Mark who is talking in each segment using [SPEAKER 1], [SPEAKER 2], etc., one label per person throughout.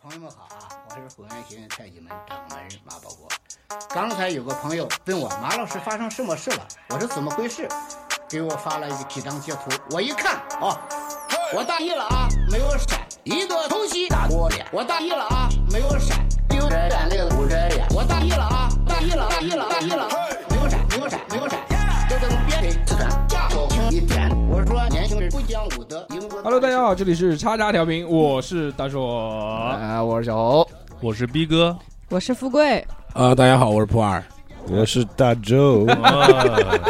[SPEAKER 1] 朋友们好啊！我是湖南学院太极门掌门马保国。刚才有个朋友问我马老师发生什么事了，我说怎么回事？给我发了几张截图，我一看，哦，我大意了啊，没有闪，一个偷袭打我脸，我大意了啊，没有闪，丢人脸那个捂着脸，我大意了啊，大意了，大意了，大意了，没有闪，没有闪，没有闪，这种别给自个架口轻一点。我说年轻人不讲武德，赢不
[SPEAKER 2] Hello，大家好，这里是叉叉调频，我是大硕。
[SPEAKER 3] 啊，我是小侯。
[SPEAKER 4] 我是逼哥，
[SPEAKER 5] 我是富贵，
[SPEAKER 6] 啊、大家好，我是普洱。
[SPEAKER 7] 我是大周，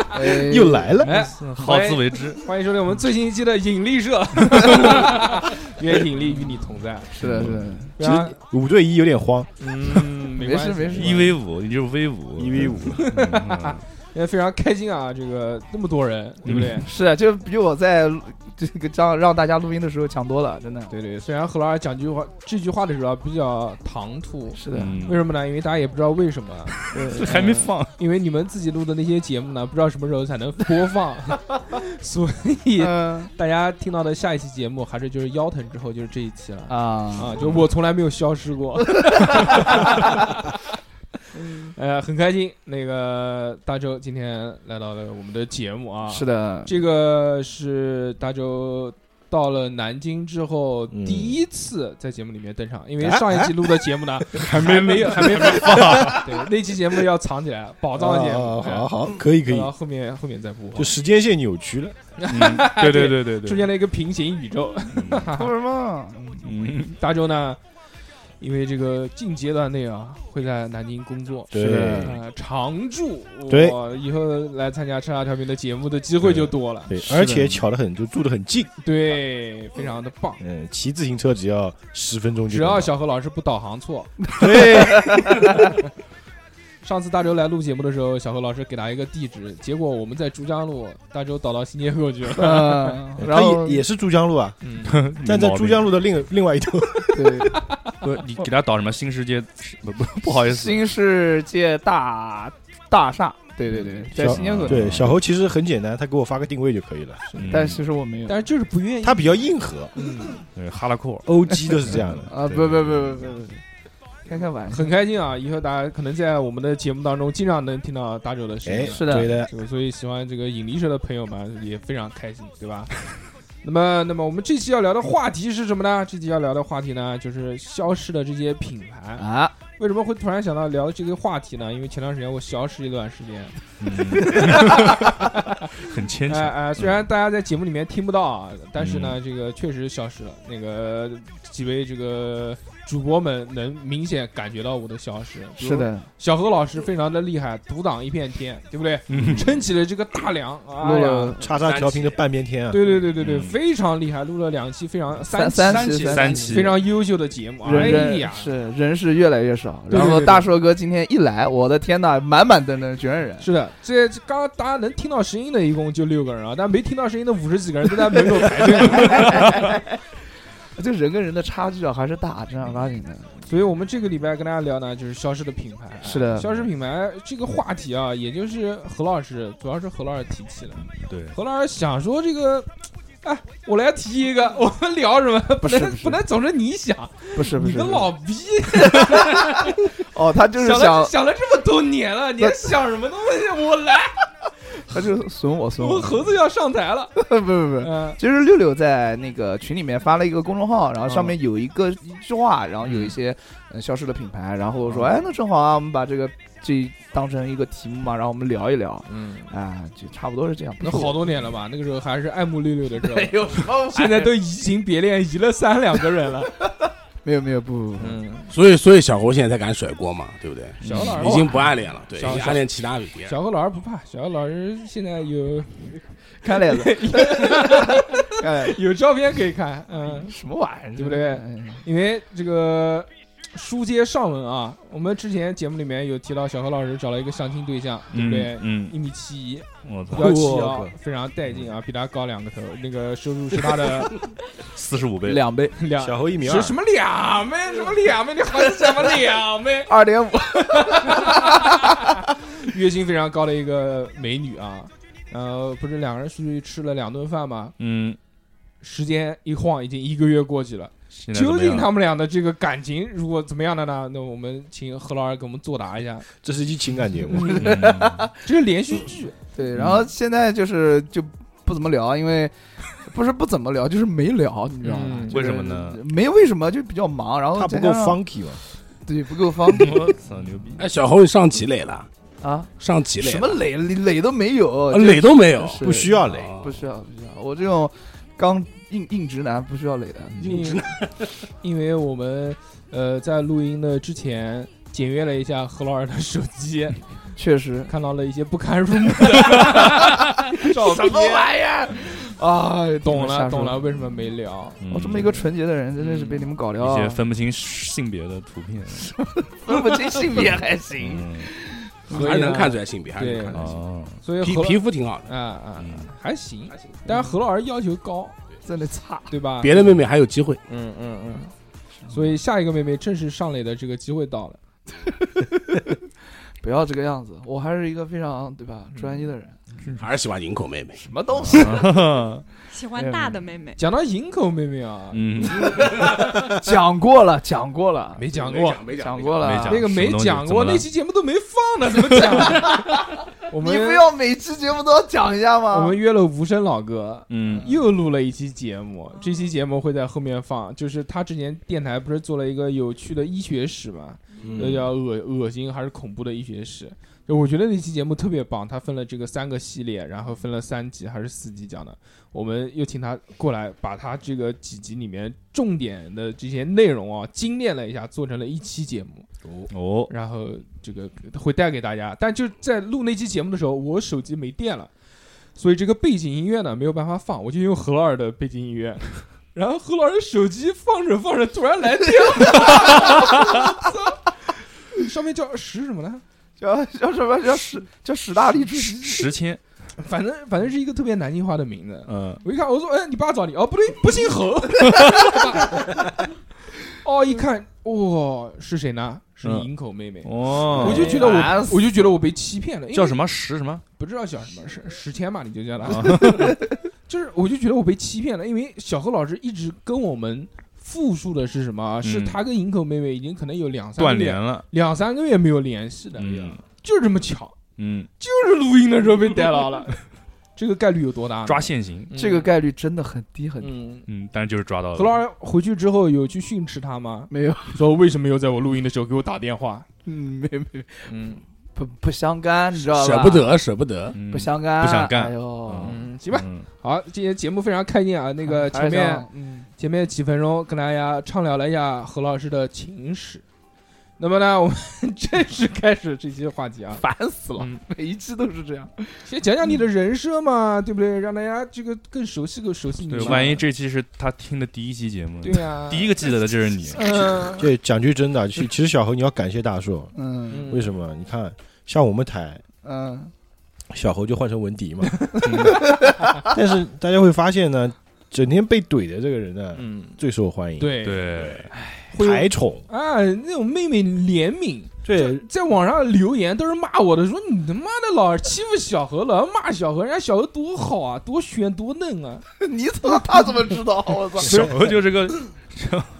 [SPEAKER 3] 哎
[SPEAKER 7] 又来了。
[SPEAKER 2] 哎，
[SPEAKER 4] 好自为之。
[SPEAKER 2] 欢迎收听我们最新一期的引力社，愿引力与你同在。
[SPEAKER 3] 是的，是的，
[SPEAKER 7] 其
[SPEAKER 2] 对
[SPEAKER 3] 哎
[SPEAKER 2] 啊
[SPEAKER 7] 实五对一有点慌，
[SPEAKER 2] 嗯，没
[SPEAKER 3] 没事没
[SPEAKER 2] 事。
[SPEAKER 3] 事
[SPEAKER 4] 一 v 五，你就是 v 五，
[SPEAKER 7] 一 v 五，
[SPEAKER 2] 也非常开心啊，这个那么多人，对不对？
[SPEAKER 3] 是的，这比我在录这个让让大家录音的时候强多了，真的。
[SPEAKER 2] 对对，虽然何老师讲这句话这句话的时候啊比较唐突，
[SPEAKER 3] 是的，
[SPEAKER 2] 为什么呢？因为大家也不知道为什么，
[SPEAKER 3] 对
[SPEAKER 4] 这嗯 还没放，
[SPEAKER 2] 因为你们自己录的那些节目呢，不知道什么时候才能播放，所以
[SPEAKER 3] 嗯
[SPEAKER 2] 大家听到的下一期节目还是就是腰疼之后就是这一期了。
[SPEAKER 3] 啊，
[SPEAKER 2] 啊，就我从来没有消失过。呃，很开心，那个大周今天来到了我们的节目啊。
[SPEAKER 3] 是的，
[SPEAKER 2] 这个是大周到了南京之后
[SPEAKER 7] 嗯
[SPEAKER 2] 第一次在节目里面登场，因为
[SPEAKER 7] 哎
[SPEAKER 2] 上一期录的节目呢还没没有还没放， 对，那期节目要藏起来，宝藏节目
[SPEAKER 7] 啊，好好，可以可
[SPEAKER 2] 哎
[SPEAKER 7] 以
[SPEAKER 2] 然，后后面后面再播。
[SPEAKER 7] 就时间线扭曲了。
[SPEAKER 4] 对对对对对，
[SPEAKER 2] 出现了一个平行宇宙，
[SPEAKER 3] 说什么？
[SPEAKER 4] 嗯，
[SPEAKER 2] 大周呢，因为这个近阶段内啊会在南京工作，
[SPEAKER 7] 对
[SPEAKER 2] 是呃常驻，
[SPEAKER 7] 对
[SPEAKER 2] 我以后来参加《吃辣调频》的节目的机会就多了，
[SPEAKER 7] 对，
[SPEAKER 3] 是的
[SPEAKER 7] 而且巧得很，就住得很近。
[SPEAKER 2] 对，非常的棒。
[SPEAKER 7] 嗯，骑自行车只要十分钟就
[SPEAKER 2] 只
[SPEAKER 7] 能到。
[SPEAKER 2] 要小何老师不导航错，
[SPEAKER 7] 对，
[SPEAKER 2] 上次大周来录节目的时候，小何老师给他一个地址，结果我们在珠江路，大周导到新街口去了。
[SPEAKER 3] 嗯，然
[SPEAKER 7] 呃他
[SPEAKER 3] 后
[SPEAKER 7] 也也是珠江路啊，
[SPEAKER 2] 嗯，
[SPEAKER 7] 但在珠江路的另另外一头。
[SPEAKER 3] 对
[SPEAKER 4] 不是，你给他导什么新世界？不不不好意思，
[SPEAKER 3] 新世界大大厦，对对对，在
[SPEAKER 7] 小
[SPEAKER 3] 新街口。
[SPEAKER 7] 对，小侯其实很简单，他给我发个定位就可以了。
[SPEAKER 4] 嗯
[SPEAKER 3] 但其实我没有
[SPEAKER 2] 但是就是不愿意。
[SPEAKER 7] 他比较硬核
[SPEAKER 2] 嗯，
[SPEAKER 4] 对哈拉库，
[SPEAKER 7] ，O G 都是这样的
[SPEAKER 3] 啊，不不
[SPEAKER 7] 对
[SPEAKER 3] 不不不不，不开开玩笑。
[SPEAKER 2] 很开心啊！以后大家可能在我们的节目当中经常能听到大周的声音
[SPEAKER 7] 哎，
[SPEAKER 2] 了。
[SPEAKER 3] 是的
[SPEAKER 7] 对的，
[SPEAKER 2] 这个所以喜欢这个引力社的朋友们也非常开心，对吧？ 那么，那么我们这期要聊的话题是什么呢？这期要聊的话题呢，就是消失的这些品牌。
[SPEAKER 3] 啊，
[SPEAKER 2] 为什么会突然想到聊这个话题呢？因为前段时间我消失一段时间，
[SPEAKER 4] 嗯 很牵
[SPEAKER 2] 哎
[SPEAKER 4] 强。
[SPEAKER 2] 哎，
[SPEAKER 3] 嗯
[SPEAKER 2] 虽然大家在节目里面听不到啊，但是呢，这个确实消失了。那个几位这个主播们能明显感觉到我的消失。比如
[SPEAKER 3] 是，的，
[SPEAKER 2] 小何老师非常的厉害，独挡一片天，对不对？
[SPEAKER 3] 嗯
[SPEAKER 2] 撑起了这个大梁。
[SPEAKER 3] 录
[SPEAKER 2] 哎呀，
[SPEAKER 3] 了
[SPEAKER 7] 叉叉调频的半边天 啊。
[SPEAKER 2] 对对对对对，
[SPEAKER 4] 嗯
[SPEAKER 2] 非常厉害，录了两期非常
[SPEAKER 3] 三
[SPEAKER 2] 三
[SPEAKER 3] 三
[SPEAKER 4] 期
[SPEAKER 3] 期
[SPEAKER 4] 三
[SPEAKER 3] 期
[SPEAKER 4] 期
[SPEAKER 2] 非常优秀的节目，哎
[SPEAKER 3] 人
[SPEAKER 2] 呀
[SPEAKER 3] 人，是人是越来越少，
[SPEAKER 2] 对对
[SPEAKER 3] 然后
[SPEAKER 2] 对
[SPEAKER 3] 大硕哥今天一来，我的天呐，满满登登全是人，
[SPEAKER 2] 是的，这这刚刚大家能听到声音的一共就六个人啊，但没听到声音的五十几个人都在门口排 队，
[SPEAKER 3] 这人跟人的差距啊还是大，正儿八经的。
[SPEAKER 2] 所以我们这个礼拜跟大家聊呢，就是消失的品牌，
[SPEAKER 3] 是的
[SPEAKER 2] 消失品牌这个话题啊，也就是何老师，主要是何老师提起的，
[SPEAKER 4] 对，
[SPEAKER 2] 何老师想说这个。哎，我来提一个， 我们聊什么？不能
[SPEAKER 3] 是不是
[SPEAKER 2] 能总是你想，
[SPEAKER 3] 不是不
[SPEAKER 2] 你
[SPEAKER 3] 是，
[SPEAKER 2] 个
[SPEAKER 3] 不是
[SPEAKER 2] 老逼，
[SPEAKER 3] 哦，他就是
[SPEAKER 2] 想
[SPEAKER 3] 想
[SPEAKER 2] 了，想了这么多年了，你还想什么东西？我来。
[SPEAKER 3] 他就损我损
[SPEAKER 2] 我
[SPEAKER 3] 我，
[SPEAKER 2] 猴子要上台了，
[SPEAKER 3] 不不不。
[SPEAKER 2] 嗯，
[SPEAKER 3] 其实六六在那个群里面发了一个公众号，然后上面有一个一句话，然后有一些呃消失的品牌，然后我说，
[SPEAKER 2] 嗯
[SPEAKER 3] 哎，那正好啊，我们把这个这当成一个题目嘛，然后我们聊一聊，
[SPEAKER 2] 嗯，
[SPEAKER 3] 啊，就差不多是这样。
[SPEAKER 2] 那好多年了吧？那个时候还是爱慕六六的时候，
[SPEAKER 3] 有什么
[SPEAKER 2] 现在都移情别恋，移了三两个人了。
[SPEAKER 3] 没有没有不不不，
[SPEAKER 2] 嗯，
[SPEAKER 6] 所以所以小侯现在才敢甩锅嘛，对不对？
[SPEAKER 2] 小老
[SPEAKER 6] 已经不暗恋了，对，已
[SPEAKER 2] 小
[SPEAKER 6] 经暗恋其他别人。
[SPEAKER 2] 小何老师不怕，小何老师现在有
[SPEAKER 3] 开 脸了，开脸了
[SPEAKER 2] 有照片可以看，嗯，
[SPEAKER 3] 什么玩意儿，
[SPEAKER 2] 对不对
[SPEAKER 3] 哎？
[SPEAKER 2] 因为这个书接上文啊，我们之前节目里面有提到小何老师找了一个相亲对象，对不对？
[SPEAKER 4] 嗯，
[SPEAKER 2] 一米七一，
[SPEAKER 4] 我操，
[SPEAKER 2] 幺七幺啊
[SPEAKER 3] 我，
[SPEAKER 2] 非常带劲啊，比他高两个头，那个收入是他的
[SPEAKER 4] 四十五倍，
[SPEAKER 3] 两杯
[SPEAKER 2] 两
[SPEAKER 7] 小侯一啊米
[SPEAKER 2] 什
[SPEAKER 7] 二，
[SPEAKER 2] 什么两妹？什么两妹？你好像什么两妹？
[SPEAKER 3] 二点五，
[SPEAKER 2] 月薪非常高的一个美女啊，呃，不是两个人出去吃了两顿饭吗？
[SPEAKER 4] 嗯，
[SPEAKER 2] 时间一晃已经一个月过去了，
[SPEAKER 4] 现在怎
[SPEAKER 2] 究
[SPEAKER 4] 么
[SPEAKER 2] 竟
[SPEAKER 4] 样
[SPEAKER 2] 他们俩的这个感情如果怎么样的呢？那我们请何老师给我们作答一下。
[SPEAKER 7] 这是一期情感节目，
[SPEAKER 4] 嗯
[SPEAKER 2] 这是连续剧，
[SPEAKER 3] 对，
[SPEAKER 7] 嗯
[SPEAKER 3] 然后现在就是就不怎么聊，因为 不是不怎么聊，就是没聊，你知道吗
[SPEAKER 2] 嗯？
[SPEAKER 3] 就是
[SPEAKER 4] 为什么呢？
[SPEAKER 3] 没有为什么，就比较忙，然后
[SPEAKER 7] 他
[SPEAKER 3] 再
[SPEAKER 7] 不够
[SPEAKER 3] 加上，
[SPEAKER 7] funky 嘛？
[SPEAKER 3] 对，不够 方
[SPEAKER 4] 嗯我操，牛逼！
[SPEAKER 6] 哎，小侯你上几垒了？
[SPEAKER 3] 啊，
[SPEAKER 6] 上几垒了？
[SPEAKER 3] 什么垒垒都没有，
[SPEAKER 6] 啊垒都没有，哦
[SPEAKER 3] 是
[SPEAKER 7] 不需要垒，
[SPEAKER 3] 不需要不需要，我这种刚硬硬直男不需要垒的，
[SPEAKER 6] 嗯
[SPEAKER 2] 因为 因为我们呃在录音的之前检阅了一下何老师的手机，
[SPEAKER 3] 确 实
[SPEAKER 2] 看到了一些不堪入 目的照片。
[SPEAKER 3] 玩意儿啊？
[SPEAKER 2] 懂
[SPEAKER 3] 吓
[SPEAKER 2] 了，
[SPEAKER 3] 死我
[SPEAKER 2] 懂了，为什么没聊？
[SPEAKER 3] 我这么一个哦纯洁的人，真的是被你们搞掉
[SPEAKER 4] 嗯一 些
[SPEAKER 3] 了。
[SPEAKER 4] 分不清性别的图片，
[SPEAKER 3] 分不清性别还行，
[SPEAKER 4] 嗯，
[SPEAKER 6] 还是能看出
[SPEAKER 2] 来。
[SPEAKER 6] 来性别，还是能
[SPEAKER 2] 啊对
[SPEAKER 6] 看，出
[SPEAKER 4] 哦，
[SPEAKER 2] 所以
[SPEAKER 6] 来皮
[SPEAKER 2] 何
[SPEAKER 6] 皮肤挺好的，
[SPEAKER 2] 啊啊
[SPEAKER 4] 嗯
[SPEAKER 2] 还行
[SPEAKER 6] 还行，
[SPEAKER 2] 但是何老师要求高，
[SPEAKER 3] 真的差。
[SPEAKER 2] 对吧？
[SPEAKER 6] 别的妹妹还有机会。
[SPEAKER 2] 嗯嗯嗯。所以下一个妹妹正式上垒的这个机会到了，
[SPEAKER 3] 不要这个样子，我还是一个非常对吧专一的人。
[SPEAKER 6] 还是喜欢营口妹妹，
[SPEAKER 3] 什么东西？
[SPEAKER 5] 喜欢大的妹妹，
[SPEAKER 2] 讲到营口妹妹啊，
[SPEAKER 4] 嗯，
[SPEAKER 3] 讲过了，讲过了，
[SPEAKER 2] 没讲
[SPEAKER 6] 没
[SPEAKER 2] 过，
[SPEAKER 6] 讲没
[SPEAKER 3] 讲
[SPEAKER 6] 没
[SPEAKER 3] 过了。
[SPEAKER 4] 没讲
[SPEAKER 2] 那个没讲过，
[SPEAKER 4] 什么东西怎么了
[SPEAKER 2] 那期节目都没放呢，怎么讲？啊我
[SPEAKER 3] 你
[SPEAKER 2] 们
[SPEAKER 3] 不要啊每期节目都要讲一下
[SPEAKER 2] 我
[SPEAKER 3] 吗
[SPEAKER 2] 们？约了无声老哥，
[SPEAKER 4] 嗯
[SPEAKER 2] 又录了一期节目，这期节目会在后面放。就是他之前电台不是做了一个有趣的医学史嘛，那、叫恶恶心还是恐怖的医学史。就我觉得那期节目特别棒，他分了这个三个系列，然后分了三集还是四集讲的。我们又请他过来，把他这个几集里面重点的这些内容啊精炼了一下，做成了一期节目。
[SPEAKER 4] 哦，
[SPEAKER 2] 然后这个会带给大家。但就在录那期节目的时候，我手机没电了，所以这个背景音乐呢没有办法放，我就用何老师的背景音乐。 然后何老师手机放着放着突然来电了，上面叫石什么呢？
[SPEAKER 3] 叫叫什么？叫史叫史大力主席。
[SPEAKER 4] 十千，
[SPEAKER 2] 反正反正是一个特别南京话的名字。
[SPEAKER 4] 嗯，
[SPEAKER 2] 我一看，我说：“哎，你爸找你哦，不对，不姓侯。” 哦，一看，哦，是谁呢？是
[SPEAKER 4] 嗯
[SPEAKER 2] 营口妹妹。
[SPEAKER 4] 哦，
[SPEAKER 2] 我就觉得
[SPEAKER 3] 烦
[SPEAKER 2] 我
[SPEAKER 3] 死，
[SPEAKER 2] 我就觉得我被欺骗哎了。因为
[SPEAKER 4] 叫什么十什么？
[SPEAKER 2] 不知道叫什么，是啊史千嘛，你就叫他， 就是我就觉得我被欺骗了，因为小何老师一直跟我们复述的是什么啊？是他跟营口妹妹已经可能有两三个
[SPEAKER 4] 断
[SPEAKER 2] 月
[SPEAKER 4] 联了，
[SPEAKER 2] 两三个月没有联系的，哎
[SPEAKER 4] 嗯
[SPEAKER 2] 就是这么巧，
[SPEAKER 4] 嗯，
[SPEAKER 2] 就是录音的时候被逮牢 了，这个概率有多大呢？
[SPEAKER 4] 抓现行，
[SPEAKER 2] 嗯
[SPEAKER 3] 这个概率真的很低很低。
[SPEAKER 2] 嗯。
[SPEAKER 4] 嗯，但是就是抓到
[SPEAKER 2] 何
[SPEAKER 4] 了，
[SPEAKER 2] 老师回去之后有去训斥他吗？
[SPEAKER 3] 没有，
[SPEAKER 2] 说为什么又在我录音的时候给我打电话？
[SPEAKER 3] 嗯，没没
[SPEAKER 2] 嗯
[SPEAKER 3] 不不相干，你知道吧？
[SPEAKER 6] 舍不，得，舍不得。
[SPEAKER 4] 嗯
[SPEAKER 3] 不相干，
[SPEAKER 4] 不相干
[SPEAKER 3] 哎呦，
[SPEAKER 2] 嗯，行吧，
[SPEAKER 4] 嗯
[SPEAKER 2] 好，今天节目非常开心啊，那个
[SPEAKER 3] 还
[SPEAKER 2] 前
[SPEAKER 3] 是
[SPEAKER 2] 面
[SPEAKER 3] 想嗯
[SPEAKER 2] 前面几分钟跟大家畅聊了一下何老师的情史，那么呢，我们正式开始这期话题啊。
[SPEAKER 3] 烦死了
[SPEAKER 2] 嗯，
[SPEAKER 3] 每一期都是这样。
[SPEAKER 2] 先讲讲你的人设嘛，对不对？让大家这个更熟悉、更熟悉你嘛。
[SPEAKER 4] 对，万一这期是他听的第一期节目，
[SPEAKER 2] 对啊呀，
[SPEAKER 4] 第一
[SPEAKER 2] 一，
[SPEAKER 4] 个记得的就是你，
[SPEAKER 2] 嗯，
[SPEAKER 7] 对，讲句真的，其实其实小侯你要感谢大树，
[SPEAKER 3] 嗯
[SPEAKER 2] 嗯
[SPEAKER 7] 为什么？你看，像我们台
[SPEAKER 3] 嗯，
[SPEAKER 7] 小侯就换成文迪嘛，嗯但是大家会发现呢，整天被怼的这个人呢，
[SPEAKER 2] 嗯，
[SPEAKER 7] 最受欢迎，，
[SPEAKER 2] 对，
[SPEAKER 4] 对，
[SPEAKER 7] 抬宠，
[SPEAKER 2] 啊，那种妹妹怜悯，
[SPEAKER 7] 对，
[SPEAKER 2] 在网上留言都是骂我的，说你他妈的老是欺负小何，老是骂小何，人家小何多好啊， 多选多嫩啊，
[SPEAKER 3] 嗯 你怎么他怎么知道？我操！
[SPEAKER 4] 小何就是个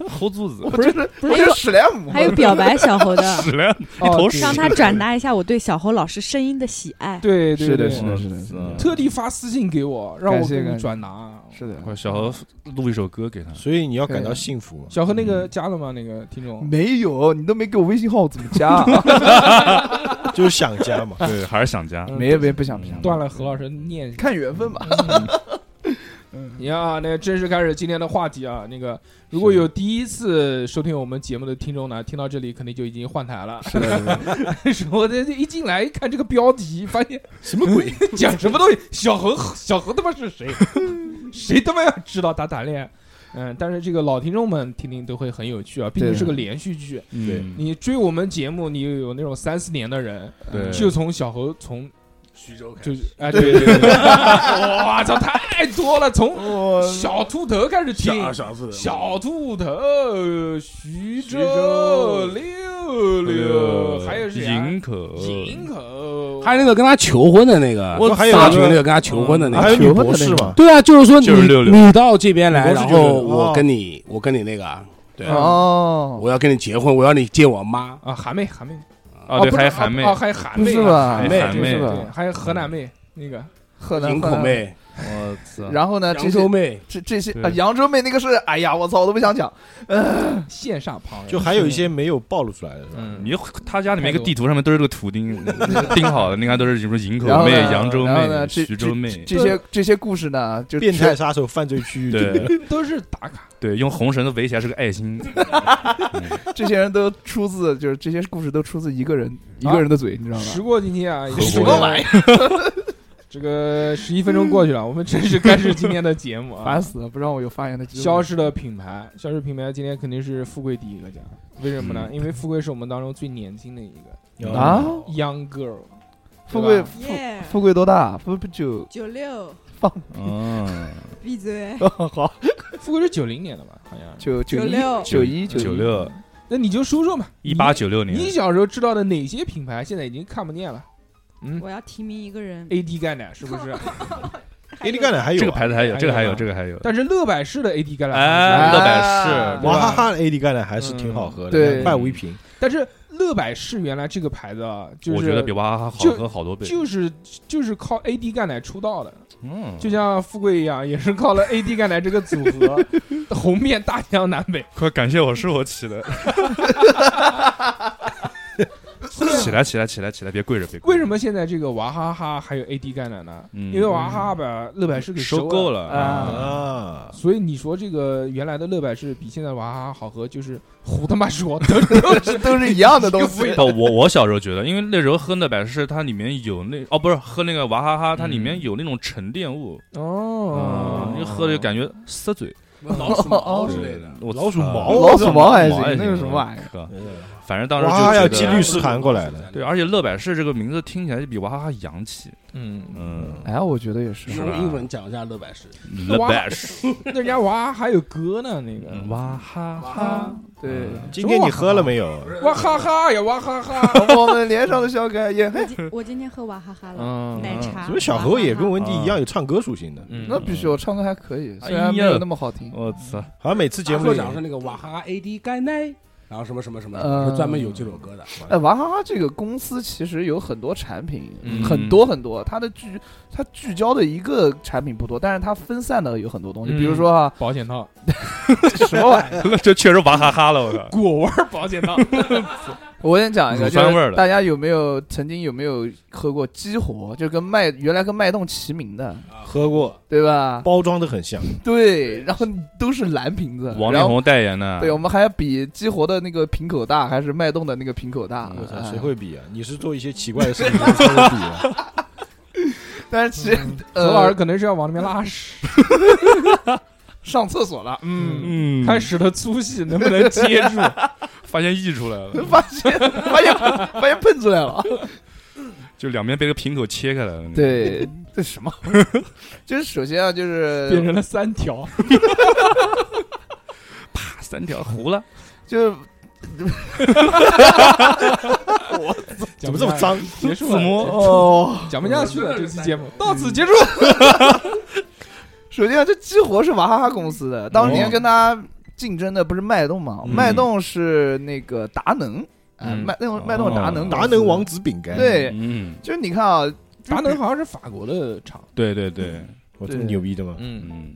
[SPEAKER 4] 猴珠子，
[SPEAKER 3] 我就是
[SPEAKER 5] 是
[SPEAKER 3] 我就是史莱姆，
[SPEAKER 5] 还有表白小侯 的，
[SPEAKER 4] 屎了，
[SPEAKER 2] 一头
[SPEAKER 5] 让他转达一下我对小侯老师声音的喜爱。
[SPEAKER 2] 对对
[SPEAKER 3] 是的，
[SPEAKER 2] 对，
[SPEAKER 3] 是的，是的，是的
[SPEAKER 4] 嗯
[SPEAKER 2] 特地发私信给我，让
[SPEAKER 3] 感
[SPEAKER 2] 我
[SPEAKER 3] 谢
[SPEAKER 2] 给
[SPEAKER 3] 感
[SPEAKER 2] 你
[SPEAKER 3] 谢
[SPEAKER 2] 转达。啊
[SPEAKER 3] 是的，
[SPEAKER 4] 快小何录一首歌给他，。
[SPEAKER 7] 所以你要感到幸福嘛。
[SPEAKER 2] 小何那
[SPEAKER 3] 嗯
[SPEAKER 2] 个加了吗？那个听众
[SPEAKER 3] 没有，你都没给我微信号，我怎么加？啊
[SPEAKER 7] 就是想家嘛
[SPEAKER 4] 对，还是想家，
[SPEAKER 2] 嗯
[SPEAKER 3] 没有，没有，不想，不想，
[SPEAKER 2] 断了何老师念。
[SPEAKER 3] 看缘分吧。嗯
[SPEAKER 2] 你啊，那正式开始今天的话题啊。那个，如果有第一次收听我们节目的听众呢，听到这里肯定就已经换台了。
[SPEAKER 3] 是的，是的
[SPEAKER 2] 我这一进来一看这个标题，发现什么鬼？讲什么东西？小何，小何他妈是 谁？谁他妈要知道他谈恋爱？嗯，但是这个老听众们听听都会很有趣啊，毕竟
[SPEAKER 3] 对嗯
[SPEAKER 2] 是个连续剧。
[SPEAKER 4] 对
[SPEAKER 2] 你追我们节目，你有那种三四年的人，
[SPEAKER 4] 对，
[SPEAKER 2] 就从小猴从
[SPEAKER 6] 徐州开
[SPEAKER 2] 就是哎，对对对，对 哇操，太多了，从
[SPEAKER 3] 我
[SPEAKER 2] 小秃头开始听
[SPEAKER 6] 小，小四
[SPEAKER 2] 小秃头、徐
[SPEAKER 3] 徐州
[SPEAKER 2] 州、
[SPEAKER 4] 呃
[SPEAKER 2] 六六，还有谁啊？
[SPEAKER 4] 营口，
[SPEAKER 2] 营口，
[SPEAKER 6] 还有那个跟他求婚的那个，
[SPEAKER 7] 我还有
[SPEAKER 6] 大
[SPEAKER 7] 一个
[SPEAKER 6] 群那个跟他求婚的那
[SPEAKER 7] 嗯还
[SPEAKER 6] 个
[SPEAKER 7] 有
[SPEAKER 3] 求
[SPEAKER 7] 女
[SPEAKER 3] 婚的
[SPEAKER 7] 博
[SPEAKER 3] 那
[SPEAKER 7] 士
[SPEAKER 3] 个
[SPEAKER 7] 嘛？
[SPEAKER 6] 对啊，就是说你
[SPEAKER 4] 就是六六
[SPEAKER 6] 你到这边来，
[SPEAKER 7] 我是
[SPEAKER 6] 然
[SPEAKER 7] 觉得
[SPEAKER 6] 后我
[SPEAKER 7] 哦
[SPEAKER 6] 跟你我跟你那个，对，
[SPEAKER 3] 哦，
[SPEAKER 6] 我要跟你结婚，我要你见我妈，
[SPEAKER 2] 啊，韩妹，韩妹，
[SPEAKER 4] 啊，对，
[SPEAKER 2] 不
[SPEAKER 4] 还
[SPEAKER 2] 是
[SPEAKER 4] 有韩妹
[SPEAKER 2] 哦，，还有韩
[SPEAKER 3] 不
[SPEAKER 2] 妹，
[SPEAKER 3] 是吧？
[SPEAKER 4] 韩妹韩妹
[SPEAKER 2] 对
[SPEAKER 3] 是
[SPEAKER 2] 对，
[SPEAKER 3] 吧？
[SPEAKER 2] 还有河南妹那个，
[SPEAKER 3] 河南
[SPEAKER 6] 营口。妹、
[SPEAKER 4] 我操
[SPEAKER 3] 河南然后呢？这
[SPEAKER 6] 扬
[SPEAKER 3] 些
[SPEAKER 6] 州妹，
[SPEAKER 3] 这这些
[SPEAKER 4] 嗯对
[SPEAKER 3] 啊，扬州妹那个是，哎呀，我操，我都不想讲。
[SPEAKER 2] 羡煞旁人，
[SPEAKER 7] 就还有一些没有暴露出来的，是吧
[SPEAKER 2] 嗯，
[SPEAKER 4] 你就他家里面一个地图上面都是个图钉，钉好的，那个都是什么营口
[SPEAKER 3] 然后
[SPEAKER 4] 妹、
[SPEAKER 3] 呢
[SPEAKER 4] 扬州
[SPEAKER 3] 然后呢
[SPEAKER 4] 妹、
[SPEAKER 3] 这
[SPEAKER 4] 徐州妹，
[SPEAKER 3] 这些这些故事呢，就
[SPEAKER 7] 变态杀手犯罪区域里面，
[SPEAKER 4] 对
[SPEAKER 2] 都是打卡，
[SPEAKER 4] 对，用红绳子围起来是个 爱心，
[SPEAKER 3] 这些人都出自，就是这些故事都出自一个人一
[SPEAKER 2] 啊
[SPEAKER 3] 个人的嘴，你知道
[SPEAKER 2] 时
[SPEAKER 3] 吗？
[SPEAKER 2] 过境迁啊，
[SPEAKER 4] 什
[SPEAKER 3] 么玩
[SPEAKER 2] 意儿？ 这个十一分钟过去了，我们正式开始今天的节目啊
[SPEAKER 3] 烦。死了，不让我有发言的
[SPEAKER 4] 嗯
[SPEAKER 3] 机会。
[SPEAKER 2] 消失的品牌，消失品牌今天肯定是富贵第一个奖，为什么
[SPEAKER 4] 嗯
[SPEAKER 2] 呢？因为富贵是我们当中最年轻的一个
[SPEAKER 3] 啊！
[SPEAKER 2] young girl，
[SPEAKER 3] 富贵
[SPEAKER 2] 对吧
[SPEAKER 3] 富
[SPEAKER 5] 耶，
[SPEAKER 3] 富贵多大？富不 就，
[SPEAKER 5] 九六，
[SPEAKER 4] 嗯，
[SPEAKER 5] 闭嘴
[SPEAKER 3] 好
[SPEAKER 2] 富贵是九零年的吧？好像。
[SPEAKER 3] 九九一
[SPEAKER 5] 96
[SPEAKER 3] 九一
[SPEAKER 4] 九
[SPEAKER 3] 一
[SPEAKER 4] 六
[SPEAKER 2] 那你就说说嘛，
[SPEAKER 4] 一八九六年，
[SPEAKER 2] 你小时候知道的哪些品牌现在已经看不见了
[SPEAKER 7] 嗯
[SPEAKER 5] 我要提名一个人。
[SPEAKER 7] 哎
[SPEAKER 2] ？AD 钙奶是不 是？
[SPEAKER 5] 还有
[SPEAKER 7] AD 干的还有啊
[SPEAKER 4] 这个牌子还有，这个还有，
[SPEAKER 2] 还有吗
[SPEAKER 4] 这个还有，
[SPEAKER 2] 哎但是乐百氏的 AD 钙奶
[SPEAKER 4] 哎，
[SPEAKER 2] 还是，啊
[SPEAKER 4] 乐
[SPEAKER 3] 对
[SPEAKER 4] 百氏
[SPEAKER 3] 吧
[SPEAKER 7] 娃哈哈的 AD 干的还是挺好喝的，
[SPEAKER 3] 对
[SPEAKER 7] 半无一瓶。
[SPEAKER 2] 但是乐百氏原来这个牌子啊，就是
[SPEAKER 4] 我觉得比娃哈哈好喝好多倍，
[SPEAKER 2] 就是就是靠 AD 钙奶出道的，
[SPEAKER 4] 嗯，
[SPEAKER 2] 就像富贵一样，也是靠了 AD 钙奶这个组合 红遍大江南北。
[SPEAKER 4] 快感谢我是我起的， 起来起来起来起来，别跪着别跪着，
[SPEAKER 2] 为什么现在这个娃哈哈还有 AD 钙奶呢？
[SPEAKER 4] 嗯
[SPEAKER 2] 因为娃哈哈把乐百氏给
[SPEAKER 4] 收
[SPEAKER 2] 购
[SPEAKER 4] 购
[SPEAKER 2] 了。
[SPEAKER 4] 了
[SPEAKER 3] 啊
[SPEAKER 7] 啊，
[SPEAKER 2] 所以你说这个原来的乐百氏比现在的娃哈哈好喝，就是胡他妈说， 都都是
[SPEAKER 3] 都是一样的东西。
[SPEAKER 4] 不，我我小时候觉得，因为那时候喝乐百氏，它里面有那哦，不是喝那个娃哈哈，它里面有那种沉淀物，
[SPEAKER 2] 哦
[SPEAKER 7] 啊
[SPEAKER 4] 嗯，你喝就感觉塞嘴，
[SPEAKER 6] 老鼠毛之 类的。
[SPEAKER 4] 我
[SPEAKER 7] 老鼠
[SPEAKER 4] 操
[SPEAKER 7] 毛
[SPEAKER 3] 老鼠毛还
[SPEAKER 4] 毛
[SPEAKER 3] 行，那
[SPEAKER 4] 行
[SPEAKER 3] 是什么玩意儿？
[SPEAKER 4] 哥反正当时
[SPEAKER 7] 娃
[SPEAKER 4] 就
[SPEAKER 7] 哈哈要
[SPEAKER 4] 觉
[SPEAKER 7] 寄
[SPEAKER 4] 得
[SPEAKER 7] 律师函过来的，
[SPEAKER 4] 对，而且乐百氏这个名字听起来就比娃哈哈洋气，
[SPEAKER 2] 嗯，
[SPEAKER 4] 嗯，
[SPEAKER 3] 哎，我觉得也 是。
[SPEAKER 4] 吧
[SPEAKER 6] 用英文讲一下乐百氏，
[SPEAKER 4] 乐百氏，
[SPEAKER 2] 那人家娃哈哈还有歌呢，那个
[SPEAKER 4] 嗯娃哈哈，
[SPEAKER 2] 哈
[SPEAKER 3] 对，
[SPEAKER 7] 嗯今天你喝了没有？
[SPEAKER 2] 哇哈哈呀哇哈 哈，
[SPEAKER 3] 我们脸上的小可爱也
[SPEAKER 5] 我今我今天喝娃哈哈了，
[SPEAKER 2] 嗯
[SPEAKER 5] 奶茶。
[SPEAKER 7] 怎么小何也跟
[SPEAKER 5] 娃哈
[SPEAKER 7] 文迪一样有唱歌属性的？
[SPEAKER 4] 嗯
[SPEAKER 3] 那必须，我唱歌还可以，
[SPEAKER 4] 哎呀
[SPEAKER 3] 虽然没有那么好听。
[SPEAKER 4] 我操，
[SPEAKER 7] 好像每次节
[SPEAKER 6] 节
[SPEAKER 7] 目
[SPEAKER 6] 目
[SPEAKER 7] 里
[SPEAKER 6] 讲是那个娃哈哈 AD 盖奈，然后什么什么什么，
[SPEAKER 3] 嗯
[SPEAKER 6] 是专门有这首歌的。
[SPEAKER 3] 哎，娃哈哈这个公司其实有很多产品，
[SPEAKER 4] 嗯
[SPEAKER 3] 很多很多，它的聚它聚焦的一个产品不多，但是它分散的有很多东西，
[SPEAKER 2] 嗯
[SPEAKER 3] 比如说啊，
[SPEAKER 2] 保险 套，
[SPEAKER 3] 什么玩意儿？
[SPEAKER 4] 这确实娃哈哈了，我靠，
[SPEAKER 2] 果味儿保险套，
[SPEAKER 3] 我先讲一个，
[SPEAKER 4] 乳
[SPEAKER 3] 就
[SPEAKER 4] 酸味儿
[SPEAKER 3] 是
[SPEAKER 4] 的
[SPEAKER 3] 大家有没有曾经有没有喝过激活？就跟脉原来跟脉动齐名的，
[SPEAKER 7] 喝过，
[SPEAKER 3] 对吧？
[SPEAKER 7] 包装的很像，
[SPEAKER 3] 对，然后都是蓝瓶子，
[SPEAKER 4] 王力
[SPEAKER 3] 然后
[SPEAKER 4] 宏啊代言的，
[SPEAKER 3] 对，我们还要比激活的那个瓶口大，还是脉动的那个瓶口大？
[SPEAKER 7] 我操，
[SPEAKER 3] 哎
[SPEAKER 7] 谁会比啊？你是做一些奇怪的事情才会比啊？
[SPEAKER 3] 但是其实，
[SPEAKER 2] 何老师
[SPEAKER 3] 呃，
[SPEAKER 2] 可能是要往里面拉屎，
[SPEAKER 3] 上厕所了，
[SPEAKER 2] 嗯，
[SPEAKER 4] 嗯，
[SPEAKER 2] 看屎的粗细能不能接住，
[SPEAKER 4] 发现溢出来了，
[SPEAKER 3] 发现发现发现喷出来了。
[SPEAKER 4] 就两边被个瓶口切开来
[SPEAKER 2] 嗯
[SPEAKER 4] 了，，
[SPEAKER 3] 对，这 什么？就是首先啊，就
[SPEAKER 2] 变
[SPEAKER 3] 是
[SPEAKER 2] 成了三条，
[SPEAKER 4] 啪，三条糊了，
[SPEAKER 3] 就是
[SPEAKER 7] 怎么这么脏？
[SPEAKER 2] 结束
[SPEAKER 4] 自摸
[SPEAKER 2] 了，
[SPEAKER 3] 哦，
[SPEAKER 2] 讲不下去了，这期节目 到此结束。
[SPEAKER 3] 首先啊这激活是娃哈哈公司的，当年
[SPEAKER 7] 哦
[SPEAKER 3] 跟他竞争的不是脉动
[SPEAKER 2] 哦
[SPEAKER 3] 嘛？
[SPEAKER 7] 嗯
[SPEAKER 3] 脉动是那个达能，啊，
[SPEAKER 4] 嗯
[SPEAKER 3] 脉
[SPEAKER 2] 哦
[SPEAKER 3] 动脉动达能公
[SPEAKER 7] 达
[SPEAKER 3] 司
[SPEAKER 7] 能王子饼干，
[SPEAKER 3] 对，
[SPEAKER 4] 嗯，
[SPEAKER 3] 就是你看啊，
[SPEAKER 2] 达能好像是法国的厂，
[SPEAKER 4] 对对对，
[SPEAKER 7] 我这么牛逼的吗？
[SPEAKER 2] 嗯，
[SPEAKER 4] 嗯，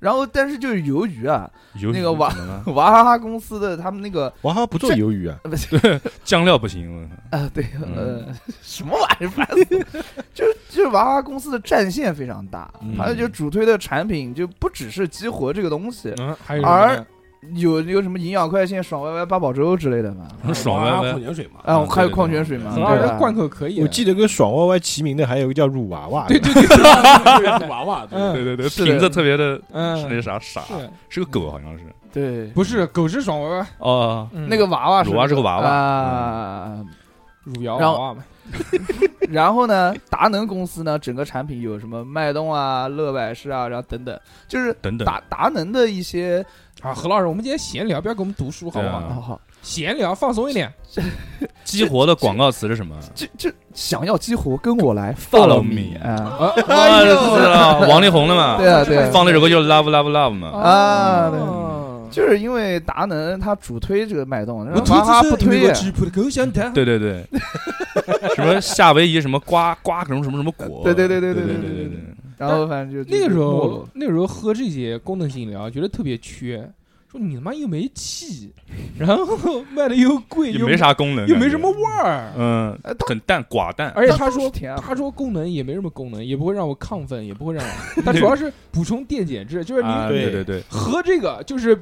[SPEAKER 3] 然后但是就是由于啊，
[SPEAKER 4] 有啊
[SPEAKER 3] 那个娃
[SPEAKER 4] 怎么了
[SPEAKER 3] 娃哈哈公司的他们那个
[SPEAKER 7] 娃哈哈不做鱿鱼啊，
[SPEAKER 3] 呃不是
[SPEAKER 4] 酱料不行，我 靠
[SPEAKER 3] 啊，对，
[SPEAKER 4] 嗯
[SPEAKER 3] 呃，什么玩意儿，烦死了！就是就是娃哈哈公司的战线非常大，
[SPEAKER 4] 嗯
[SPEAKER 3] 还有就主推的产品就不只是激活这个东西，
[SPEAKER 2] 嗯，还有
[SPEAKER 3] 而
[SPEAKER 2] 什么呢
[SPEAKER 4] 嗯
[SPEAKER 3] 有有什么营养快线、爽歪歪、八宝粥之类的嘛，
[SPEAKER 6] 嗯
[SPEAKER 4] 爽
[SPEAKER 6] 娃哈
[SPEAKER 4] 歪
[SPEAKER 6] 哈矿
[SPEAKER 4] 歪，
[SPEAKER 6] 泉水嘛，
[SPEAKER 3] 啊，还有
[SPEAKER 4] 嗯对对
[SPEAKER 3] 矿泉水嘛，
[SPEAKER 2] 何
[SPEAKER 4] 对
[SPEAKER 2] 老
[SPEAKER 3] 对啊
[SPEAKER 2] 师
[SPEAKER 3] 吧？
[SPEAKER 2] 贯口可以，啊
[SPEAKER 7] 我记得跟爽歪歪齐名的还有一个叫乳娃娃，
[SPEAKER 2] 对
[SPEAKER 7] 对，
[SPEAKER 6] 娃娃对
[SPEAKER 2] 嗯
[SPEAKER 4] 对对对，
[SPEAKER 3] 是的
[SPEAKER 4] 瓶子特别的，是
[SPEAKER 2] 嗯
[SPEAKER 4] 那啥傻，
[SPEAKER 2] 是
[SPEAKER 4] 是个狗好像是，
[SPEAKER 3] 对，
[SPEAKER 2] 不是狗是爽歪歪？
[SPEAKER 4] 哦，
[SPEAKER 2] 嗯
[SPEAKER 3] 那个娃娃是
[SPEAKER 4] 乳娃是个娃嗯娃，
[SPEAKER 3] 啊，
[SPEAKER 2] 汝窑
[SPEAKER 3] 然
[SPEAKER 2] 娃
[SPEAKER 3] 后
[SPEAKER 2] 娃嘛，
[SPEAKER 3] 然后呢，达能公司呢，整个产品有什么脉动啊、乐百氏啊，然后等等，就是
[SPEAKER 4] 等等，
[SPEAKER 3] 达达能的一些
[SPEAKER 2] 啊，何老师，我们今天闲聊，不要给我们读书好不好？
[SPEAKER 4] 对啊
[SPEAKER 3] 好好，
[SPEAKER 2] 闲聊，放松一点。
[SPEAKER 4] 激活的广告词是什么
[SPEAKER 3] 这这想要激活，跟我来，follow
[SPEAKER 4] Follow
[SPEAKER 3] me
[SPEAKER 4] me
[SPEAKER 3] 啊！
[SPEAKER 2] 啊，
[SPEAKER 4] 啊？是啊，王力宏的嘛，
[SPEAKER 3] 对啊，对啊，
[SPEAKER 4] 放那首歌就是 Love Love Love 嘛。
[SPEAKER 3] 啊对
[SPEAKER 2] 哦
[SPEAKER 3] 就是因为达能他主推这个脉动，然
[SPEAKER 2] 我
[SPEAKER 3] 后娃哈
[SPEAKER 2] 推
[SPEAKER 3] 不
[SPEAKER 2] 不推
[SPEAKER 3] 推
[SPEAKER 2] 个，直播的狗想谈。
[SPEAKER 4] 对对对，什么夏威夷什么瓜瓜什么什么什么果，
[SPEAKER 3] 对对对对
[SPEAKER 4] 对
[SPEAKER 3] 对
[SPEAKER 4] 对
[SPEAKER 3] 对
[SPEAKER 4] 对
[SPEAKER 3] 对然后反正就
[SPEAKER 2] 那个时
[SPEAKER 3] 就没
[SPEAKER 2] 候
[SPEAKER 3] 落，
[SPEAKER 2] 那个时候喝这些功能性饮料，觉得特别缺，说你他妈又没气，然后卖的又贵，
[SPEAKER 4] 也
[SPEAKER 2] 又
[SPEAKER 4] 没，啥功能，
[SPEAKER 2] 又没什么味儿。
[SPEAKER 4] 嗯
[SPEAKER 3] 呃，当
[SPEAKER 4] 很淡寡淡。
[SPEAKER 2] 而且
[SPEAKER 3] 但
[SPEAKER 2] 他
[SPEAKER 3] 都
[SPEAKER 2] 说
[SPEAKER 3] 是甜啊
[SPEAKER 2] 他说功能也没什么功能，也不会让我亢奋，也不会让 我，他主要是补充电解质，就是你
[SPEAKER 4] 啊，对对对，
[SPEAKER 2] 喝这个就是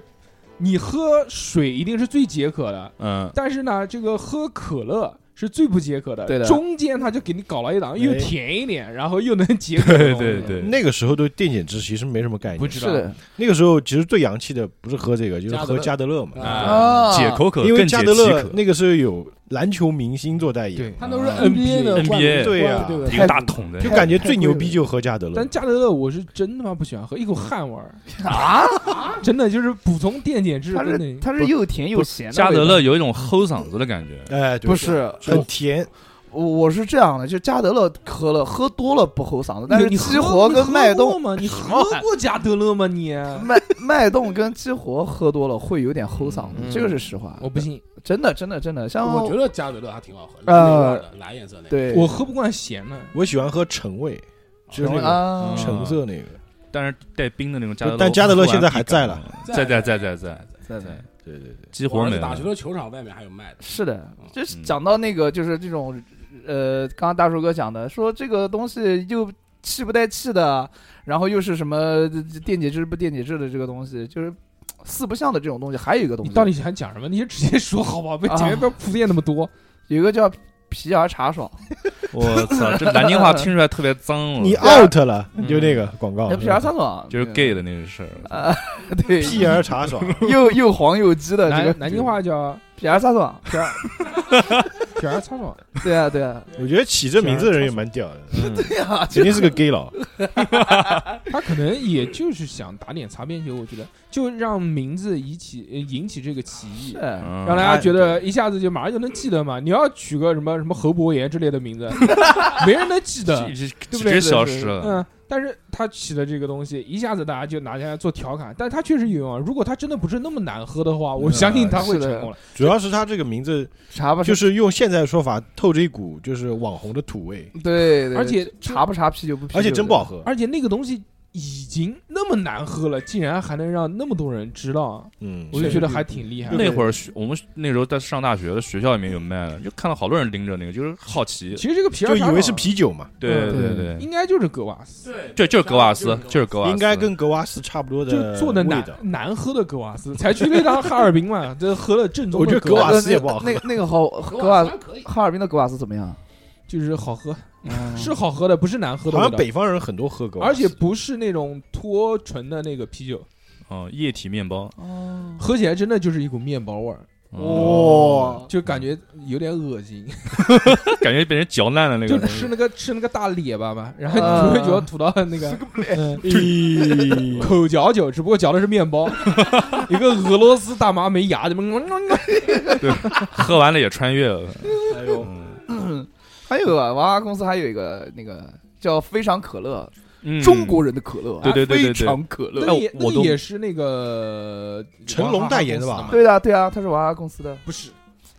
[SPEAKER 2] 你喝水一定是最解渴的，
[SPEAKER 4] 嗯，
[SPEAKER 2] 但是呢，这个喝可乐是最不解渴的。
[SPEAKER 3] 对的哎
[SPEAKER 2] 中间他就给你搞了一档，又甜一点，然后又能 解渴。
[SPEAKER 4] 对对，对，
[SPEAKER 7] 那个时候对电解质其实没什么概
[SPEAKER 2] 不
[SPEAKER 7] 念，
[SPEAKER 2] 知
[SPEAKER 3] 是
[SPEAKER 2] 道。
[SPEAKER 3] 的
[SPEAKER 7] 那个时候其实最洋气的不是喝这个，就是
[SPEAKER 6] 加德
[SPEAKER 7] 喝
[SPEAKER 6] 乐
[SPEAKER 7] 加德乐嘛，
[SPEAKER 4] 啊解口渴
[SPEAKER 7] 因为
[SPEAKER 4] 更解
[SPEAKER 7] 加
[SPEAKER 4] 其
[SPEAKER 7] 德乐
[SPEAKER 4] 渴，
[SPEAKER 7] 那个时候有篮球明星做代言
[SPEAKER 2] 对，
[SPEAKER 6] 他都是
[SPEAKER 7] 啊
[SPEAKER 6] NBA
[SPEAKER 3] 嗯
[SPEAKER 6] 的
[SPEAKER 4] NBA
[SPEAKER 6] 冠军
[SPEAKER 7] 对呀
[SPEAKER 6] 冠军
[SPEAKER 4] 一
[SPEAKER 6] 对
[SPEAKER 4] 个
[SPEAKER 6] 吧？
[SPEAKER 4] 大桶的
[SPEAKER 7] 就，感觉最牛逼就喝加德乐
[SPEAKER 2] 但。加德乐我是真他妈不喜欢喝，一口汗味儿，
[SPEAKER 3] 啊，
[SPEAKER 2] 真的就是补充电解质
[SPEAKER 3] 它
[SPEAKER 2] 真
[SPEAKER 3] 是
[SPEAKER 2] 的。
[SPEAKER 3] 它是又甜又咸的味道。
[SPEAKER 4] 加德乐有一种齁嗓子的感觉。
[SPEAKER 7] 哎，对
[SPEAKER 3] 不，是
[SPEAKER 7] 很甜，
[SPEAKER 3] 我我是这样的，就加德乐喝了，喝多了不齁嗓子，但是
[SPEAKER 2] 你
[SPEAKER 3] 激活跟脉动，
[SPEAKER 2] 吗？你喝过加德乐吗？ 你？
[SPEAKER 3] 脉脉动跟激活喝多了会有点齁嗓子，
[SPEAKER 2] 嗯
[SPEAKER 3] 这个是实话。
[SPEAKER 2] 我不信，
[SPEAKER 3] 真的真的真的，像
[SPEAKER 6] 我觉得加德乐还挺好喝，
[SPEAKER 3] 呃
[SPEAKER 6] 那个味道的蓝颜色那个。
[SPEAKER 3] 对
[SPEAKER 2] 我喝不惯咸的。
[SPEAKER 7] 我喜欢喝橙味，就是那个
[SPEAKER 3] 啊
[SPEAKER 4] 嗯，
[SPEAKER 7] 橙色那个。
[SPEAKER 4] 但是带冰的那种加德乐，
[SPEAKER 7] 但加德乐现在还在了
[SPEAKER 4] 了，在在在在在，
[SPEAKER 3] 对对
[SPEAKER 4] 对
[SPEAKER 7] 对对对，
[SPEAKER 4] 激活
[SPEAKER 6] 我儿
[SPEAKER 4] 没
[SPEAKER 6] 子打
[SPEAKER 4] 了
[SPEAKER 6] 球。的球场外面还有卖的，
[SPEAKER 3] 是的，就是
[SPEAKER 4] 嗯
[SPEAKER 3] 讲到那个，就是这种，呃，刚刚大叔哥讲的，说这个东西又气不带气的，然后又是什么电解质不电解质的这个东西，就是四不像的这种东西。还有一个东
[SPEAKER 2] 你
[SPEAKER 3] 西，
[SPEAKER 2] 到底想讲什么？你就直接说好不 好？别
[SPEAKER 3] 啊
[SPEAKER 2] 前面不要铺垫那么多。
[SPEAKER 3] 有一个叫皮儿茶爽，
[SPEAKER 4] 我操，这南京话听出来特别脏了，
[SPEAKER 7] 你
[SPEAKER 3] 对啊
[SPEAKER 7] out 了，
[SPEAKER 2] 嗯
[SPEAKER 7] 就那个广告嗯
[SPEAKER 3] 那，皮儿茶爽
[SPEAKER 4] 就是 gay 的那个事儿。
[SPEAKER 7] 哎
[SPEAKER 3] 啊， 对，
[SPEAKER 7] 屁儿茶爽，
[SPEAKER 3] 又又黄又鸡的这个
[SPEAKER 2] 南南京话叫
[SPEAKER 3] 皮儿茶爽，
[SPEAKER 2] 片儿片儿擦爽。
[SPEAKER 3] 对啊对 啊
[SPEAKER 7] 我觉得起这名字的人也蛮屌 的，
[SPEAKER 3] 对啊，
[SPEAKER 7] 肯定是个 gay 佬。
[SPEAKER 2] 他可能也就是想打点擦边球，我觉得就让名字引起呃引起这个歧义，
[SPEAKER 3] 是
[SPEAKER 4] 嗯
[SPEAKER 2] 让大家觉得一下子就马上就能记得嘛。你要取个什么什么侯伯言之类的名 字，没人能记得
[SPEAKER 4] 直，
[SPEAKER 2] 对
[SPEAKER 4] 直
[SPEAKER 2] 不对
[SPEAKER 4] 接消失了。
[SPEAKER 2] 嗯。但是他起了这个东西，一下子大家就拿下来做调侃，但他确实有用啊。如果他真的不是那么难喝的话，我相信他会
[SPEAKER 3] 嗯是的
[SPEAKER 2] 成功了。
[SPEAKER 7] 主要是他这个名字，
[SPEAKER 3] 茶不
[SPEAKER 7] 就是用现在的说法，透着一股就是网红的土味，
[SPEAKER 3] 对，对
[SPEAKER 2] 而且
[SPEAKER 3] 茶不茶啤酒不啤酒，
[SPEAKER 7] 而且真不好喝。
[SPEAKER 2] 而且那个东西已经那么难喝了，竟然还能让那么多人知道，
[SPEAKER 7] 嗯，
[SPEAKER 2] 我就觉得还挺厉害的。
[SPEAKER 4] 那会儿学我们那时候在上大学的学校里面有卖的，就看到好多人拎着那个，就是好奇。
[SPEAKER 2] 其实这个皮
[SPEAKER 7] 就
[SPEAKER 2] 尔
[SPEAKER 7] 以为是啤酒嘛，
[SPEAKER 4] 对
[SPEAKER 2] 嗯
[SPEAKER 4] 对
[SPEAKER 3] 对
[SPEAKER 4] 对，
[SPEAKER 2] 应该就是格瓦斯，
[SPEAKER 4] 就就是格瓦斯，就是格瓦斯，
[SPEAKER 7] 应该跟格瓦斯差不多
[SPEAKER 2] 就
[SPEAKER 7] 的
[SPEAKER 2] 做的
[SPEAKER 7] 呃味
[SPEAKER 2] 难
[SPEAKER 7] 道。
[SPEAKER 2] 难喝的格瓦斯，才去那趟哈尔滨嘛， 这喝了正宗
[SPEAKER 7] 我觉
[SPEAKER 2] 的
[SPEAKER 7] 得
[SPEAKER 2] 格
[SPEAKER 7] 格
[SPEAKER 2] 瓦
[SPEAKER 7] 瓦
[SPEAKER 2] 斯
[SPEAKER 7] 斯也不好喝
[SPEAKER 3] 那个那个好
[SPEAKER 6] 格
[SPEAKER 3] 格瓦
[SPEAKER 6] 瓦
[SPEAKER 3] 斯
[SPEAKER 6] 斯还可以，
[SPEAKER 3] 哈尔滨的格瓦斯怎么样？
[SPEAKER 2] 就是好喝，
[SPEAKER 3] 嗯
[SPEAKER 2] 是好喝的，不是难喝的
[SPEAKER 7] 好
[SPEAKER 2] 味
[SPEAKER 7] 像
[SPEAKER 2] 道，
[SPEAKER 7] 北方人很多喝格瓦
[SPEAKER 2] 而
[SPEAKER 7] 斯，
[SPEAKER 2] 且不是那种脱醇的那个啤酒，
[SPEAKER 4] 哦液体面包。
[SPEAKER 3] 哦，
[SPEAKER 2] 喝起来真的就是一股面包味儿，
[SPEAKER 4] 哦
[SPEAKER 7] 哇，
[SPEAKER 2] 就感觉有点恶心，
[SPEAKER 4] 嗯，感觉被人嚼烂了那
[SPEAKER 2] 就
[SPEAKER 4] 个东
[SPEAKER 2] 吃
[SPEAKER 4] 西。
[SPEAKER 2] 那个吃那个大列巴 嘛，然后
[SPEAKER 3] 嗯
[SPEAKER 2] 你会觉得吐到那个嗯
[SPEAKER 7] 咦
[SPEAKER 2] 口嚼酒，只不过嚼的是面 包，一个俄罗斯大妈没牙，怎么
[SPEAKER 4] 喝完了也穿越了。
[SPEAKER 7] 哎呦，
[SPEAKER 4] 嗯
[SPEAKER 3] 还有啊，娃娃公司还有一个那个叫非常可乐，
[SPEAKER 4] 嗯，
[SPEAKER 3] 中国人的可乐，
[SPEAKER 4] 对对对对对
[SPEAKER 3] 非常可乐，
[SPEAKER 2] 那也
[SPEAKER 4] 呃我
[SPEAKER 2] 那
[SPEAKER 4] 都
[SPEAKER 2] 也是那个
[SPEAKER 7] 成龙代言的吧
[SPEAKER 2] 娃哈哈公司
[SPEAKER 3] 对的啊对啊，他是娃娃公司的，
[SPEAKER 2] 不是，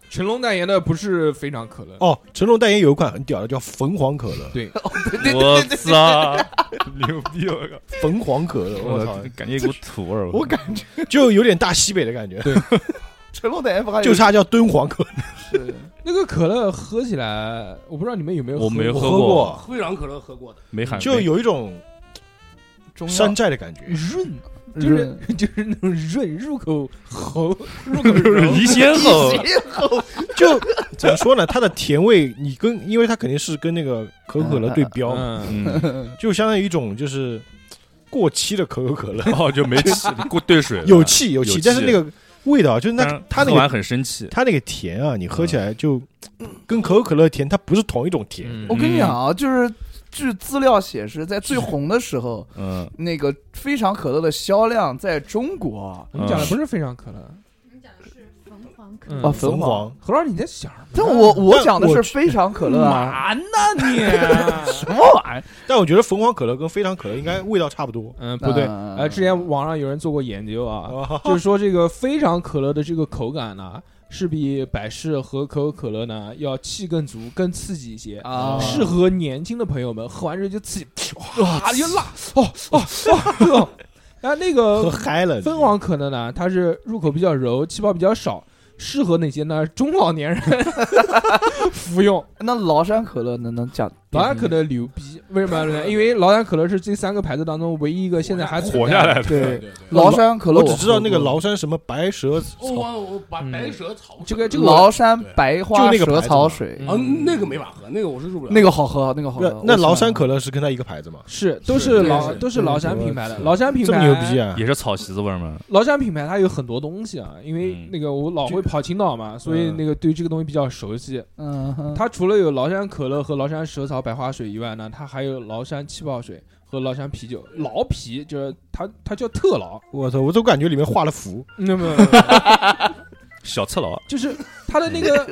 [SPEAKER 2] 成龙代言的不是非常可乐，
[SPEAKER 7] 哦，成龙代言有一款很屌的叫凤凰可乐，
[SPEAKER 2] 对，
[SPEAKER 4] 我操， 牛逼！我靠，
[SPEAKER 7] 凤凰可乐，我
[SPEAKER 4] 我
[SPEAKER 7] 操，
[SPEAKER 4] 感觉一股土味儿。
[SPEAKER 3] 我感觉
[SPEAKER 7] 就有点大西北的感觉，
[SPEAKER 3] 成龙的 F 还有
[SPEAKER 7] 就差叫敦煌可乐。
[SPEAKER 3] 是
[SPEAKER 2] 那个可乐喝起来，我不知道你们有没有
[SPEAKER 4] 我没
[SPEAKER 2] 喝
[SPEAKER 4] 喝
[SPEAKER 7] 喝过，
[SPEAKER 6] 非常可乐喝过的，
[SPEAKER 4] 没喊，
[SPEAKER 7] 就
[SPEAKER 4] 没
[SPEAKER 7] 有一种
[SPEAKER 3] 中
[SPEAKER 7] 山寨的感觉。
[SPEAKER 2] 润，就
[SPEAKER 3] 润
[SPEAKER 2] 是 就是那种润入口喉入 口柔
[SPEAKER 4] 离仙后，
[SPEAKER 7] 就怎么说呢？它的甜味，你跟因为它肯定是跟那个可口可乐对标，
[SPEAKER 2] 嗯，
[SPEAKER 4] 嗯，
[SPEAKER 7] 就相当于一种就是过期的可口可乐，
[SPEAKER 4] 哦，就没气，过兑水了
[SPEAKER 7] 有，气有
[SPEAKER 4] 有
[SPEAKER 7] 气，
[SPEAKER 4] 气
[SPEAKER 7] 但是那个味道，就是那
[SPEAKER 4] 但是
[SPEAKER 7] 它那
[SPEAKER 4] 喝完
[SPEAKER 7] 个
[SPEAKER 4] 很生气。
[SPEAKER 7] 它那个甜啊，你喝起来就跟可口可乐甜，它不是同一种甜。
[SPEAKER 2] 嗯
[SPEAKER 3] 我跟你讲啊，就是据资料显示，在最红的时候，
[SPEAKER 4] 嗯，
[SPEAKER 3] 那个非常可乐的销量在中国
[SPEAKER 2] 我
[SPEAKER 4] 嗯
[SPEAKER 2] 们讲的不是非常可乐，
[SPEAKER 5] 凤凰可
[SPEAKER 2] 嗯
[SPEAKER 3] 啊，
[SPEAKER 7] 凤
[SPEAKER 3] 凰。
[SPEAKER 7] 凰，
[SPEAKER 2] 何老师你在想什么？
[SPEAKER 3] 但我我
[SPEAKER 7] 但
[SPEAKER 3] 讲的
[SPEAKER 7] 我
[SPEAKER 3] 是非常可乐
[SPEAKER 4] 嗯
[SPEAKER 3] 啊，
[SPEAKER 2] 嘛呢你？
[SPEAKER 3] 什么玩意儿？
[SPEAKER 7] 但我觉得凤凰可乐跟非常可乐应该味道差不多。
[SPEAKER 2] 嗯，不对，
[SPEAKER 3] 嗯
[SPEAKER 2] 呃，之前网上有人做过研究啊，
[SPEAKER 4] 哦
[SPEAKER 7] 啊，
[SPEAKER 2] 就是说这个非常可乐的这个口感呢，是比百事和可口可乐呢要气更足、更刺激一些。
[SPEAKER 3] 啊，
[SPEAKER 2] 适合年轻的朋友们，喝完之后就刺激，哇，又辣，哦哦哦哦！啊，那
[SPEAKER 7] 喝
[SPEAKER 3] 呃
[SPEAKER 2] 个
[SPEAKER 7] 嗨了。
[SPEAKER 2] 蜂王可乐呢，它是入口比较柔，气泡比较少，适合哪些呢？中老年人 服用。
[SPEAKER 3] 那崂山可乐能能讲？
[SPEAKER 2] 崂山可乐牛逼，为什么呢？因为崂山可乐是这三个牌子当中唯一一个现在还存
[SPEAKER 4] 活
[SPEAKER 2] 在
[SPEAKER 4] 下
[SPEAKER 2] 的
[SPEAKER 4] 来的，
[SPEAKER 6] 对
[SPEAKER 3] 对，
[SPEAKER 6] 对对。
[SPEAKER 3] 崂山可乐
[SPEAKER 7] 我只知道那个
[SPEAKER 3] 喝过
[SPEAKER 7] 崂山什么白蛇
[SPEAKER 6] 哦，
[SPEAKER 7] 草，
[SPEAKER 6] 我我把白蛇草
[SPEAKER 3] 嗯
[SPEAKER 2] 这个这个我
[SPEAKER 3] 崂山白花蛇草水，
[SPEAKER 2] 嗯
[SPEAKER 6] 哦，那个没法喝，那个我是入不了。
[SPEAKER 3] 那个好喝，那个好
[SPEAKER 7] 不是
[SPEAKER 3] 喝。
[SPEAKER 7] 那
[SPEAKER 3] 我喜欢
[SPEAKER 7] 崂山可乐是跟他一个牌子吗？
[SPEAKER 2] 是都
[SPEAKER 6] 是
[SPEAKER 2] 是崂
[SPEAKER 6] 是
[SPEAKER 2] 都是崂山品牌的，崂山品
[SPEAKER 7] 这
[SPEAKER 2] 牌
[SPEAKER 7] 么牛逼！啊！
[SPEAKER 4] 也是草席子味儿吗？
[SPEAKER 2] 崂山品牌它有很多东西啊，因为
[SPEAKER 4] 嗯
[SPEAKER 2] 那个我老会跑青岛嘛，所以那个对这个东西比较熟悉。
[SPEAKER 3] 嗯哼，
[SPEAKER 2] 它除了有崂山可乐和崂山蛇草百花水以外呢，它还有崂山气泡水和崂山啤酒。老啤就是它，它叫特崂，
[SPEAKER 7] 我操，我总感觉里面画了符，
[SPEAKER 2] 那么
[SPEAKER 4] 小赤佬，
[SPEAKER 2] 就是它的那个，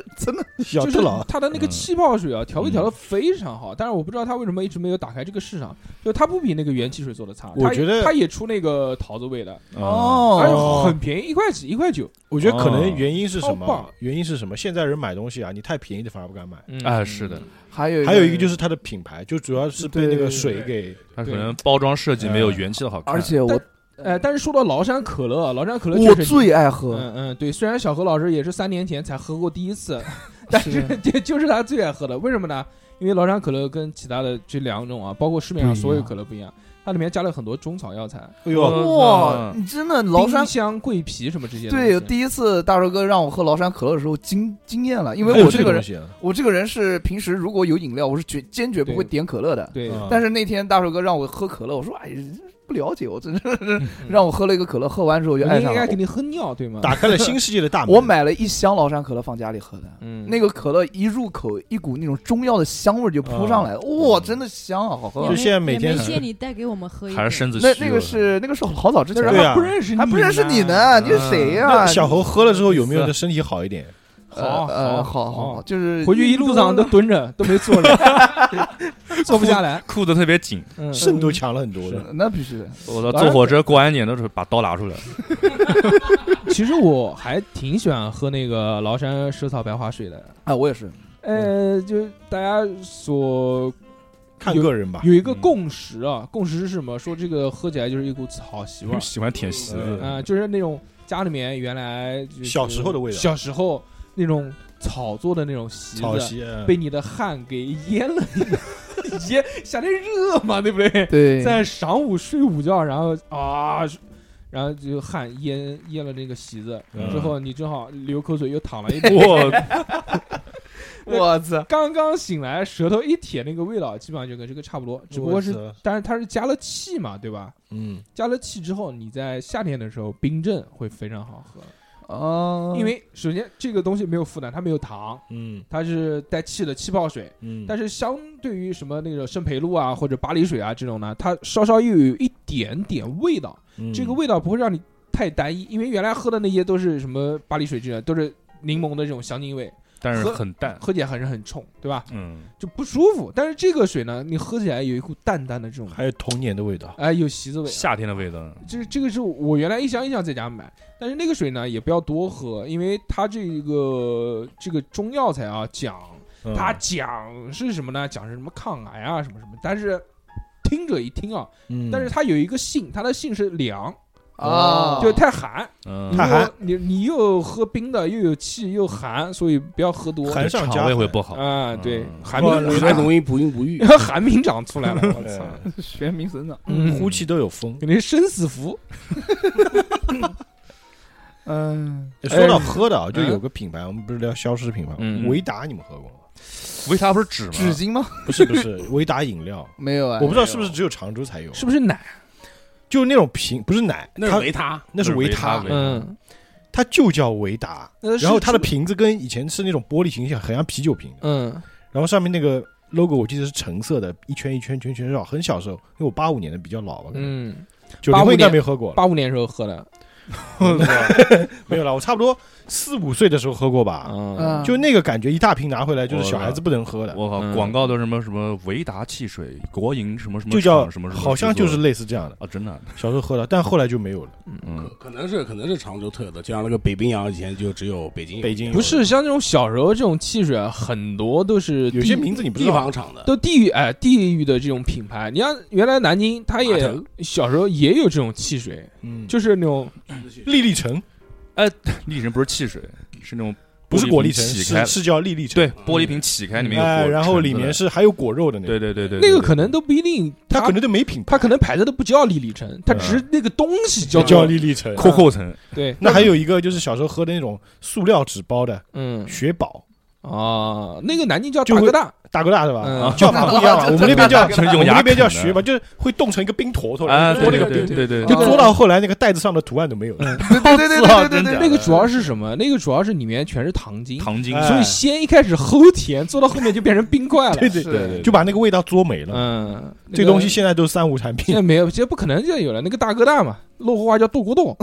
[SPEAKER 7] 小
[SPEAKER 2] 就是
[SPEAKER 7] 特朗
[SPEAKER 2] 它的那个
[SPEAKER 4] 嗯
[SPEAKER 2] 气泡水啊，调味调的非常好。但是我不知道它为什么一直没有打开这个市场，就它不比那个元气水做的差。
[SPEAKER 7] 我
[SPEAKER 2] 它
[SPEAKER 7] 觉得
[SPEAKER 2] 它也出那个桃子味的，
[SPEAKER 4] 哦，
[SPEAKER 2] 而
[SPEAKER 7] 哦
[SPEAKER 2] 且很便宜，一块几，一块九。
[SPEAKER 7] 我觉得可能
[SPEAKER 4] 哦
[SPEAKER 7] 原因是什
[SPEAKER 2] 超棒
[SPEAKER 7] 么？原因是什么？现在人买东西啊，你太便宜的反而不敢买。
[SPEAKER 3] 哎
[SPEAKER 4] 啊，是
[SPEAKER 7] 嗯
[SPEAKER 4] 的，
[SPEAKER 3] 还有
[SPEAKER 7] 还有一个
[SPEAKER 3] 个
[SPEAKER 7] 就是它的品牌，就主要是被那个水给
[SPEAKER 4] 它可能包装设计没有元气的好看，
[SPEAKER 3] 而且我
[SPEAKER 2] 哎，但是说到崂山可乐啊，崂山可乐
[SPEAKER 3] 我
[SPEAKER 2] 确实
[SPEAKER 3] 最爱喝，
[SPEAKER 2] 嗯嗯，对，虽然小何老师也是三年前才喝过第一 次，但是
[SPEAKER 3] 啊
[SPEAKER 2] 这就是他最爱喝的。为什么呢？因为崂山可乐跟其他的这两种啊，包括市面上所有可乐不一样，它里面加了很多中草药材，
[SPEAKER 7] 哎呦，
[SPEAKER 3] 哇，
[SPEAKER 2] 嗯
[SPEAKER 3] 你真的崂山
[SPEAKER 2] 丁。香、桂皮什么这些东西。
[SPEAKER 3] 对，第一次大寿哥让我喝崂山可乐的时候惊惊艳了，因
[SPEAKER 7] 还
[SPEAKER 3] 为
[SPEAKER 7] 有
[SPEAKER 3] 我这个
[SPEAKER 7] 东
[SPEAKER 3] 人，
[SPEAKER 7] 西啊，
[SPEAKER 3] 我这个人是平时如果有饮料，我是绝坚决不会
[SPEAKER 2] 对
[SPEAKER 3] 点可乐的。
[SPEAKER 2] 对
[SPEAKER 7] 嗯
[SPEAKER 3] 但是那天大寿哥让我喝可乐，我说哎，不了解，我真是 让我喝了一个可乐，喝完之后我就
[SPEAKER 2] 我
[SPEAKER 3] 爱
[SPEAKER 2] 们
[SPEAKER 3] 上
[SPEAKER 2] 应
[SPEAKER 3] 了
[SPEAKER 2] 该。给你喝尿，对吗？
[SPEAKER 7] 打开了新世界的大门。
[SPEAKER 3] 我买了一箱崂山可乐放家里喝的，
[SPEAKER 2] 嗯，
[SPEAKER 3] 那个可乐一入口，一股那种中药的香味儿就扑上来了，哇、真的香啊，好喝
[SPEAKER 5] 也
[SPEAKER 3] 啊！
[SPEAKER 7] 就
[SPEAKER 5] 没
[SPEAKER 7] 现在每天
[SPEAKER 5] 也没见你带给我们喝一
[SPEAKER 4] 还
[SPEAKER 5] 杯
[SPEAKER 4] 是身子
[SPEAKER 3] 那
[SPEAKER 4] 虚
[SPEAKER 3] 那个
[SPEAKER 4] 弱
[SPEAKER 3] 是那个是好早之前
[SPEAKER 2] 那
[SPEAKER 3] 的，
[SPEAKER 2] 人
[SPEAKER 7] 对
[SPEAKER 2] 还
[SPEAKER 7] 啊
[SPEAKER 2] 不认识你，
[SPEAKER 3] 还不认识你呢，你是谁
[SPEAKER 2] 呀？
[SPEAKER 3] 呀、
[SPEAKER 7] 那小猴喝了之后有没有的身体好一点？
[SPEAKER 2] 好好
[SPEAKER 3] 呃，好好好，
[SPEAKER 2] 好
[SPEAKER 3] 就是
[SPEAKER 2] 回去一路上都蹲着，都没坐 着，坐不下来。
[SPEAKER 4] 裤子特别紧，
[SPEAKER 2] 嗯，
[SPEAKER 7] 肾都强了很多的。
[SPEAKER 3] 那必须的，
[SPEAKER 4] 我操，坐火车过安检的时候把刀拿出来，
[SPEAKER 2] 其实我还挺喜欢喝那个崂山蛇草白花水的。
[SPEAKER 3] 啊，我也是，
[SPEAKER 2] 呃，就大家所
[SPEAKER 7] 看个人吧。
[SPEAKER 2] 有一个共识啊，共识是什么？说这个喝起来 就是一股草席味儿，
[SPEAKER 4] 喜欢舔席子，
[SPEAKER 2] 啊、
[SPEAKER 7] 嗯
[SPEAKER 2] 就是那种家里面原来就是
[SPEAKER 7] 小时候的味道
[SPEAKER 2] 小时候那种草做的那种席
[SPEAKER 7] 草
[SPEAKER 2] 子，
[SPEAKER 7] 席嗯
[SPEAKER 2] 被你的汗给淹了， 淹夏天热嘛，对不对？
[SPEAKER 3] 对，
[SPEAKER 2] 在晌午睡午觉，然后啊，然后就汗淹淹了那个席子，
[SPEAKER 7] 嗯
[SPEAKER 2] 之后你正好流口水又淌了一遍，
[SPEAKER 4] 哇，
[SPEAKER 3] 我操，
[SPEAKER 2] 刚刚醒来，舌头一舔那个味道，基本上就跟这个差不多，只不过是，但是它是加了气嘛，对吧？
[SPEAKER 7] 嗯，
[SPEAKER 2] 加了气之后，你在夏天的时候冰镇会非常好喝，
[SPEAKER 3] 哦、
[SPEAKER 2] 因为首先这个东西没有负担，它没有糖，
[SPEAKER 7] 嗯
[SPEAKER 2] 它是带气的气泡水。
[SPEAKER 7] 嗯，
[SPEAKER 2] 但
[SPEAKER 7] 是
[SPEAKER 2] 是相对于什么那个圣培露啊或者barley 水啊这种呢，它稍稍又有一点点味道，
[SPEAKER 7] 嗯
[SPEAKER 2] 这个味道不会让你太单一，因为原来喝的那些都是什么巴黎水这种，都是柠檬的这种香精味，
[SPEAKER 4] 但是很淡，
[SPEAKER 2] 喝起来还是很冲，对吧？
[SPEAKER 4] 嗯，
[SPEAKER 2] 就不舒服。但是这个水呢，你喝起来有一股淡淡的这种，
[SPEAKER 7] 还有童年的味道。
[SPEAKER 2] 哎，有席子味。
[SPEAKER 4] 夏天的味道，
[SPEAKER 2] 这这个是我原来一箱一箱在家买，但是那个水呢也不要多喝，因为它这个这个中药材啊讲，
[SPEAKER 7] 嗯
[SPEAKER 2] 它讲是什么呢？讲是什么抗癌啊什么什么，但是听者一听啊，
[SPEAKER 7] 嗯
[SPEAKER 2] 但是它有一个性，它的性是凉，
[SPEAKER 3] 啊，
[SPEAKER 2] 就太寒。
[SPEAKER 4] 嗯
[SPEAKER 2] 你，
[SPEAKER 7] 太寒
[SPEAKER 2] 你你又喝冰的，又有气又寒，所以不要喝多。
[SPEAKER 7] 寒上加
[SPEAKER 4] 肠胃会不好，
[SPEAKER 2] 啊，对，
[SPEAKER 4] 嗯
[SPEAKER 2] 寒
[SPEAKER 7] 哇
[SPEAKER 2] 冰
[SPEAKER 7] 你
[SPEAKER 6] 还容易不孕不育。
[SPEAKER 2] 寒冰长出来了，我操！
[SPEAKER 3] 玄冥神掌，
[SPEAKER 2] 嗯
[SPEAKER 7] 呼气都有风。
[SPEAKER 2] 给你生死符。
[SPEAKER 3] 嗯，
[SPEAKER 7] 说到喝的啊，就有个品牌，我们不是聊消失品牌吗
[SPEAKER 4] 嗯？
[SPEAKER 7] 维达，你们喝过吗？
[SPEAKER 4] 为啥不是纸
[SPEAKER 3] 纸
[SPEAKER 4] 吗？
[SPEAKER 3] 巾吗？
[SPEAKER 7] 不是不是，维达饮料，
[SPEAKER 3] 没有啊
[SPEAKER 7] 我，不知道是不是只有常州才有，
[SPEAKER 2] 是不是奶？啊
[SPEAKER 7] 就那种瓶，不是奶，
[SPEAKER 6] 那是
[SPEAKER 7] 它
[SPEAKER 6] 维他，
[SPEAKER 7] 那是维
[SPEAKER 4] 他
[SPEAKER 7] 他，
[SPEAKER 4] 维
[SPEAKER 2] 嗯，
[SPEAKER 7] 它就叫维达。
[SPEAKER 2] 呃
[SPEAKER 7] 然后它的
[SPEAKER 2] 是
[SPEAKER 7] 瓶子跟以前是那种玻璃瓶，像很像啤酒瓶的，
[SPEAKER 2] 嗯
[SPEAKER 7] 然后上面那个 logo 我记得是橙色的，一圈一圈圈圈绕，很小时候，因为我八五年的比较老嘛，
[SPEAKER 2] 嗯，
[SPEAKER 7] 九零后应
[SPEAKER 2] 85
[SPEAKER 7] 该
[SPEAKER 2] 年
[SPEAKER 7] 没喝过了，
[SPEAKER 2] 八五年时候喝的，
[SPEAKER 7] 没有了，我差不多四五岁的时候喝过吧，
[SPEAKER 2] 嗯
[SPEAKER 3] 嗯，
[SPEAKER 7] 就那个感觉，一大瓶拿回来就是
[SPEAKER 4] 我
[SPEAKER 7] 小孩子不能喝的，
[SPEAKER 4] 我靠，
[SPEAKER 2] 嗯
[SPEAKER 4] 广告都什么什么维达汽水、国营什么什么
[SPEAKER 7] 就叫
[SPEAKER 4] 厂什么什么制作的，
[SPEAKER 7] 好像就是类似这样的，
[SPEAKER 4] 啊，真的，
[SPEAKER 7] 小时候喝的，但后来就没有了。
[SPEAKER 6] 可
[SPEAKER 4] 嗯，
[SPEAKER 6] 可能是可能是常州特有的，就像那个北冰洋以前就只有北京有
[SPEAKER 7] 北京有
[SPEAKER 2] 不是像这种小时候这种汽水啊，很多都是
[SPEAKER 7] 有些
[SPEAKER 2] 地
[SPEAKER 7] 名字你不知
[SPEAKER 6] 地
[SPEAKER 7] 道，
[SPEAKER 6] 方厂的，
[SPEAKER 2] 都地域哎地域的这种品牌。你像原来南京，它也
[SPEAKER 6] 码头
[SPEAKER 2] 小时候也有这种汽水，
[SPEAKER 7] 嗯，就
[SPEAKER 2] 就是那种
[SPEAKER 7] 丽丽橙
[SPEAKER 4] 丽人不是汽水，是那种
[SPEAKER 7] 不是
[SPEAKER 4] 玻璃
[SPEAKER 7] 果粒
[SPEAKER 4] 瓶
[SPEAKER 7] 橙，
[SPEAKER 4] 起开
[SPEAKER 7] 是，是叫丽丽橙，
[SPEAKER 4] 对，玻璃瓶起开里面有
[SPEAKER 7] 哎，
[SPEAKER 4] 果
[SPEAKER 7] 然后
[SPEAKER 4] 橙
[SPEAKER 7] 里
[SPEAKER 4] 子
[SPEAKER 7] 面
[SPEAKER 4] 的
[SPEAKER 7] 是还有果肉的那
[SPEAKER 4] 对
[SPEAKER 7] 种，
[SPEAKER 4] 对对对，
[SPEAKER 2] 那个
[SPEAKER 4] 对
[SPEAKER 2] 可能都不一定，
[SPEAKER 7] 它
[SPEAKER 2] 它
[SPEAKER 7] 可能都没品牌，
[SPEAKER 2] 它可能牌子都不叫丽丽橙，它
[SPEAKER 7] 嗯
[SPEAKER 2] 只是那个东西叫
[SPEAKER 7] 叫丽丽橙。
[SPEAKER 4] 扣扣层，
[SPEAKER 2] 对，
[SPEAKER 7] 那还有一个就是小时候喝的那种塑料纸包的
[SPEAKER 2] 嗯
[SPEAKER 7] 雪宝，
[SPEAKER 2] 啊，那个南京叫
[SPEAKER 7] 就
[SPEAKER 2] 大
[SPEAKER 7] 会
[SPEAKER 2] 哥大，
[SPEAKER 7] 大哥大是吧？
[SPEAKER 2] 嗯
[SPEAKER 7] 叫法不 一样啊，我们那边叫
[SPEAKER 4] 就是
[SPEAKER 7] 我
[SPEAKER 4] 用
[SPEAKER 7] 们
[SPEAKER 4] 牙
[SPEAKER 7] 那边
[SPEAKER 4] 啃
[SPEAKER 7] 叫
[SPEAKER 4] 的
[SPEAKER 7] 雪宝，就是会冻成一个冰坨坨，
[SPEAKER 4] 啊，
[SPEAKER 7] 然后
[SPEAKER 4] 对
[SPEAKER 7] 搓那个
[SPEAKER 4] 对
[SPEAKER 7] 冰，
[SPEAKER 4] 对对
[SPEAKER 7] 就
[SPEAKER 4] 对，
[SPEAKER 2] 啊
[SPEAKER 7] 搓到后来那个袋子上的图案都没有了。
[SPEAKER 3] 对对对对对对
[SPEAKER 7] 啊
[SPEAKER 3] 对
[SPEAKER 2] 那个主要是什么？那个主要是里面全是糖精，
[SPEAKER 4] 糖精，
[SPEAKER 7] 哎
[SPEAKER 2] 所以先一开始齁甜，做到后面就变成冰块了。
[SPEAKER 7] 对对
[SPEAKER 3] 是
[SPEAKER 7] 对
[SPEAKER 4] 嗯
[SPEAKER 7] 对，就把那个味道嘬没了。
[SPEAKER 2] 嗯，那
[SPEAKER 7] 这
[SPEAKER 2] 个
[SPEAKER 7] 东西现在都是三无产
[SPEAKER 2] 现
[SPEAKER 7] 品
[SPEAKER 2] 在，没有，现在不可能现在有了。那个大哥大嘛，落后话叫豆骨 豆，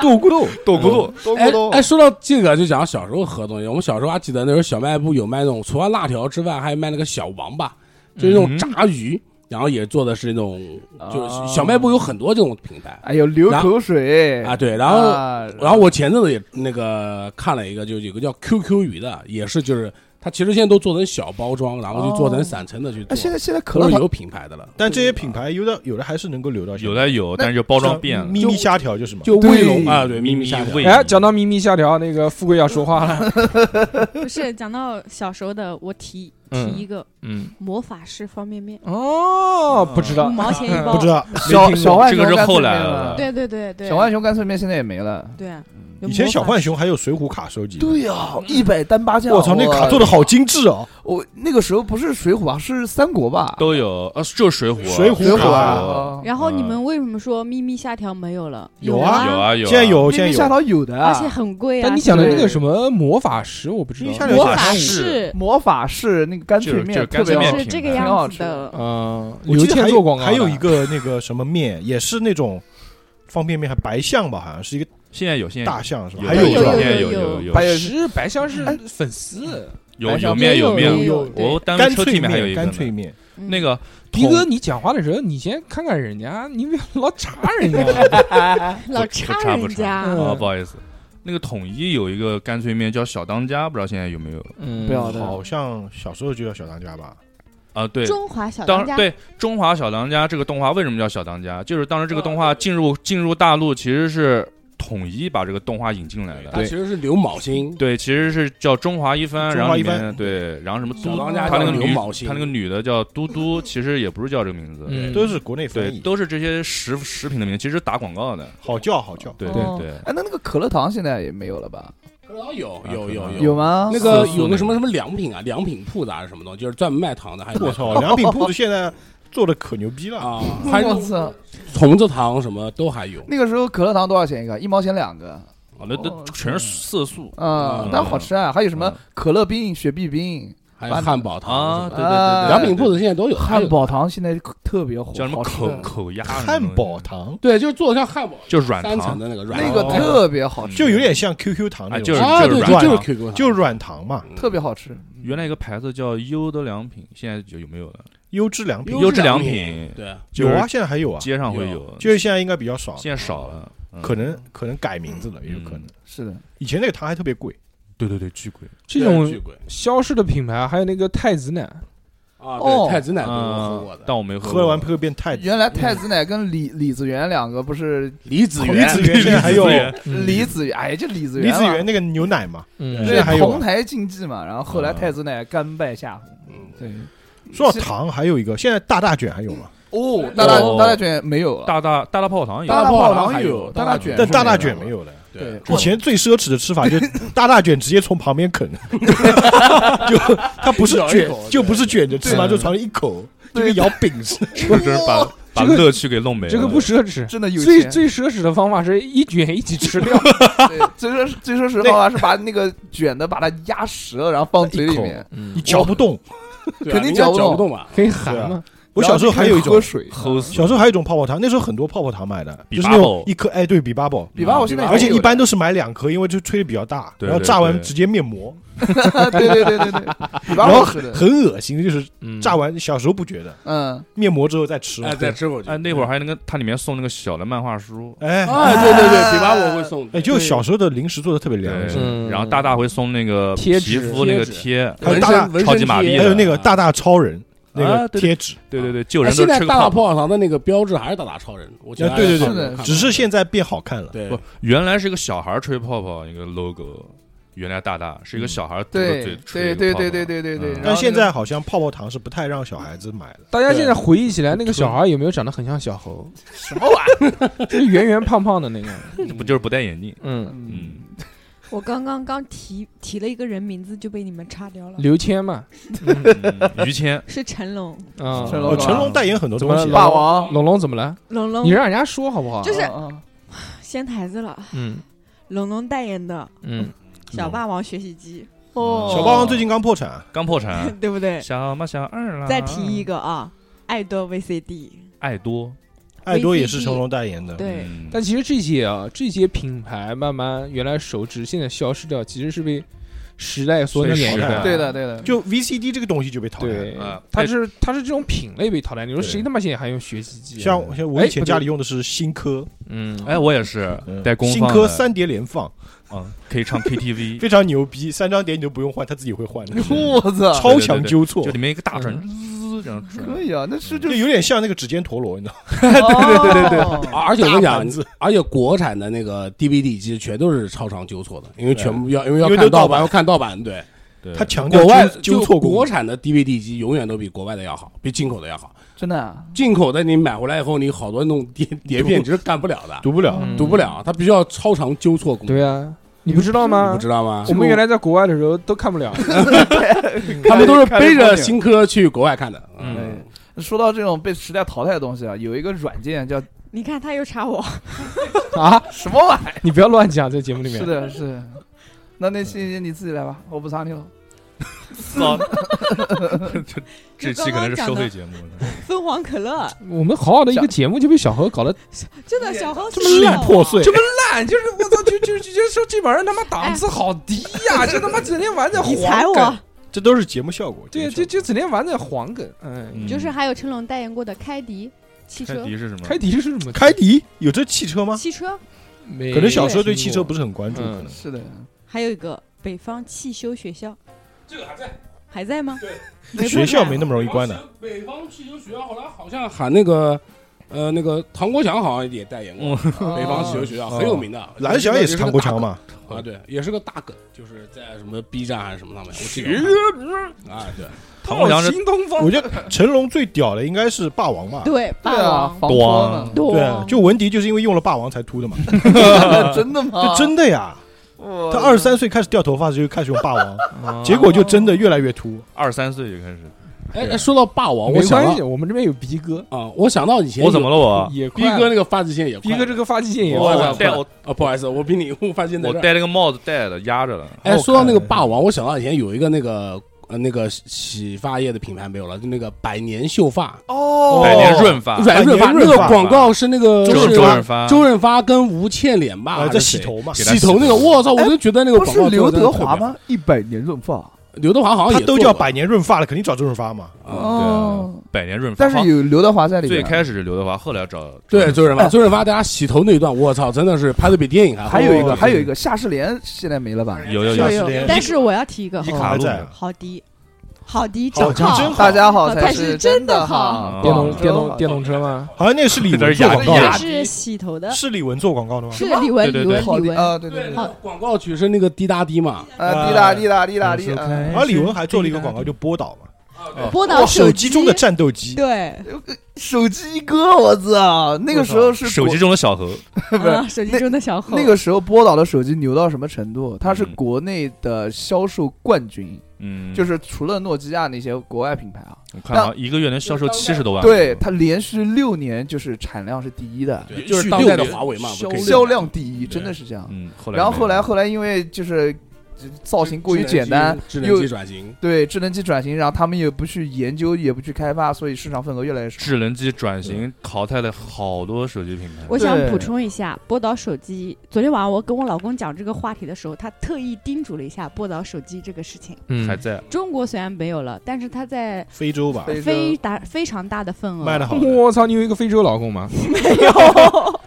[SPEAKER 7] 豆骨豆，
[SPEAKER 4] 豆骨
[SPEAKER 7] 嗯
[SPEAKER 4] 豆，
[SPEAKER 3] 多
[SPEAKER 6] 哎
[SPEAKER 3] 过多
[SPEAKER 6] 哎，说到这个，就讲小时候喝的东西。我们小时候还记得那时候小卖部有卖那种，除了辣条之外，还有卖那个小王八，就是那种炸鱼，然后也做的是那种，
[SPEAKER 3] 哦
[SPEAKER 6] 就是小卖部有很多这种品牌
[SPEAKER 3] 哎呦流口水
[SPEAKER 6] 啊。对，然后
[SPEAKER 3] 哎啊
[SPEAKER 6] 然后我前阵子也那个看了一个，就有个叫 QQ 鱼的，也是就是它其实现在都做成小包装，然后就做成散层的去
[SPEAKER 3] 哎
[SPEAKER 6] 做。
[SPEAKER 3] 现在现在可
[SPEAKER 6] 都
[SPEAKER 3] 乐
[SPEAKER 6] 是
[SPEAKER 3] 好
[SPEAKER 6] 有品牌的了，
[SPEAKER 7] 但这些品牌有的有的还是能够留到现在
[SPEAKER 4] 有的有，但是就包装变了，
[SPEAKER 7] 咪咪虾条就是嘛，
[SPEAKER 6] 就
[SPEAKER 3] 对
[SPEAKER 6] 卫龙啊，对，
[SPEAKER 4] 咪
[SPEAKER 6] 秘
[SPEAKER 4] 咪
[SPEAKER 6] 密下条
[SPEAKER 4] 味
[SPEAKER 2] 哎，讲到咪咪虾条，那个富贵要说话 了。
[SPEAKER 5] 不是讲到小时候的，我提提
[SPEAKER 2] 嗯
[SPEAKER 5] 一个
[SPEAKER 2] 嗯，
[SPEAKER 5] 魔法师方便面，
[SPEAKER 2] 哦，不知
[SPEAKER 5] 五
[SPEAKER 2] 道，
[SPEAKER 5] 毛钱一包，
[SPEAKER 7] 不 知道。
[SPEAKER 2] 没听
[SPEAKER 3] 小
[SPEAKER 2] 过
[SPEAKER 3] 小浣熊
[SPEAKER 4] 这个
[SPEAKER 3] 干
[SPEAKER 4] 是
[SPEAKER 3] 脆
[SPEAKER 4] 后
[SPEAKER 3] 面
[SPEAKER 4] 来
[SPEAKER 3] 了
[SPEAKER 4] 了，
[SPEAKER 5] 对对对对，啊
[SPEAKER 3] 小浣熊干脆面现在也没了。
[SPEAKER 5] 对啊，有
[SPEAKER 7] 以前
[SPEAKER 5] 魔
[SPEAKER 7] 小
[SPEAKER 5] 法
[SPEAKER 7] 浣
[SPEAKER 5] 师啊
[SPEAKER 7] 熊还有水浒卡收集，
[SPEAKER 3] 对呀，
[SPEAKER 4] 嗯
[SPEAKER 3] 一百单八将，
[SPEAKER 7] 我操，那卡做的好精致哦！
[SPEAKER 3] 我那个时候不是水浒吧，是三国吧？
[SPEAKER 4] 都有，呃，就是水浒，
[SPEAKER 7] 水浒
[SPEAKER 3] 水浒
[SPEAKER 7] 啊
[SPEAKER 3] 啊，
[SPEAKER 5] 然后你
[SPEAKER 4] 嗯
[SPEAKER 5] 们为什么说咪咪虾条没有了？
[SPEAKER 7] 有
[SPEAKER 4] 有
[SPEAKER 7] 啊
[SPEAKER 4] 啊有啊，
[SPEAKER 7] 现在有，
[SPEAKER 3] 明
[SPEAKER 7] 现
[SPEAKER 3] 明
[SPEAKER 7] 在
[SPEAKER 3] 下
[SPEAKER 7] 有。
[SPEAKER 3] 刀有的啊，
[SPEAKER 5] 而且很贵啊！
[SPEAKER 2] 但你讲的那个
[SPEAKER 3] 对
[SPEAKER 2] 什么魔法石，我不知
[SPEAKER 7] 咪咪虾
[SPEAKER 2] 道。
[SPEAKER 7] 条
[SPEAKER 5] 魔
[SPEAKER 7] 好
[SPEAKER 5] 法
[SPEAKER 7] 像
[SPEAKER 5] 师
[SPEAKER 3] 魔法是那个干脆
[SPEAKER 4] 就
[SPEAKER 3] 面特
[SPEAKER 4] 是
[SPEAKER 3] 别
[SPEAKER 4] 干脆
[SPEAKER 3] 好
[SPEAKER 4] 面
[SPEAKER 3] 吃
[SPEAKER 5] 是
[SPEAKER 4] 品
[SPEAKER 5] 这
[SPEAKER 4] 牌
[SPEAKER 5] 个
[SPEAKER 3] 挺好
[SPEAKER 5] 样
[SPEAKER 3] 吃
[SPEAKER 5] 子的，
[SPEAKER 2] 嗯，
[SPEAKER 7] 我
[SPEAKER 2] 刘
[SPEAKER 7] 记得还
[SPEAKER 2] 谦
[SPEAKER 7] 有
[SPEAKER 2] 做广告的，
[SPEAKER 7] 还有一个那个什么面，也是那种方便面，还白象吧，好像是一个
[SPEAKER 4] 现在有现在
[SPEAKER 7] 大象是吧？
[SPEAKER 4] 有
[SPEAKER 7] 还
[SPEAKER 5] 有
[SPEAKER 4] 有
[SPEAKER 7] 是吧
[SPEAKER 4] 现在
[SPEAKER 5] 有
[SPEAKER 4] 有
[SPEAKER 5] 有
[SPEAKER 4] 有
[SPEAKER 3] 白哎
[SPEAKER 2] 是白象是粉丝。
[SPEAKER 4] 有
[SPEAKER 3] 白
[SPEAKER 4] 有
[SPEAKER 3] 象
[SPEAKER 4] 面有
[SPEAKER 5] 有
[SPEAKER 4] 面，
[SPEAKER 5] 有
[SPEAKER 4] 我单位
[SPEAKER 7] 干
[SPEAKER 4] 车
[SPEAKER 7] 脆
[SPEAKER 4] 里面还有一
[SPEAKER 7] 面，
[SPEAKER 4] 个
[SPEAKER 7] 干
[SPEAKER 4] 呢
[SPEAKER 7] 脆面，
[SPEAKER 5] 嗯
[SPEAKER 4] 那个啊
[SPEAKER 2] 皮
[SPEAKER 4] 桶
[SPEAKER 2] 哥，你讲话的时候，你先看看人家，你别 老查人 家。
[SPEAKER 5] 老
[SPEAKER 4] 不
[SPEAKER 5] 插
[SPEAKER 4] 差不
[SPEAKER 5] 人
[SPEAKER 4] 差
[SPEAKER 5] 家
[SPEAKER 2] 嗯，
[SPEAKER 4] 啊，不好意思，那个统一有一个干脆面叫小当家，不知道现在有没有
[SPEAKER 2] 嗯
[SPEAKER 3] 不要的
[SPEAKER 7] 好像小时候就叫小当家吧？
[SPEAKER 4] 啊？对，
[SPEAKER 5] 中华小当
[SPEAKER 4] 当
[SPEAKER 5] 家
[SPEAKER 4] 对中华小当家这个动画为什么叫小当家？就是当时
[SPEAKER 5] 呃
[SPEAKER 4] 这个动画进入进入大陆其实是统一把这个动画引进来
[SPEAKER 6] 它
[SPEAKER 4] 的。
[SPEAKER 6] 其实是刘卯星，
[SPEAKER 4] 对，其实是叫中华一番，
[SPEAKER 7] 中华
[SPEAKER 4] 然后里
[SPEAKER 7] 一番嗯
[SPEAKER 4] 面对，然后什么
[SPEAKER 6] 小
[SPEAKER 4] 嘟，
[SPEAKER 6] 当家
[SPEAKER 4] 他那个
[SPEAKER 6] 叫刘
[SPEAKER 4] 女，
[SPEAKER 6] 卯星，
[SPEAKER 4] 他那个女的叫嘟 嘟，其实也不是叫这个名字，
[SPEAKER 2] 嗯
[SPEAKER 7] 都是国内翻
[SPEAKER 4] 对，
[SPEAKER 7] 译，
[SPEAKER 4] 都是这些食食品的名字，其实打广告的，
[SPEAKER 7] 好叫好叫。
[SPEAKER 4] 对
[SPEAKER 2] 哦
[SPEAKER 4] 对，
[SPEAKER 3] 哎，那那个可乐糖现在也没有了吧？
[SPEAKER 6] 有
[SPEAKER 4] 啊
[SPEAKER 6] 有有
[SPEAKER 3] 有啊吗？
[SPEAKER 6] 那个
[SPEAKER 4] 色素
[SPEAKER 6] 有
[SPEAKER 4] 那
[SPEAKER 6] 个什么
[SPEAKER 4] 个
[SPEAKER 6] 什么良品啊，良品铺子啊，什么东西，就是专门卖糖的，还有
[SPEAKER 7] 我操，良品铺子现在做的可牛逼了！
[SPEAKER 6] 啊，还
[SPEAKER 3] 我
[SPEAKER 6] 有
[SPEAKER 3] 操，
[SPEAKER 6] 虫子糖什么都还有。
[SPEAKER 3] 那个时候可乐糖多少钱一个？一毛钱两个
[SPEAKER 4] 哦，那
[SPEAKER 3] 哦
[SPEAKER 4] 都全是色素
[SPEAKER 3] 啊
[SPEAKER 6] 嗯，
[SPEAKER 3] 但好吃啊！还有什么
[SPEAKER 4] 嗯
[SPEAKER 3] 可乐冰、雪碧冰、
[SPEAKER 6] 还有汉堡
[SPEAKER 4] 啊，
[SPEAKER 6] 糖
[SPEAKER 4] 对
[SPEAKER 6] 什
[SPEAKER 4] 对对，
[SPEAKER 6] 么，
[SPEAKER 3] 啊
[SPEAKER 6] 良品铺子现在都有
[SPEAKER 3] 汉，堡糖，现在特别火，
[SPEAKER 4] 叫什么
[SPEAKER 3] 好吃
[SPEAKER 4] 口口鸭什么
[SPEAKER 7] 汉
[SPEAKER 4] 东西
[SPEAKER 7] 堡糖
[SPEAKER 6] 对，就是做的像汉堡
[SPEAKER 4] 就软
[SPEAKER 6] 三
[SPEAKER 4] 糖，
[SPEAKER 6] 层的那个软
[SPEAKER 3] 那
[SPEAKER 6] 糖，
[SPEAKER 3] 个特别好吃，
[SPEAKER 7] 就有点像 QQ 糖那
[SPEAKER 4] 哎嗯就
[SPEAKER 7] 种，
[SPEAKER 4] 是
[SPEAKER 6] 啊，对，
[SPEAKER 4] 软
[SPEAKER 6] 就
[SPEAKER 7] 糖
[SPEAKER 6] 就是 QQ 糖，嗯
[SPEAKER 7] 就是软糖嘛，
[SPEAKER 3] 特别好吃。
[SPEAKER 4] 嗯原来一个牌子叫优德良品，现在有有没有了？
[SPEAKER 7] 优质良品
[SPEAKER 4] 优质良
[SPEAKER 6] 品
[SPEAKER 4] 品，
[SPEAKER 6] 对，
[SPEAKER 4] 就
[SPEAKER 7] 有
[SPEAKER 4] 是
[SPEAKER 7] 啊，现在还有啊，
[SPEAKER 4] 街上会
[SPEAKER 6] 有
[SPEAKER 4] 有，
[SPEAKER 7] 就是现在应该比较少，
[SPEAKER 4] 现在少了，嗯
[SPEAKER 7] 可能可能改名字了，也有可能。
[SPEAKER 3] 是的，
[SPEAKER 7] 以前那个糖还特别贵，
[SPEAKER 4] 对对对，巨贵。
[SPEAKER 2] 这
[SPEAKER 6] 对巨
[SPEAKER 2] 种
[SPEAKER 6] 贵
[SPEAKER 2] 消失的品牌，还有那个太子奶，
[SPEAKER 6] 啊，
[SPEAKER 3] 哦
[SPEAKER 6] 对，太子奶都是我喝过
[SPEAKER 4] 嗯，
[SPEAKER 6] 的，
[SPEAKER 4] 但我没喝
[SPEAKER 7] 喝了
[SPEAKER 4] 过
[SPEAKER 7] 完会变太
[SPEAKER 3] 原来太子奶跟李李子园两个不是
[SPEAKER 6] 李子
[SPEAKER 7] 李子园现在还有
[SPEAKER 3] 李子园，哎，这李子园
[SPEAKER 7] 李
[SPEAKER 3] 啊，
[SPEAKER 7] 子园那个牛奶嘛。
[SPEAKER 2] 嗯
[SPEAKER 7] 现在还
[SPEAKER 3] 对
[SPEAKER 7] 有啊
[SPEAKER 3] 同台竞技嘛，然后后来太子奶甘拜下风。
[SPEAKER 2] 对，
[SPEAKER 7] 说到糖，还有一个现在大大卷还有吗？
[SPEAKER 3] 哦，大大
[SPEAKER 4] 哦
[SPEAKER 3] 大大卷没有了，
[SPEAKER 4] 大大大大泡糖也
[SPEAKER 3] 大
[SPEAKER 4] 有，
[SPEAKER 3] 大
[SPEAKER 6] 泡
[SPEAKER 3] 泡
[SPEAKER 6] 糖
[SPEAKER 3] 糖
[SPEAKER 6] 还
[SPEAKER 3] 有，
[SPEAKER 6] 有
[SPEAKER 3] 大
[SPEAKER 6] 大
[SPEAKER 3] 大
[SPEAKER 6] 大卷
[SPEAKER 7] 但
[SPEAKER 3] 是
[SPEAKER 7] 大大
[SPEAKER 3] 没
[SPEAKER 7] 卷
[SPEAKER 3] 有
[SPEAKER 7] 没有了。
[SPEAKER 6] 对，
[SPEAKER 7] 以前最奢侈的吃法就是大大卷直接从旁边啃， 就它不是
[SPEAKER 6] 咬一
[SPEAKER 7] 卷
[SPEAKER 6] 口，
[SPEAKER 7] 就不是卷着吃嘛，
[SPEAKER 2] 对
[SPEAKER 7] 就朝那一口，就
[SPEAKER 3] 对
[SPEAKER 7] 跟咬饼似的。
[SPEAKER 4] 就是把把
[SPEAKER 2] 这个
[SPEAKER 4] 乐趣给弄没了。
[SPEAKER 2] 这个不奢侈。
[SPEAKER 3] 真的有
[SPEAKER 2] 最
[SPEAKER 3] 钱
[SPEAKER 2] 最奢侈的方法是一卷一起吃 掉，
[SPEAKER 3] 对最奢侈最奢侈的方法是把那个卷的把它压实了，然后放嘴里面，
[SPEAKER 7] 你嚼不动。
[SPEAKER 6] 对
[SPEAKER 3] 肯
[SPEAKER 6] 吧
[SPEAKER 3] 定
[SPEAKER 6] 人家
[SPEAKER 3] 嚼不
[SPEAKER 6] 嚼不
[SPEAKER 3] 动
[SPEAKER 6] 动吧？
[SPEAKER 2] 可以
[SPEAKER 3] 啊
[SPEAKER 2] 喊嘛。
[SPEAKER 7] 我小时候还有一
[SPEAKER 3] 然后
[SPEAKER 7] 种
[SPEAKER 3] 就开始喝，水，
[SPEAKER 4] 齁死
[SPEAKER 7] 小时候还有一种泡泡糖，那时候很多泡泡糖买的，
[SPEAKER 4] 比
[SPEAKER 7] 就是
[SPEAKER 4] 巴
[SPEAKER 7] 那种
[SPEAKER 4] 宝
[SPEAKER 7] 一颗，哎，对比巴宝，
[SPEAKER 3] 比方我现在
[SPEAKER 7] 而且一般
[SPEAKER 3] 都
[SPEAKER 7] 都是买两颗，因为就吹的比较大，
[SPEAKER 4] 对
[SPEAKER 7] 然后
[SPEAKER 4] 对
[SPEAKER 7] 炸完
[SPEAKER 4] 对
[SPEAKER 7] 直接面膜，
[SPEAKER 3] 对对对对对，比
[SPEAKER 7] 然
[SPEAKER 3] 方
[SPEAKER 7] 后
[SPEAKER 3] 我吃的，
[SPEAKER 7] 很恶心，就是
[SPEAKER 2] 嗯
[SPEAKER 7] 炸完小时候不觉得，
[SPEAKER 3] 嗯，
[SPEAKER 7] 面膜之后再吃，
[SPEAKER 6] 哎，再吃过去。
[SPEAKER 4] 哎，那会儿还那个，它里面送那个小的漫画书，
[SPEAKER 7] 哎
[SPEAKER 6] 哎，对对对，比巴我会送。
[SPEAKER 7] 哎，就小时候的零食做的特别
[SPEAKER 4] 对
[SPEAKER 7] 良心，
[SPEAKER 2] 嗯，
[SPEAKER 4] 然后大大会送那个
[SPEAKER 2] 贴
[SPEAKER 4] 皮
[SPEAKER 2] 纸
[SPEAKER 4] 肤那个
[SPEAKER 2] 贴纸
[SPEAKER 4] 贴，
[SPEAKER 7] 还有
[SPEAKER 6] 纹
[SPEAKER 7] 大
[SPEAKER 6] 身
[SPEAKER 7] 大
[SPEAKER 6] 纹
[SPEAKER 4] 超
[SPEAKER 6] 身
[SPEAKER 4] 级玛丽
[SPEAKER 6] 贴
[SPEAKER 7] 还有那个大大超人那
[SPEAKER 4] 啊
[SPEAKER 7] 个
[SPEAKER 4] 对
[SPEAKER 7] 贴纸，
[SPEAKER 4] 对对对，救
[SPEAKER 6] 哎
[SPEAKER 4] 人
[SPEAKER 6] 现
[SPEAKER 4] 都
[SPEAKER 6] 在
[SPEAKER 4] 是吃个
[SPEAKER 6] 大
[SPEAKER 4] 泡
[SPEAKER 6] 大
[SPEAKER 4] 泡。
[SPEAKER 6] 泡泡糖的那个标志还是大大超人，我记得
[SPEAKER 7] 哎对对对
[SPEAKER 6] 还是
[SPEAKER 3] 是的
[SPEAKER 6] 看
[SPEAKER 7] 只是现在变好看了。
[SPEAKER 6] 对
[SPEAKER 4] 不，原来是一个小孩儿吹泡泡，一个 logo，原来大大是一个小孩儿嘟着
[SPEAKER 3] 对
[SPEAKER 4] 嘴
[SPEAKER 3] 对
[SPEAKER 4] 吹
[SPEAKER 3] 对
[SPEAKER 4] 泡泡
[SPEAKER 3] 对对对对对
[SPEAKER 4] 嗯，
[SPEAKER 3] 然
[SPEAKER 7] 但
[SPEAKER 3] 后
[SPEAKER 7] 现
[SPEAKER 3] 那个
[SPEAKER 7] 在好像泡泡糖是不太让小孩子买的，
[SPEAKER 2] 大家现在回忆起来，那个小孩有没有长得很像小猴？
[SPEAKER 3] 什么玩 意
[SPEAKER 2] 就是圆圆胖胖的 那个。
[SPEAKER 4] 这不就是不戴眼镜？
[SPEAKER 2] 嗯，
[SPEAKER 3] 儿？
[SPEAKER 4] 嗯，
[SPEAKER 5] 我刚刚刚提提了一个人名字就被你们叉掉了，
[SPEAKER 2] 刘谦嘛，
[SPEAKER 4] 于谦，
[SPEAKER 5] 是成龙，
[SPEAKER 2] 啊，
[SPEAKER 3] 成龙
[SPEAKER 7] 哦，
[SPEAKER 3] 啊嗯
[SPEAKER 7] 成龙代言很多东
[SPEAKER 2] 怎
[SPEAKER 7] 西
[SPEAKER 2] 么了
[SPEAKER 7] 啊，
[SPEAKER 3] 霸王
[SPEAKER 2] 龙龙怎么了？
[SPEAKER 5] 龙龙
[SPEAKER 2] 你让人家说好不好？
[SPEAKER 5] 就是
[SPEAKER 3] 嗯嗯
[SPEAKER 5] 掀台子了，
[SPEAKER 2] 嗯
[SPEAKER 5] 龙龙代言的
[SPEAKER 2] 嗯，
[SPEAKER 5] 小霸王学习机，
[SPEAKER 3] 哦，
[SPEAKER 7] 小霸王最近刚破产，
[SPEAKER 4] 刚破产，
[SPEAKER 5] 对不对？
[SPEAKER 4] 小马小二了。
[SPEAKER 5] 再提一个啊，爱多 VCD，
[SPEAKER 4] 爱多，
[SPEAKER 7] 爱多也是成龙代言的，
[SPEAKER 5] 对，
[SPEAKER 4] 嗯
[SPEAKER 2] 但其实这些啊，这些品牌慢慢原来熟知，现在消失掉，其实是被时代所
[SPEAKER 4] 被
[SPEAKER 2] 碾
[SPEAKER 4] 时
[SPEAKER 2] 压
[SPEAKER 4] 代
[SPEAKER 2] 的。
[SPEAKER 3] 对的对的，
[SPEAKER 7] 就 VCD 这个东西就被淘汰了。
[SPEAKER 2] 对
[SPEAKER 4] 啊，
[SPEAKER 2] 它
[SPEAKER 4] 被
[SPEAKER 2] 是它是这种品类被淘汰。你说
[SPEAKER 7] 对
[SPEAKER 2] 谁他妈现在还用学习机啊？
[SPEAKER 7] 像像我以前
[SPEAKER 2] 哎
[SPEAKER 7] 家里用的是新科，
[SPEAKER 2] 嗯，
[SPEAKER 4] 哎，我也是
[SPEAKER 7] 嗯
[SPEAKER 4] 带功
[SPEAKER 7] 新
[SPEAKER 4] 放
[SPEAKER 7] 科
[SPEAKER 4] 的，
[SPEAKER 7] 三碟连放，
[SPEAKER 4] 嗯，可以唱 KTV，
[SPEAKER 7] 非常牛逼，三张碟你都不用换，它自己会换的，
[SPEAKER 3] 我操，
[SPEAKER 7] 超强纠错
[SPEAKER 4] 就，里面一个大转
[SPEAKER 2] 嗯，
[SPEAKER 4] 滋这样转
[SPEAKER 3] 可以啊，那是哦就
[SPEAKER 7] 就是有点像那个指尖陀螺，你知道吗？
[SPEAKER 3] 对对对对对，
[SPEAKER 6] 啊而且我跟你
[SPEAKER 7] 大
[SPEAKER 6] 讲
[SPEAKER 7] 盘子，
[SPEAKER 6] 而且国产的那个 DVD 机全都是超长纠错的，因为全部要因为要
[SPEAKER 7] 因为
[SPEAKER 6] 看
[SPEAKER 7] 都盗
[SPEAKER 6] 版，
[SPEAKER 7] 版
[SPEAKER 6] 要看盗版。对，
[SPEAKER 4] 对
[SPEAKER 7] 它强调
[SPEAKER 6] 国外
[SPEAKER 7] 纠纠错
[SPEAKER 6] 就国
[SPEAKER 7] 过程，
[SPEAKER 6] 产的 DVD 机永远都比国外的要好，比进口的要好。
[SPEAKER 3] 真的啊，
[SPEAKER 6] 进口的你买回来以后，你好多那种碟碟片你是干不了的，
[SPEAKER 7] 读不了。
[SPEAKER 2] 嗯
[SPEAKER 6] 读不了，啊它必须要超长纠错功。
[SPEAKER 2] 对啊，你不知道
[SPEAKER 6] 你
[SPEAKER 2] 吗
[SPEAKER 6] 不？知道吗
[SPEAKER 2] 我？们原来在国外的时候都看不了。
[SPEAKER 6] 他们都是背
[SPEAKER 3] 看
[SPEAKER 6] 着
[SPEAKER 3] 着
[SPEAKER 6] 新科去国外看的。
[SPEAKER 2] 嗯
[SPEAKER 6] 嗯，
[SPEAKER 3] 哎说到这种被时代淘汰的东西啊，有一个软件叫
[SPEAKER 5] 你看他又查我，
[SPEAKER 2] 啊！
[SPEAKER 3] 什么玩意
[SPEAKER 2] 你不要乱讲，在节目里
[SPEAKER 3] 儿？
[SPEAKER 2] 面
[SPEAKER 3] 是的，是的。那那欣欣你自己来吧，我不插你了。
[SPEAKER 4] 骚这 这期可能是收费节目，
[SPEAKER 5] 凤凰可乐，
[SPEAKER 2] 我们好好的一个节目就被小何搞得
[SPEAKER 5] 真的小啊猴
[SPEAKER 7] 支离破碎，
[SPEAKER 2] 这烂，就是我操，就就就就说这帮人他妈档次好低呀，这他妈整天玩在
[SPEAKER 5] 你踩
[SPEAKER 2] 黄梗
[SPEAKER 3] 嗯
[SPEAKER 5] 我，，
[SPEAKER 7] 这都是节目效果。
[SPEAKER 2] 对，
[SPEAKER 7] 节
[SPEAKER 2] 就
[SPEAKER 7] 目效
[SPEAKER 2] 就整天玩在黄梗，哎，
[SPEAKER 4] 嗯
[SPEAKER 5] 就是还有成龙代言过的开迪汽
[SPEAKER 4] 开
[SPEAKER 5] 车，
[SPEAKER 4] 迪是什么？
[SPEAKER 2] 开迪是什么？
[SPEAKER 7] 果开迪有这汽车吗？
[SPEAKER 5] 汽车
[SPEAKER 2] 没
[SPEAKER 7] 可能小时候对汽车不是很关注，
[SPEAKER 2] 嗯
[SPEAKER 7] 可能
[SPEAKER 3] 是的，
[SPEAKER 5] 还有一个北方汽修学校，
[SPEAKER 6] 这个还在。
[SPEAKER 5] 还在吗？没
[SPEAKER 7] 学校没那
[SPEAKER 5] 么
[SPEAKER 7] 么容易关的。。
[SPEAKER 6] 北方汽修学校后来好像喊那个，呃，那个唐国强好像也代言过。
[SPEAKER 4] 嗯
[SPEAKER 6] 北方汽修学校很有名的，
[SPEAKER 7] 哦蓝翔也是唐国强嘛？
[SPEAKER 6] 啊，对，也是个大梗，就是在什么 B 站还是什么上面，我记
[SPEAKER 2] 学
[SPEAKER 6] 得啊，对，
[SPEAKER 4] 唐国强是
[SPEAKER 2] 新东方
[SPEAKER 7] 我觉得成龙最屌的应该是霸王吧？
[SPEAKER 5] 对，哦霸
[SPEAKER 3] 对啊
[SPEAKER 5] 王，，
[SPEAKER 3] 防脱呢？
[SPEAKER 7] 对，啊就文迪就是因为用了霸王才秃的嘛，
[SPEAKER 3] 真的吗？
[SPEAKER 7] 就真的呀。
[SPEAKER 3] 我，
[SPEAKER 7] 他二十三岁开始掉头发的时候就开始用霸王，结果就真的越来越秃。
[SPEAKER 4] 二三岁就开始，
[SPEAKER 6] 哎，哎说到霸王，我
[SPEAKER 2] 没
[SPEAKER 6] 想
[SPEAKER 2] 关系，
[SPEAKER 6] 到
[SPEAKER 2] 我们这边有逼哥，
[SPEAKER 6] 啊，我想到以前
[SPEAKER 4] 我怎么了我？
[SPEAKER 2] 也
[SPEAKER 6] 逼
[SPEAKER 2] 快
[SPEAKER 6] 哥那个发际线也快
[SPEAKER 2] 逼哥这个发际线也
[SPEAKER 6] 我
[SPEAKER 2] 快
[SPEAKER 6] 我
[SPEAKER 4] 戴我
[SPEAKER 6] 啊，不好意思，我比你我发际线在
[SPEAKER 4] 我
[SPEAKER 6] 这儿
[SPEAKER 4] 戴那个帽子戴的压着了，
[SPEAKER 6] 哎，说到那个霸王，我想到以前有一个那个呃那个洗洗发液的品牌没有了，就那个百年秀发、
[SPEAKER 3] 哦，
[SPEAKER 4] 百年啊润发，
[SPEAKER 6] 软润发，
[SPEAKER 7] 百年
[SPEAKER 6] 那
[SPEAKER 7] 润
[SPEAKER 6] 个
[SPEAKER 7] 发
[SPEAKER 6] 广告是那个
[SPEAKER 4] 周
[SPEAKER 6] 是
[SPEAKER 4] 周润发，
[SPEAKER 6] 周润发跟吴倩莲吧，
[SPEAKER 7] 啊，
[SPEAKER 6] 还
[SPEAKER 7] 在
[SPEAKER 6] 是
[SPEAKER 7] 洗
[SPEAKER 6] 谁
[SPEAKER 7] 头嘛，
[SPEAKER 4] 给他
[SPEAKER 6] 洗头那个，我操，我就觉得那个
[SPEAKER 3] 哎不
[SPEAKER 6] 广
[SPEAKER 3] 是
[SPEAKER 6] 告
[SPEAKER 3] 刘
[SPEAKER 6] 做得真的
[SPEAKER 3] 德
[SPEAKER 6] 特别
[SPEAKER 3] 华
[SPEAKER 6] 好？
[SPEAKER 3] 吗？一百年润发
[SPEAKER 6] 刘德华好像
[SPEAKER 7] 他
[SPEAKER 6] 也
[SPEAKER 7] 都
[SPEAKER 6] 做
[SPEAKER 7] 叫
[SPEAKER 6] 过
[SPEAKER 7] 百年润发了，肯定找周润发嘛。
[SPEAKER 4] 哦，对，百年润发。
[SPEAKER 3] 但是有刘德华在里面。啊
[SPEAKER 4] 最开始是刘德华，后来找
[SPEAKER 6] 对周润发，周润发在他洗头那一段，我操，真的是拍的比电影还好
[SPEAKER 3] 哎还有一个，
[SPEAKER 7] 哦
[SPEAKER 3] 还有一个夏世莲现在没了吧？
[SPEAKER 4] 有有
[SPEAKER 7] 夏
[SPEAKER 4] 有
[SPEAKER 7] 世莲
[SPEAKER 5] 但是我要提一个
[SPEAKER 4] 伊卡
[SPEAKER 7] 还
[SPEAKER 4] 路，
[SPEAKER 7] 在
[SPEAKER 5] 好迪，好迪
[SPEAKER 7] 好
[SPEAKER 5] 真
[SPEAKER 7] 迪真
[SPEAKER 5] 好，
[SPEAKER 3] 大家好
[SPEAKER 5] 才
[SPEAKER 3] 是
[SPEAKER 5] 哦是
[SPEAKER 3] 真
[SPEAKER 5] 真的
[SPEAKER 3] 好
[SPEAKER 5] 好，
[SPEAKER 2] 电
[SPEAKER 4] 哦
[SPEAKER 2] 动电动电动车吗？
[SPEAKER 7] 好像那个是李
[SPEAKER 4] 在这
[SPEAKER 7] 玟
[SPEAKER 4] 儿
[SPEAKER 7] 做
[SPEAKER 4] 压
[SPEAKER 7] 广告
[SPEAKER 5] 也
[SPEAKER 7] 的，
[SPEAKER 4] 压
[SPEAKER 5] 是洗头的，
[SPEAKER 7] 是李玟做广告的吗？
[SPEAKER 5] 是李玟，
[SPEAKER 4] 对对
[SPEAKER 5] 李
[SPEAKER 4] 对
[SPEAKER 5] 玟，
[SPEAKER 3] 好
[SPEAKER 5] 李
[SPEAKER 3] 的
[SPEAKER 5] 玟，
[SPEAKER 3] 啊，对对
[SPEAKER 6] 对，
[SPEAKER 3] 对，
[SPEAKER 6] 那个广告曲是那个滴答滴嘛，
[SPEAKER 3] 啊滴答滴答滴答滴，
[SPEAKER 7] 然后李玟还做了一个广告，就波导嘛，
[SPEAKER 5] 拨打
[SPEAKER 7] 哦，手机中的战斗机，
[SPEAKER 5] 对，
[SPEAKER 3] 手机一哥，我操！那个时候是
[SPEAKER 4] 手
[SPEAKER 3] 国
[SPEAKER 4] 机中的小何，
[SPEAKER 3] 不是
[SPEAKER 5] 啊手机中的小猴，
[SPEAKER 3] 那个时候波导的手机牛到什么程度？它是国内的销售冠军，
[SPEAKER 4] 嗯，
[SPEAKER 3] 就是除了诺基亚那些国外品牌啊，
[SPEAKER 4] 我看啊，一个月能销售七十多万，
[SPEAKER 3] 对它连续六年就是产量是第一的，
[SPEAKER 6] 对就是当代的华为嘛，不可以
[SPEAKER 3] 销量第一，真的是这样。
[SPEAKER 4] 嗯，后来
[SPEAKER 3] 然后后来
[SPEAKER 4] 就
[SPEAKER 3] 后来因为就是造型过于简单，，
[SPEAKER 6] 智
[SPEAKER 3] 又
[SPEAKER 6] 能机转型，
[SPEAKER 3] 对智能机转型，然后他们也不去研究，也不去开发，所以市场份额越来越少。
[SPEAKER 4] 智能机转型淘汰了好多手机品牌，
[SPEAKER 5] 我想
[SPEAKER 3] 对
[SPEAKER 5] 补充一下，波导手机。昨天晚上我跟我老公讲这个话题的时候，他特意叮嘱了一下波导手机这个事情。
[SPEAKER 2] 嗯
[SPEAKER 4] 还在，
[SPEAKER 5] 中国虽然没有了，但是他在
[SPEAKER 7] 非洲吧，
[SPEAKER 3] 非洲
[SPEAKER 5] 非大非常大的份额
[SPEAKER 7] 卖的好的，
[SPEAKER 2] 我操，你有一个非洲老公吗？
[SPEAKER 5] 没有。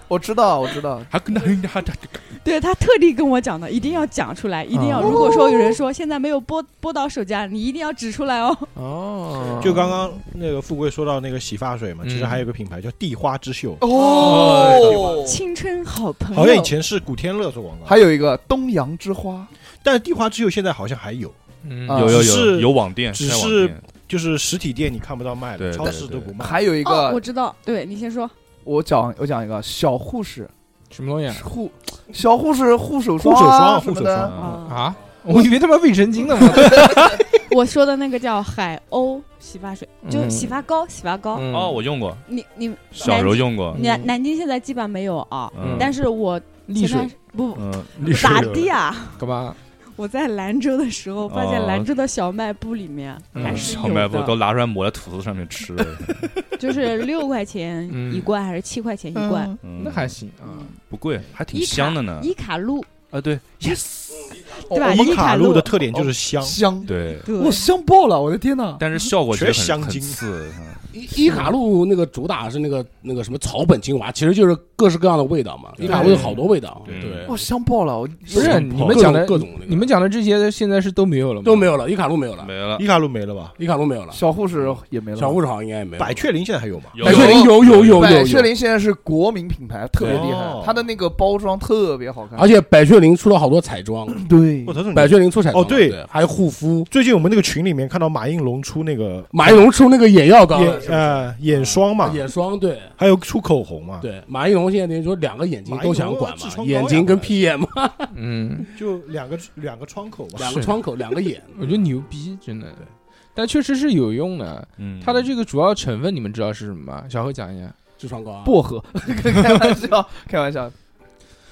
[SPEAKER 3] 我知道，我知道，
[SPEAKER 4] 还跟他还
[SPEAKER 5] 对他特地跟我讲的，一定要讲出来，一定
[SPEAKER 3] 啊
[SPEAKER 5] 要。如果说有人说现在没有波波导手机啊，你一定要指出来哦。
[SPEAKER 2] 哦
[SPEAKER 7] 就刚刚那个富贵说到那个洗发水嘛，其实还有一个品牌叫地花之秀，
[SPEAKER 3] 哦，
[SPEAKER 5] 青春好朋友，
[SPEAKER 7] 好像以前是古天乐做广告，
[SPEAKER 3] 还有一个东洋之花，
[SPEAKER 7] 但是地花之秀现在好像还有，
[SPEAKER 2] 嗯
[SPEAKER 3] 啊
[SPEAKER 4] 有有
[SPEAKER 7] 只
[SPEAKER 4] 有
[SPEAKER 7] 是
[SPEAKER 4] 有网店，
[SPEAKER 7] 只
[SPEAKER 4] 开网
[SPEAKER 7] 是
[SPEAKER 4] 店
[SPEAKER 7] 就是实体店你看不到卖的，
[SPEAKER 4] 对
[SPEAKER 7] 超
[SPEAKER 4] 对
[SPEAKER 7] 市
[SPEAKER 4] 对
[SPEAKER 7] 都不卖。
[SPEAKER 3] 还有一
[SPEAKER 5] 哦，
[SPEAKER 3] 个
[SPEAKER 5] 我知道，对你先说，
[SPEAKER 3] 我讲我讲一个小护士
[SPEAKER 2] 什么东西啊
[SPEAKER 3] 护小护士护手
[SPEAKER 7] 护手
[SPEAKER 3] 啊
[SPEAKER 7] 霜
[SPEAKER 3] 什么
[SPEAKER 7] 护手
[SPEAKER 3] 的
[SPEAKER 7] 霜，
[SPEAKER 4] 啊，
[SPEAKER 5] 啊，
[SPEAKER 2] 啊？ 我以为他妈卫生 巾呢，我
[SPEAKER 5] 我说的那个叫海鸥洗发水，就
[SPEAKER 2] 嗯
[SPEAKER 5] 洗发膏，洗发膏。
[SPEAKER 4] 哦，我用过，
[SPEAKER 5] 你你
[SPEAKER 4] 小时候用过，
[SPEAKER 5] 南
[SPEAKER 2] 嗯
[SPEAKER 5] 南京现在基本没有啊，
[SPEAKER 4] 嗯，
[SPEAKER 5] 但是我
[SPEAKER 2] 丽
[SPEAKER 5] 前
[SPEAKER 2] 水
[SPEAKER 5] 段时不
[SPEAKER 4] 嗯，
[SPEAKER 5] 咋地啊？
[SPEAKER 2] 干嘛？
[SPEAKER 5] 我在兰州的时候，发现兰州的小卖部里面
[SPEAKER 2] 哦嗯
[SPEAKER 5] 还是
[SPEAKER 4] 小
[SPEAKER 5] 有
[SPEAKER 4] 卖部都
[SPEAKER 5] 的，
[SPEAKER 4] 拿出来抹在吐司上面吃了，
[SPEAKER 5] 就是六块钱一罐还是七块钱一罐？
[SPEAKER 4] 嗯
[SPEAKER 2] 那还行啊。
[SPEAKER 4] 不贵，还挺
[SPEAKER 5] 伊卡
[SPEAKER 4] 香的
[SPEAKER 2] 嗯
[SPEAKER 4] 呢，
[SPEAKER 5] 伊卡露
[SPEAKER 4] 啊，对
[SPEAKER 5] 对吧？
[SPEAKER 7] 伊
[SPEAKER 5] 伊
[SPEAKER 7] 卡
[SPEAKER 5] 露
[SPEAKER 7] 路的特点就是香，
[SPEAKER 3] 香，
[SPEAKER 4] 对，
[SPEAKER 5] 对
[SPEAKER 3] 哇，香爆了，我的天哪！
[SPEAKER 4] 但是效果其
[SPEAKER 7] 全
[SPEAKER 4] 实
[SPEAKER 7] 是
[SPEAKER 4] 很
[SPEAKER 7] 香
[SPEAKER 4] 很
[SPEAKER 7] 精
[SPEAKER 4] 次，嗯
[SPEAKER 6] 伊伊卡路那个主打是那个那个什么草本精华，其实就是各式各样的味道嘛。
[SPEAKER 7] 对
[SPEAKER 6] 伊卡路有好多味道，
[SPEAKER 4] 对
[SPEAKER 6] 对，
[SPEAKER 3] 哇，香爆了！我
[SPEAKER 2] 不是你们
[SPEAKER 6] 各种
[SPEAKER 2] 讲的
[SPEAKER 6] 各种那个
[SPEAKER 2] 你们讲的这些现在是都没有了吗？
[SPEAKER 6] 都没有了，伊卡路没有了
[SPEAKER 4] 没，了
[SPEAKER 7] 伊。卡路没了吧？
[SPEAKER 6] 伊卡路没有了，
[SPEAKER 3] 小护士也没了，
[SPEAKER 6] 小护士好像应该也没有了。
[SPEAKER 7] 百雀羚现在还有吗？
[SPEAKER 4] 有
[SPEAKER 6] 百雀羚有有有有
[SPEAKER 3] 百雀
[SPEAKER 6] 有，
[SPEAKER 3] 羚现在是国民品牌，特别厉害
[SPEAKER 7] 哦，
[SPEAKER 3] 它的那个包装特别好看，
[SPEAKER 6] 而且百雀羚出了好多彩妆，
[SPEAKER 3] 对
[SPEAKER 7] 我操！这种
[SPEAKER 6] 百雀羚出彩妆
[SPEAKER 7] 哦对
[SPEAKER 6] 还有护肤，
[SPEAKER 7] 最近我们那个群里面看到马应龙出那个
[SPEAKER 6] 马应龙出那个眼药膏了啊
[SPEAKER 7] 眼啊呃眼霜嘛，
[SPEAKER 6] 眼霜，对
[SPEAKER 7] 还有出口红嘛，
[SPEAKER 6] 对，马应龙现在等于说两个眼睛都想管
[SPEAKER 7] 马应龙啊痔
[SPEAKER 6] 嘛，
[SPEAKER 7] 疮膏呀
[SPEAKER 6] 眼睛跟屁眼嘛，
[SPEAKER 2] 嗯，
[SPEAKER 7] 就两个两个窗口吧。
[SPEAKER 6] 两个窗口两个眼，
[SPEAKER 2] 我觉得牛逼，真的。但确实是有用的，
[SPEAKER 4] 嗯，
[SPEAKER 2] 它的这个主要成分你们知道是什么吗？小何讲一下。
[SPEAKER 6] 痔疮膏啊
[SPEAKER 3] 薄荷，开玩笑，开玩笑，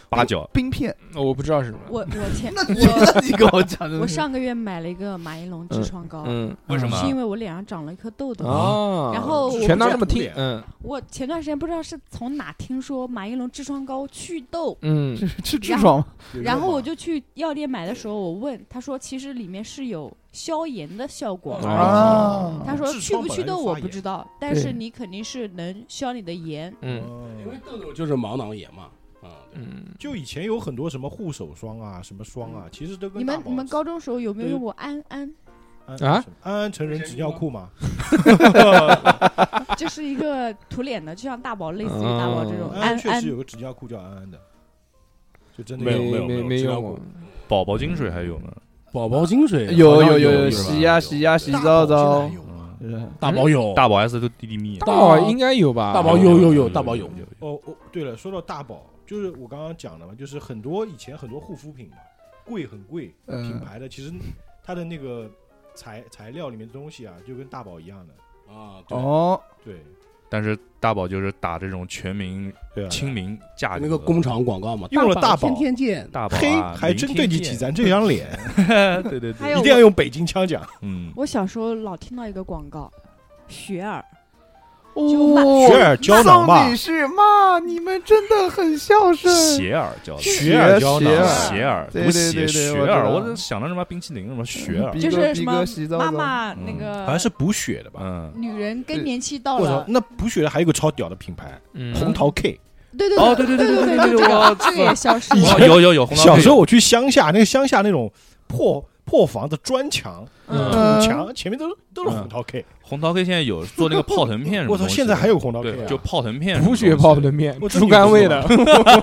[SPEAKER 4] 八角，
[SPEAKER 3] 冰片。
[SPEAKER 2] 哦我不知道是什么。
[SPEAKER 5] 我我前
[SPEAKER 3] 那你那 你跟我讲的，
[SPEAKER 5] 我上个月买了一个马应龙痔疮膏，
[SPEAKER 2] 嗯
[SPEAKER 4] 为什么
[SPEAKER 5] 是因为我脸上长了一颗痘痘。
[SPEAKER 2] 啊，
[SPEAKER 5] 然后我
[SPEAKER 2] 全
[SPEAKER 5] 不
[SPEAKER 2] 当
[SPEAKER 5] 知
[SPEAKER 2] 这么听
[SPEAKER 7] 脸，
[SPEAKER 2] 嗯
[SPEAKER 5] 我前段时间不知道是从哪听说马应龙痔疮膏祛痘，
[SPEAKER 2] 嗯，
[SPEAKER 3] 吃痔疮吗，
[SPEAKER 5] 然后我就去药店买的时候，我问他说，其实里面是有消炎的效果。
[SPEAKER 2] 啊
[SPEAKER 3] 啊
[SPEAKER 5] 他说
[SPEAKER 7] 哦痔
[SPEAKER 5] 祛
[SPEAKER 7] 疮
[SPEAKER 5] 不
[SPEAKER 7] 本
[SPEAKER 5] 祛
[SPEAKER 7] 来
[SPEAKER 5] 痘
[SPEAKER 7] 就
[SPEAKER 5] 我
[SPEAKER 7] 发
[SPEAKER 5] 不
[SPEAKER 7] 炎
[SPEAKER 5] 知道，但是
[SPEAKER 2] 对
[SPEAKER 5] 你肯定是能消你的炎。
[SPEAKER 2] 嗯
[SPEAKER 6] 因为
[SPEAKER 7] 嗯，
[SPEAKER 6] 痘痘就是毛囊炎嘛，啊，对
[SPEAKER 2] 嗯，
[SPEAKER 7] 就以前有很多什么护手霜啊，什么霜
[SPEAKER 6] 嗯
[SPEAKER 7] 啊，其实都跟
[SPEAKER 5] 你们
[SPEAKER 7] 大宝
[SPEAKER 5] 你们高中时候有没有用过安安？
[SPEAKER 7] 安
[SPEAKER 2] 啊
[SPEAKER 7] 安安成人纸尿裤嘛，
[SPEAKER 5] 就是一个涂脸的，就像大宝，类似于大宝这种
[SPEAKER 7] 哦安
[SPEAKER 5] 安
[SPEAKER 7] 安确
[SPEAKER 5] 安
[SPEAKER 7] 实。有个纸尿裤叫安安的，就真的
[SPEAKER 6] 没有没有
[SPEAKER 2] 没
[SPEAKER 6] 没有知道
[SPEAKER 2] 用啊过
[SPEAKER 6] 过，
[SPEAKER 4] 宝宝精水还有呢，
[SPEAKER 6] 宝宝精水啊
[SPEAKER 3] 有
[SPEAKER 6] 好像
[SPEAKER 3] 有
[SPEAKER 6] 有
[SPEAKER 3] 有
[SPEAKER 6] 是吧
[SPEAKER 3] 洗呀洗呀洗澡澡，
[SPEAKER 4] 嗯
[SPEAKER 3] 是呃
[SPEAKER 6] 大宝有
[SPEAKER 4] 大宝 S 都滴滴蜜，
[SPEAKER 2] 大宝应该有吧？
[SPEAKER 6] 大宝有有有大宝有
[SPEAKER 7] 哦哦，对了，说到大宝，就是我刚刚讲的嘛，就是很多以前很多护肤品嘛，贵很贵，
[SPEAKER 3] 嗯
[SPEAKER 7] 品牌的其实它的那个材材料里面的东西啊，就跟大宝一样的，
[SPEAKER 6] 啊，对
[SPEAKER 3] 哦，
[SPEAKER 7] 对
[SPEAKER 4] 但是大宝就是打这种全民
[SPEAKER 7] 对啊，
[SPEAKER 4] 亲民价格
[SPEAKER 6] 那个工厂广告嘛，
[SPEAKER 7] 用了大宝
[SPEAKER 6] 天天见，
[SPEAKER 4] 大宝
[SPEAKER 7] 黑
[SPEAKER 4] 啊
[SPEAKER 7] 还真对得起，咱这张 脸，
[SPEAKER 4] 明天见对对
[SPEAKER 5] 还
[SPEAKER 4] 对，
[SPEAKER 5] 有
[SPEAKER 7] 一定
[SPEAKER 5] 我
[SPEAKER 7] 要用北京腔讲，
[SPEAKER 4] 嗯，
[SPEAKER 5] 我小时候老听到一个广告，雪儿，就骂
[SPEAKER 3] 哦，
[SPEAKER 7] 雪儿胶囊吧
[SPEAKER 3] 送你是妈，你们真的很孝顺。
[SPEAKER 4] 鞋耳叫
[SPEAKER 7] 雪儿胶囊
[SPEAKER 3] 雪儿
[SPEAKER 4] 鞋耳，
[SPEAKER 3] 对
[SPEAKER 4] 读
[SPEAKER 3] 对
[SPEAKER 4] 鞋
[SPEAKER 3] 对对
[SPEAKER 4] 雪
[SPEAKER 3] 我知
[SPEAKER 4] 耳，
[SPEAKER 3] 道
[SPEAKER 4] 我就想到什么冰淇淋什么
[SPEAKER 7] 嗯
[SPEAKER 4] 雪耳，
[SPEAKER 3] 逼
[SPEAKER 5] 就
[SPEAKER 3] 哥
[SPEAKER 5] 是
[SPEAKER 3] 逼
[SPEAKER 5] 什
[SPEAKER 3] 哥
[SPEAKER 5] 么
[SPEAKER 3] 洗澡
[SPEAKER 5] 妈
[SPEAKER 3] 澡
[SPEAKER 5] 妈
[SPEAKER 4] 嗯
[SPEAKER 5] 那个，
[SPEAKER 7] 好像是补血的吧？
[SPEAKER 4] 嗯，
[SPEAKER 5] 女人更年期到
[SPEAKER 7] 我操
[SPEAKER 5] 了，，
[SPEAKER 7] 那补血的还有个超屌的品牌，
[SPEAKER 2] 嗯
[SPEAKER 7] 红桃 K。
[SPEAKER 5] 对对
[SPEAKER 4] 哦
[SPEAKER 5] 对
[SPEAKER 4] 对
[SPEAKER 5] 对
[SPEAKER 4] 对
[SPEAKER 5] 对
[SPEAKER 4] 对对
[SPEAKER 5] 就这
[SPEAKER 4] 我
[SPEAKER 5] 个这个也消失
[SPEAKER 7] 以
[SPEAKER 5] 了
[SPEAKER 4] 哦
[SPEAKER 7] 前。
[SPEAKER 4] 有有有，红桃
[SPEAKER 7] 小时候
[SPEAKER 4] 可以
[SPEAKER 7] 我去乡下，那个乡下那种破破破房子砖墙、
[SPEAKER 5] 嗯
[SPEAKER 7] 土
[SPEAKER 3] 嗯
[SPEAKER 7] 墙，前面都是都是红桃 K。
[SPEAKER 4] 红桃 K 现在有做嗯那个泡腾片什么
[SPEAKER 7] 我
[SPEAKER 4] 东西
[SPEAKER 7] 操，
[SPEAKER 4] 的，
[SPEAKER 7] 现在还有红桃 K
[SPEAKER 4] 对，
[SPEAKER 7] 啊？
[SPEAKER 4] 就泡腾片什么东西的，
[SPEAKER 2] 补血泡的面
[SPEAKER 7] 我，真
[SPEAKER 2] 猪
[SPEAKER 7] 的
[SPEAKER 2] 肝
[SPEAKER 7] 不
[SPEAKER 2] 味
[SPEAKER 7] 知
[SPEAKER 2] 的
[SPEAKER 7] 道，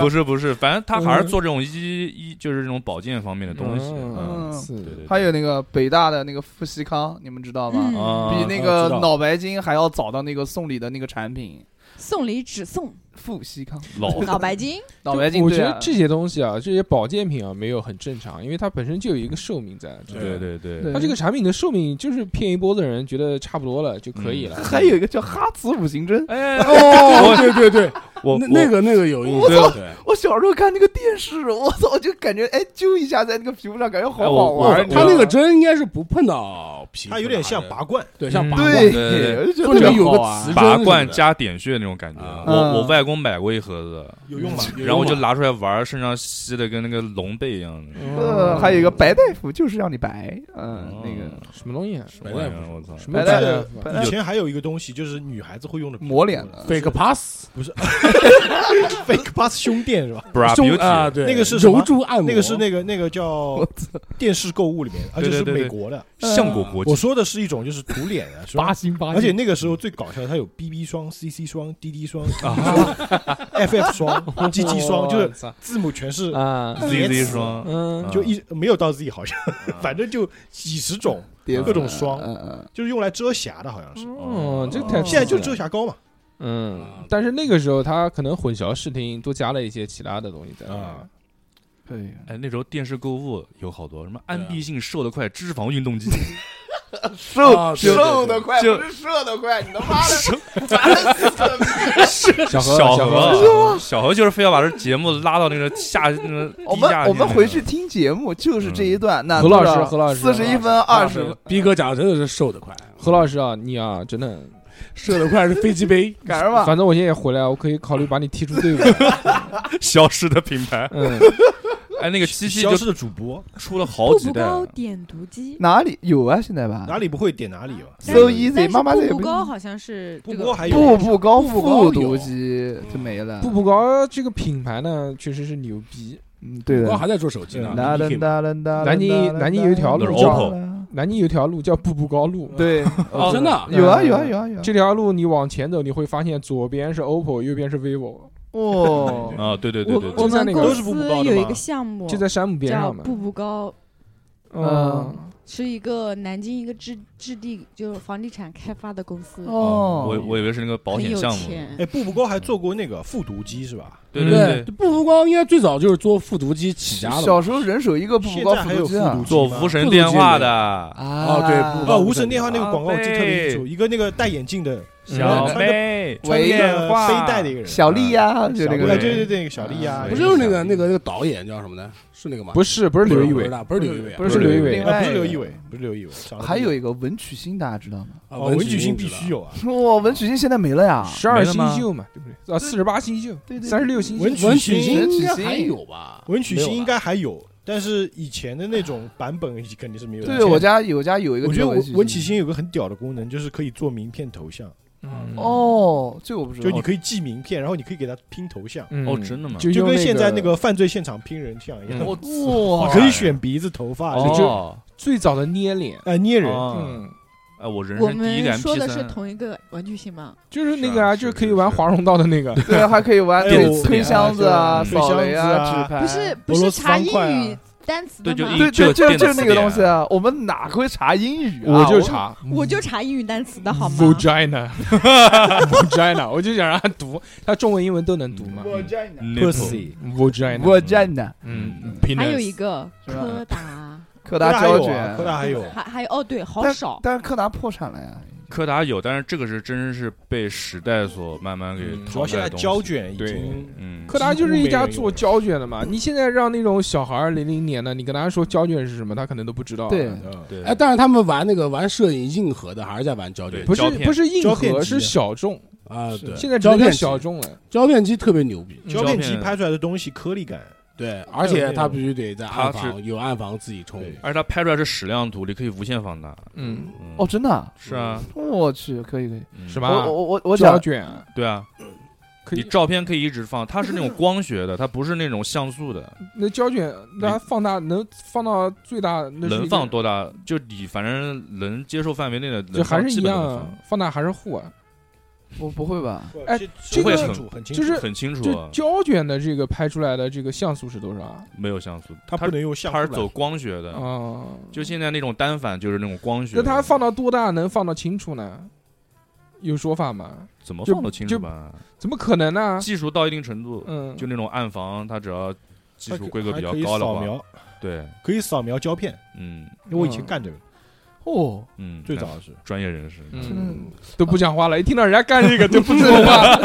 [SPEAKER 4] 不是不是，反正他还是做这种一一就是这种保健方面的东西。
[SPEAKER 2] 嗯
[SPEAKER 4] 嗯，
[SPEAKER 3] 嗯
[SPEAKER 2] 是
[SPEAKER 4] 对对，
[SPEAKER 3] 还有那个北大的那个富西康，你们知道吗？
[SPEAKER 5] 嗯
[SPEAKER 4] 啊，
[SPEAKER 3] 比那
[SPEAKER 7] 啊
[SPEAKER 3] 个
[SPEAKER 7] 知道
[SPEAKER 3] 脑白金还要早到那个送礼的那个产品
[SPEAKER 5] 送礼 只送
[SPEAKER 3] 富西康
[SPEAKER 4] 老
[SPEAKER 5] 脑白金，
[SPEAKER 3] 脑白金。
[SPEAKER 2] 我觉
[SPEAKER 3] 对啊
[SPEAKER 2] 得这些东西啊，这些保健品啊，没有很正常，因为它本身就有一个寿命在。
[SPEAKER 6] 对
[SPEAKER 4] 对对对，
[SPEAKER 3] 对
[SPEAKER 2] 它这个产品的寿命就是骗一波的人觉得差不多了就可以了。
[SPEAKER 3] 还有一个叫哈茨五行针，
[SPEAKER 4] 哎，
[SPEAKER 6] 哦，对对对，
[SPEAKER 4] 我
[SPEAKER 6] 那那
[SPEAKER 4] 个
[SPEAKER 6] 个那个有印象，对，
[SPEAKER 3] 我小时候看那个电视，我操，我就感觉哎揪一下在那个皮肤上，感觉好
[SPEAKER 4] 哎
[SPEAKER 3] 好
[SPEAKER 4] 我
[SPEAKER 3] 玩。
[SPEAKER 4] 我
[SPEAKER 3] 你知
[SPEAKER 6] 他
[SPEAKER 3] 道吗
[SPEAKER 6] 那个针应该是不碰到皮肤的，
[SPEAKER 7] 它有点像拔罐，
[SPEAKER 6] 对，像拔罐
[SPEAKER 3] 嗯对，
[SPEAKER 4] 对对对
[SPEAKER 3] 我就觉得
[SPEAKER 6] 就里面有
[SPEAKER 3] 好
[SPEAKER 6] 个
[SPEAKER 3] 玩
[SPEAKER 6] 磁针
[SPEAKER 4] 拔
[SPEAKER 6] 什么
[SPEAKER 4] 罐
[SPEAKER 6] 的
[SPEAKER 4] 加点穴那种感觉。
[SPEAKER 6] 啊
[SPEAKER 3] 嗯
[SPEAKER 4] 我我外公买过一盒子，
[SPEAKER 7] 有用吗？
[SPEAKER 4] 然后我就拿出来玩，身上吸的跟那个龙背一样的。
[SPEAKER 2] 嗯
[SPEAKER 3] 呃，还有一个白大夫就是让你白，嗯
[SPEAKER 4] 哦，
[SPEAKER 3] 那个
[SPEAKER 2] 什么东西啊？
[SPEAKER 6] 白
[SPEAKER 4] 我
[SPEAKER 6] 大
[SPEAKER 4] 哎呀
[SPEAKER 6] 夫
[SPEAKER 4] 我操！
[SPEAKER 2] 什么东
[SPEAKER 3] 白大
[SPEAKER 2] 西啊
[SPEAKER 3] 夫，白大
[SPEAKER 7] 以
[SPEAKER 3] 夫
[SPEAKER 7] 前还有一个东西，就是女孩子会用的
[SPEAKER 3] 抹脸的，
[SPEAKER 6] fake pass，
[SPEAKER 7] fake pass 胸垫是吧？
[SPEAKER 4] Bra
[SPEAKER 6] 胸
[SPEAKER 4] Beauty
[SPEAKER 6] 啊，对，
[SPEAKER 7] 那个是什么
[SPEAKER 6] 揉珠按摩，
[SPEAKER 7] 那个是那个那个叫
[SPEAKER 3] 我操，
[SPEAKER 7] 电视购物里面，而且是
[SPEAKER 4] 对对对
[SPEAKER 7] 美国的。
[SPEAKER 4] 相果国际
[SPEAKER 7] 我，说的是一种就是涂脸的，是吧
[SPEAKER 6] 八星八星，
[SPEAKER 7] 而且那个时候最搞笑的，它有 BB 霜、CC 霜、DD 霜、
[SPEAKER 4] 啊
[SPEAKER 7] FF 霜、GG 霜，就是
[SPEAKER 2] 是
[SPEAKER 7] 字母全是，
[SPEAKER 2] 啊，
[SPEAKER 4] ZZ 霜，
[SPEAKER 2] 嗯，
[SPEAKER 7] 就一没有到 Z 好像，反正就几十种，各种霜，
[SPEAKER 3] 嗯嗯，
[SPEAKER 7] 就是用来遮瑕的，好像是。
[SPEAKER 2] 哦，这太
[SPEAKER 7] 现在就
[SPEAKER 2] 这。
[SPEAKER 7] 遮瑕膏嘛，
[SPEAKER 2] 嗯，但是那个时候他可能混淆视听，多加了一些其他的东西在里面。
[SPEAKER 7] 啊
[SPEAKER 3] 对，
[SPEAKER 4] 哎，那时候电视购物有好多什么安必性瘦得快脂肪运动机，
[SPEAKER 3] 瘦
[SPEAKER 6] 啊对对对
[SPEAKER 3] 瘦的快，
[SPEAKER 4] 就，
[SPEAKER 3] 不是射的快，你他妈的烦死 了！
[SPEAKER 2] 小何，
[SPEAKER 4] 小
[SPEAKER 2] 何，
[SPEAKER 4] 何，小何就是非要把这节目拉到那个下那个
[SPEAKER 3] 我
[SPEAKER 4] 低价
[SPEAKER 3] 们
[SPEAKER 4] 里
[SPEAKER 3] 我
[SPEAKER 4] 面
[SPEAKER 3] 们回去听节目就是这一段。那
[SPEAKER 2] 何老师何老师
[SPEAKER 3] 四十一分二十分，
[SPEAKER 6] 逼哥讲的真的是瘦得快，
[SPEAKER 2] 何老师啊，你啊，真的，
[SPEAKER 6] 瘦得快是飞 机杯，
[SPEAKER 3] 赶上吧。
[SPEAKER 2] 啊反正我现在也回来，我可以考虑把你踢出 队伍。
[SPEAKER 4] 消失的品牌。
[SPEAKER 2] 嗯，
[SPEAKER 4] 哎，那个七七
[SPEAKER 7] 消
[SPEAKER 4] 就
[SPEAKER 7] 失的主播
[SPEAKER 4] 出了 好
[SPEAKER 5] 步
[SPEAKER 4] 几
[SPEAKER 5] 步
[SPEAKER 4] 代，啊
[SPEAKER 5] 高点读机。
[SPEAKER 3] 哪里有啊？现在吧
[SPEAKER 7] 哪里不会点哪里嘛。
[SPEAKER 3] ，so easy，
[SPEAKER 5] 但是
[SPEAKER 3] 妈妈这也
[SPEAKER 5] 步
[SPEAKER 3] 不
[SPEAKER 5] 步高好像是
[SPEAKER 7] 不
[SPEAKER 5] 这个
[SPEAKER 7] 播还有
[SPEAKER 3] 步啊步高
[SPEAKER 7] 步步
[SPEAKER 3] 复
[SPEAKER 7] 高
[SPEAKER 3] 读
[SPEAKER 7] 有
[SPEAKER 3] 机就没了。
[SPEAKER 2] 步步高这个品牌呢，确实是牛逼。
[SPEAKER 3] 嗯，对
[SPEAKER 6] 我
[SPEAKER 3] 的。
[SPEAKER 6] 还在做手机呢，
[SPEAKER 3] 哒
[SPEAKER 6] 你
[SPEAKER 3] 哒
[SPEAKER 6] 可以
[SPEAKER 3] 哒哒哒
[SPEAKER 2] 南京南京有一条
[SPEAKER 4] 路
[SPEAKER 3] 叫
[SPEAKER 4] 叫
[SPEAKER 2] 南京有条路叫步步高路，
[SPEAKER 3] 对，
[SPEAKER 6] 哦，真的啊，
[SPEAKER 3] 有啊有啊有啊有啊
[SPEAKER 2] 这条路你往前走，你会发现左边是 OPPO，右边是 vivo，
[SPEAKER 3] 哦，
[SPEAKER 4] 啊，对对对
[SPEAKER 5] 我
[SPEAKER 4] 对
[SPEAKER 5] 我
[SPEAKER 4] 对，
[SPEAKER 2] 就在那
[SPEAKER 5] 们
[SPEAKER 2] 个
[SPEAKER 5] 公
[SPEAKER 7] 都是步步
[SPEAKER 5] 司
[SPEAKER 7] 高的
[SPEAKER 5] 有一
[SPEAKER 7] 吗
[SPEAKER 5] 个项目
[SPEAKER 2] 就在山姆边
[SPEAKER 5] 叫
[SPEAKER 2] 上嘛。
[SPEAKER 5] 步步高，
[SPEAKER 2] 嗯，
[SPEAKER 5] 是一个南京一个置置地就是房地产开发的公司，
[SPEAKER 3] 哦，
[SPEAKER 4] 我我以为是那个保
[SPEAKER 5] 很
[SPEAKER 4] 险
[SPEAKER 5] 有
[SPEAKER 4] 项目，
[SPEAKER 5] 钱
[SPEAKER 7] 哎，。步步高还做过那个复读机是吧？
[SPEAKER 4] 对对，
[SPEAKER 6] 不服光应该最早就是做复读机起家的嘛，
[SPEAKER 3] 小时候人手一个步步
[SPEAKER 7] 现
[SPEAKER 3] 高
[SPEAKER 7] 在还
[SPEAKER 3] 复
[SPEAKER 7] 有
[SPEAKER 3] 读
[SPEAKER 7] 复
[SPEAKER 3] 机啊
[SPEAKER 7] 读，机
[SPEAKER 4] 做
[SPEAKER 7] 吗
[SPEAKER 4] 无绳电话的
[SPEAKER 6] 哦对步步
[SPEAKER 7] 哦，
[SPEAKER 6] 高
[SPEAKER 7] 无绳电话那个广告我记得特别清
[SPEAKER 4] 啊
[SPEAKER 7] 楚，一个那个戴眼镜的
[SPEAKER 4] 小
[SPEAKER 7] 穿个
[SPEAKER 4] 妹，
[SPEAKER 7] 穿
[SPEAKER 3] 喂
[SPEAKER 7] 个背带的一个人，
[SPEAKER 3] 小丽呀，就那
[SPEAKER 4] 小
[SPEAKER 7] 对
[SPEAKER 3] 个
[SPEAKER 4] 丽
[SPEAKER 7] 对对对，小丽啊呀，
[SPEAKER 4] 对
[SPEAKER 6] 不是就是那个那个那个导演叫什么呢？是那个吗？
[SPEAKER 2] 不是不是刘仪
[SPEAKER 6] 不
[SPEAKER 2] 伟
[SPEAKER 6] 是，的不是刘仪伟啊，
[SPEAKER 2] 不是
[SPEAKER 4] 刘仪
[SPEAKER 2] 伟
[SPEAKER 3] 另
[SPEAKER 7] 啊，
[SPEAKER 3] 外
[SPEAKER 7] 不是刘仪伟，不是刘仪伟，长得
[SPEAKER 3] 还有
[SPEAKER 7] 不一
[SPEAKER 3] 一个文曲星，大家知道吗？
[SPEAKER 6] 啊
[SPEAKER 7] 样哦文曲星
[SPEAKER 6] 星
[SPEAKER 7] 必须有啊，
[SPEAKER 3] 哇，文曲星现在啊没了呀，
[SPEAKER 2] 十二
[SPEAKER 4] 没了
[SPEAKER 2] 星
[SPEAKER 4] 吗
[SPEAKER 2] 宿嘛，对不对？啊，四十八星宿
[SPEAKER 3] 对，对
[SPEAKER 2] 三十六星宿
[SPEAKER 7] 文曲
[SPEAKER 6] 文曲
[SPEAKER 3] 文
[SPEAKER 7] 星
[SPEAKER 6] 星
[SPEAKER 3] 曲
[SPEAKER 6] 应该
[SPEAKER 3] 星
[SPEAKER 6] 还有吧？
[SPEAKER 7] 哦文曲星应
[SPEAKER 6] 没有吧
[SPEAKER 7] 该还有，但是以前的那种版本肯定是没有的。
[SPEAKER 3] 对我家有家有一个
[SPEAKER 7] 我觉
[SPEAKER 3] 叫
[SPEAKER 7] 得文
[SPEAKER 3] 曲
[SPEAKER 7] 文曲星有个很屌的功能，就是可以做名片头像，
[SPEAKER 2] 嗯
[SPEAKER 3] 哦，这个我不知
[SPEAKER 7] 就
[SPEAKER 3] 道，
[SPEAKER 7] 你可以寄名片，然后你可以给它拼头像，
[SPEAKER 2] 嗯
[SPEAKER 4] 哦真的吗
[SPEAKER 2] 就
[SPEAKER 7] 就
[SPEAKER 2] 用
[SPEAKER 7] 跟现在那
[SPEAKER 2] 那
[SPEAKER 7] 个犯罪现场拼人像一样，
[SPEAKER 2] 嗯
[SPEAKER 3] 哇，
[SPEAKER 7] 可以选鼻子、头发，
[SPEAKER 2] 哦
[SPEAKER 7] 就
[SPEAKER 4] 哦，
[SPEAKER 2] 最早的捏
[SPEAKER 4] 啊
[SPEAKER 2] 脸，
[SPEAKER 7] 哎捏人。
[SPEAKER 4] 哦
[SPEAKER 2] 嗯，
[SPEAKER 4] 哎，我人
[SPEAKER 5] 我
[SPEAKER 4] 生第一个
[SPEAKER 5] 们
[SPEAKER 4] MP
[SPEAKER 5] 说的是
[SPEAKER 4] 三，
[SPEAKER 5] 同一个玩具型吗？
[SPEAKER 2] 就是那个啊，
[SPEAKER 4] 是啊
[SPEAKER 2] 就是可以玩
[SPEAKER 4] 是是
[SPEAKER 2] 华容道的那个，
[SPEAKER 3] 对，还可以玩
[SPEAKER 7] 哎
[SPEAKER 3] 推
[SPEAKER 7] 我
[SPEAKER 3] 推箱子啊、
[SPEAKER 2] 推
[SPEAKER 7] 箱子啊
[SPEAKER 3] 扫雷
[SPEAKER 7] 嗯
[SPEAKER 3] 纸牌，
[SPEAKER 5] 不是不
[SPEAKER 7] 俄
[SPEAKER 5] 是
[SPEAKER 7] 罗斯
[SPEAKER 5] 查
[SPEAKER 7] 方
[SPEAKER 5] 英
[SPEAKER 7] 块啊
[SPEAKER 5] 语单词
[SPEAKER 4] 对
[SPEAKER 5] 的
[SPEAKER 4] 就
[SPEAKER 5] 吗
[SPEAKER 4] 一？
[SPEAKER 3] 对对，
[SPEAKER 4] 就
[SPEAKER 3] 就
[SPEAKER 4] 电子
[SPEAKER 3] 就是那个
[SPEAKER 4] 词典
[SPEAKER 3] 东西啊，我们哪会查英语啊？
[SPEAKER 2] 我就查嗯
[SPEAKER 5] 我就查英语单词的好吗？
[SPEAKER 2] vagina vagina，我就想让他读，他中文英文都能读嘛
[SPEAKER 4] 我
[SPEAKER 3] 站呢，
[SPEAKER 4] Nipple
[SPEAKER 7] Pussy，
[SPEAKER 2] 哦，vagina，
[SPEAKER 3] 我站呢，
[SPEAKER 2] 嗯，
[SPEAKER 5] 还有一个
[SPEAKER 3] 是吧
[SPEAKER 5] 柯达，
[SPEAKER 3] 柯
[SPEAKER 7] 科
[SPEAKER 3] 达
[SPEAKER 7] 还
[SPEAKER 3] 胶
[SPEAKER 7] 有啊，
[SPEAKER 3] 卷
[SPEAKER 7] 科，大还有，
[SPEAKER 5] 还还有哦对，好
[SPEAKER 3] 但
[SPEAKER 5] 少。
[SPEAKER 3] 但是柯达破产了呀。
[SPEAKER 4] 柯达有，但是这个是真是被时代所慢慢给
[SPEAKER 2] 嗯
[SPEAKER 7] 主
[SPEAKER 4] 淘
[SPEAKER 7] 要现
[SPEAKER 4] 汰
[SPEAKER 7] 在
[SPEAKER 4] 的东西。
[SPEAKER 7] 胶卷已
[SPEAKER 2] 对
[SPEAKER 7] 经
[SPEAKER 4] 嗯，
[SPEAKER 2] 柯达就是一家做胶卷的嘛。你现在让那种小孩儿零零年的，你跟他说胶卷是什么，他可能都不知道。啊
[SPEAKER 3] 对，
[SPEAKER 7] 呃
[SPEAKER 4] 对，
[SPEAKER 6] 哎，但是他们玩那个玩摄影硬核的，还是在玩胶卷
[SPEAKER 4] 对
[SPEAKER 2] 不是
[SPEAKER 4] 胶片
[SPEAKER 2] 不是硬
[SPEAKER 7] 胶片
[SPEAKER 2] 核，
[SPEAKER 7] 机
[SPEAKER 2] 是小众。
[SPEAKER 6] 啊？对，
[SPEAKER 2] 现在只
[SPEAKER 6] 胶
[SPEAKER 2] 能叫
[SPEAKER 6] 片
[SPEAKER 2] 小
[SPEAKER 6] 机，
[SPEAKER 2] 众了。
[SPEAKER 6] 胶片机特别牛逼，
[SPEAKER 7] 胶片机
[SPEAKER 4] 片
[SPEAKER 7] 拍出来的东西颗粒感，
[SPEAKER 6] 对，而且它必须得在
[SPEAKER 4] 它
[SPEAKER 6] 暗房有暗房自己冲，
[SPEAKER 7] 对
[SPEAKER 4] 而且它拍出来是矢量图，你可以无限放大。
[SPEAKER 2] 嗯，
[SPEAKER 4] 嗯
[SPEAKER 3] 哦，，真的啊，
[SPEAKER 4] 是啊，
[SPEAKER 3] 我去，可以可以，
[SPEAKER 4] 嗯
[SPEAKER 2] 是
[SPEAKER 3] 我
[SPEAKER 2] 吧？
[SPEAKER 3] 我我我
[SPEAKER 2] 胶
[SPEAKER 3] 讲
[SPEAKER 2] 卷啊，
[SPEAKER 4] 对啊，
[SPEAKER 2] 可
[SPEAKER 4] 你
[SPEAKER 2] 以。
[SPEAKER 4] 照片可以一直放，它是那种光学的，它不是那种像素的，
[SPEAKER 2] 那胶卷那它放大能放到最大，那是一
[SPEAKER 4] 能
[SPEAKER 2] 个
[SPEAKER 4] 放多大就你反正能接受范围内的，能
[SPEAKER 2] 就还
[SPEAKER 4] 放
[SPEAKER 2] 是一
[SPEAKER 4] 基本都
[SPEAKER 2] 样
[SPEAKER 4] 能
[SPEAKER 2] 啊
[SPEAKER 4] 放，
[SPEAKER 2] 放大还是户啊。
[SPEAKER 3] 我不会吧？
[SPEAKER 2] 哎
[SPEAKER 7] 这
[SPEAKER 4] 这个
[SPEAKER 7] 清楚，很清楚，
[SPEAKER 2] 就是
[SPEAKER 4] 很清楚
[SPEAKER 2] 就
[SPEAKER 4] 啊，
[SPEAKER 2] 胶卷的这个拍出来的这个像素是多少啊？
[SPEAKER 4] 没有像素，
[SPEAKER 7] 它不能用像素
[SPEAKER 4] 它
[SPEAKER 7] 来
[SPEAKER 4] 是走光学的，
[SPEAKER 2] 哦，
[SPEAKER 4] 就现在那种单反啊就是那种光学
[SPEAKER 2] 那
[SPEAKER 4] 的。
[SPEAKER 2] 它放到多大能放到清楚呢？有说法吗？
[SPEAKER 4] 怎么
[SPEAKER 2] 就
[SPEAKER 4] 放都清
[SPEAKER 2] 就
[SPEAKER 4] 楚吧？
[SPEAKER 2] 怎么可能呢？
[SPEAKER 4] 技术到一定程度，
[SPEAKER 2] 嗯，
[SPEAKER 4] 就那种暗房，它只要技
[SPEAKER 7] 还
[SPEAKER 4] 术
[SPEAKER 7] 可
[SPEAKER 4] 规格比较
[SPEAKER 7] 还可以
[SPEAKER 4] 高的
[SPEAKER 7] 扫
[SPEAKER 4] 话，
[SPEAKER 7] 描
[SPEAKER 4] 对，
[SPEAKER 7] 可以扫描胶片，
[SPEAKER 4] 嗯
[SPEAKER 7] 因为我以前干这个，
[SPEAKER 3] 哦，
[SPEAKER 4] 嗯，
[SPEAKER 7] 最早是
[SPEAKER 4] 那专业人士，
[SPEAKER 2] 嗯，都不讲话了，一听到人家干这个就不说话，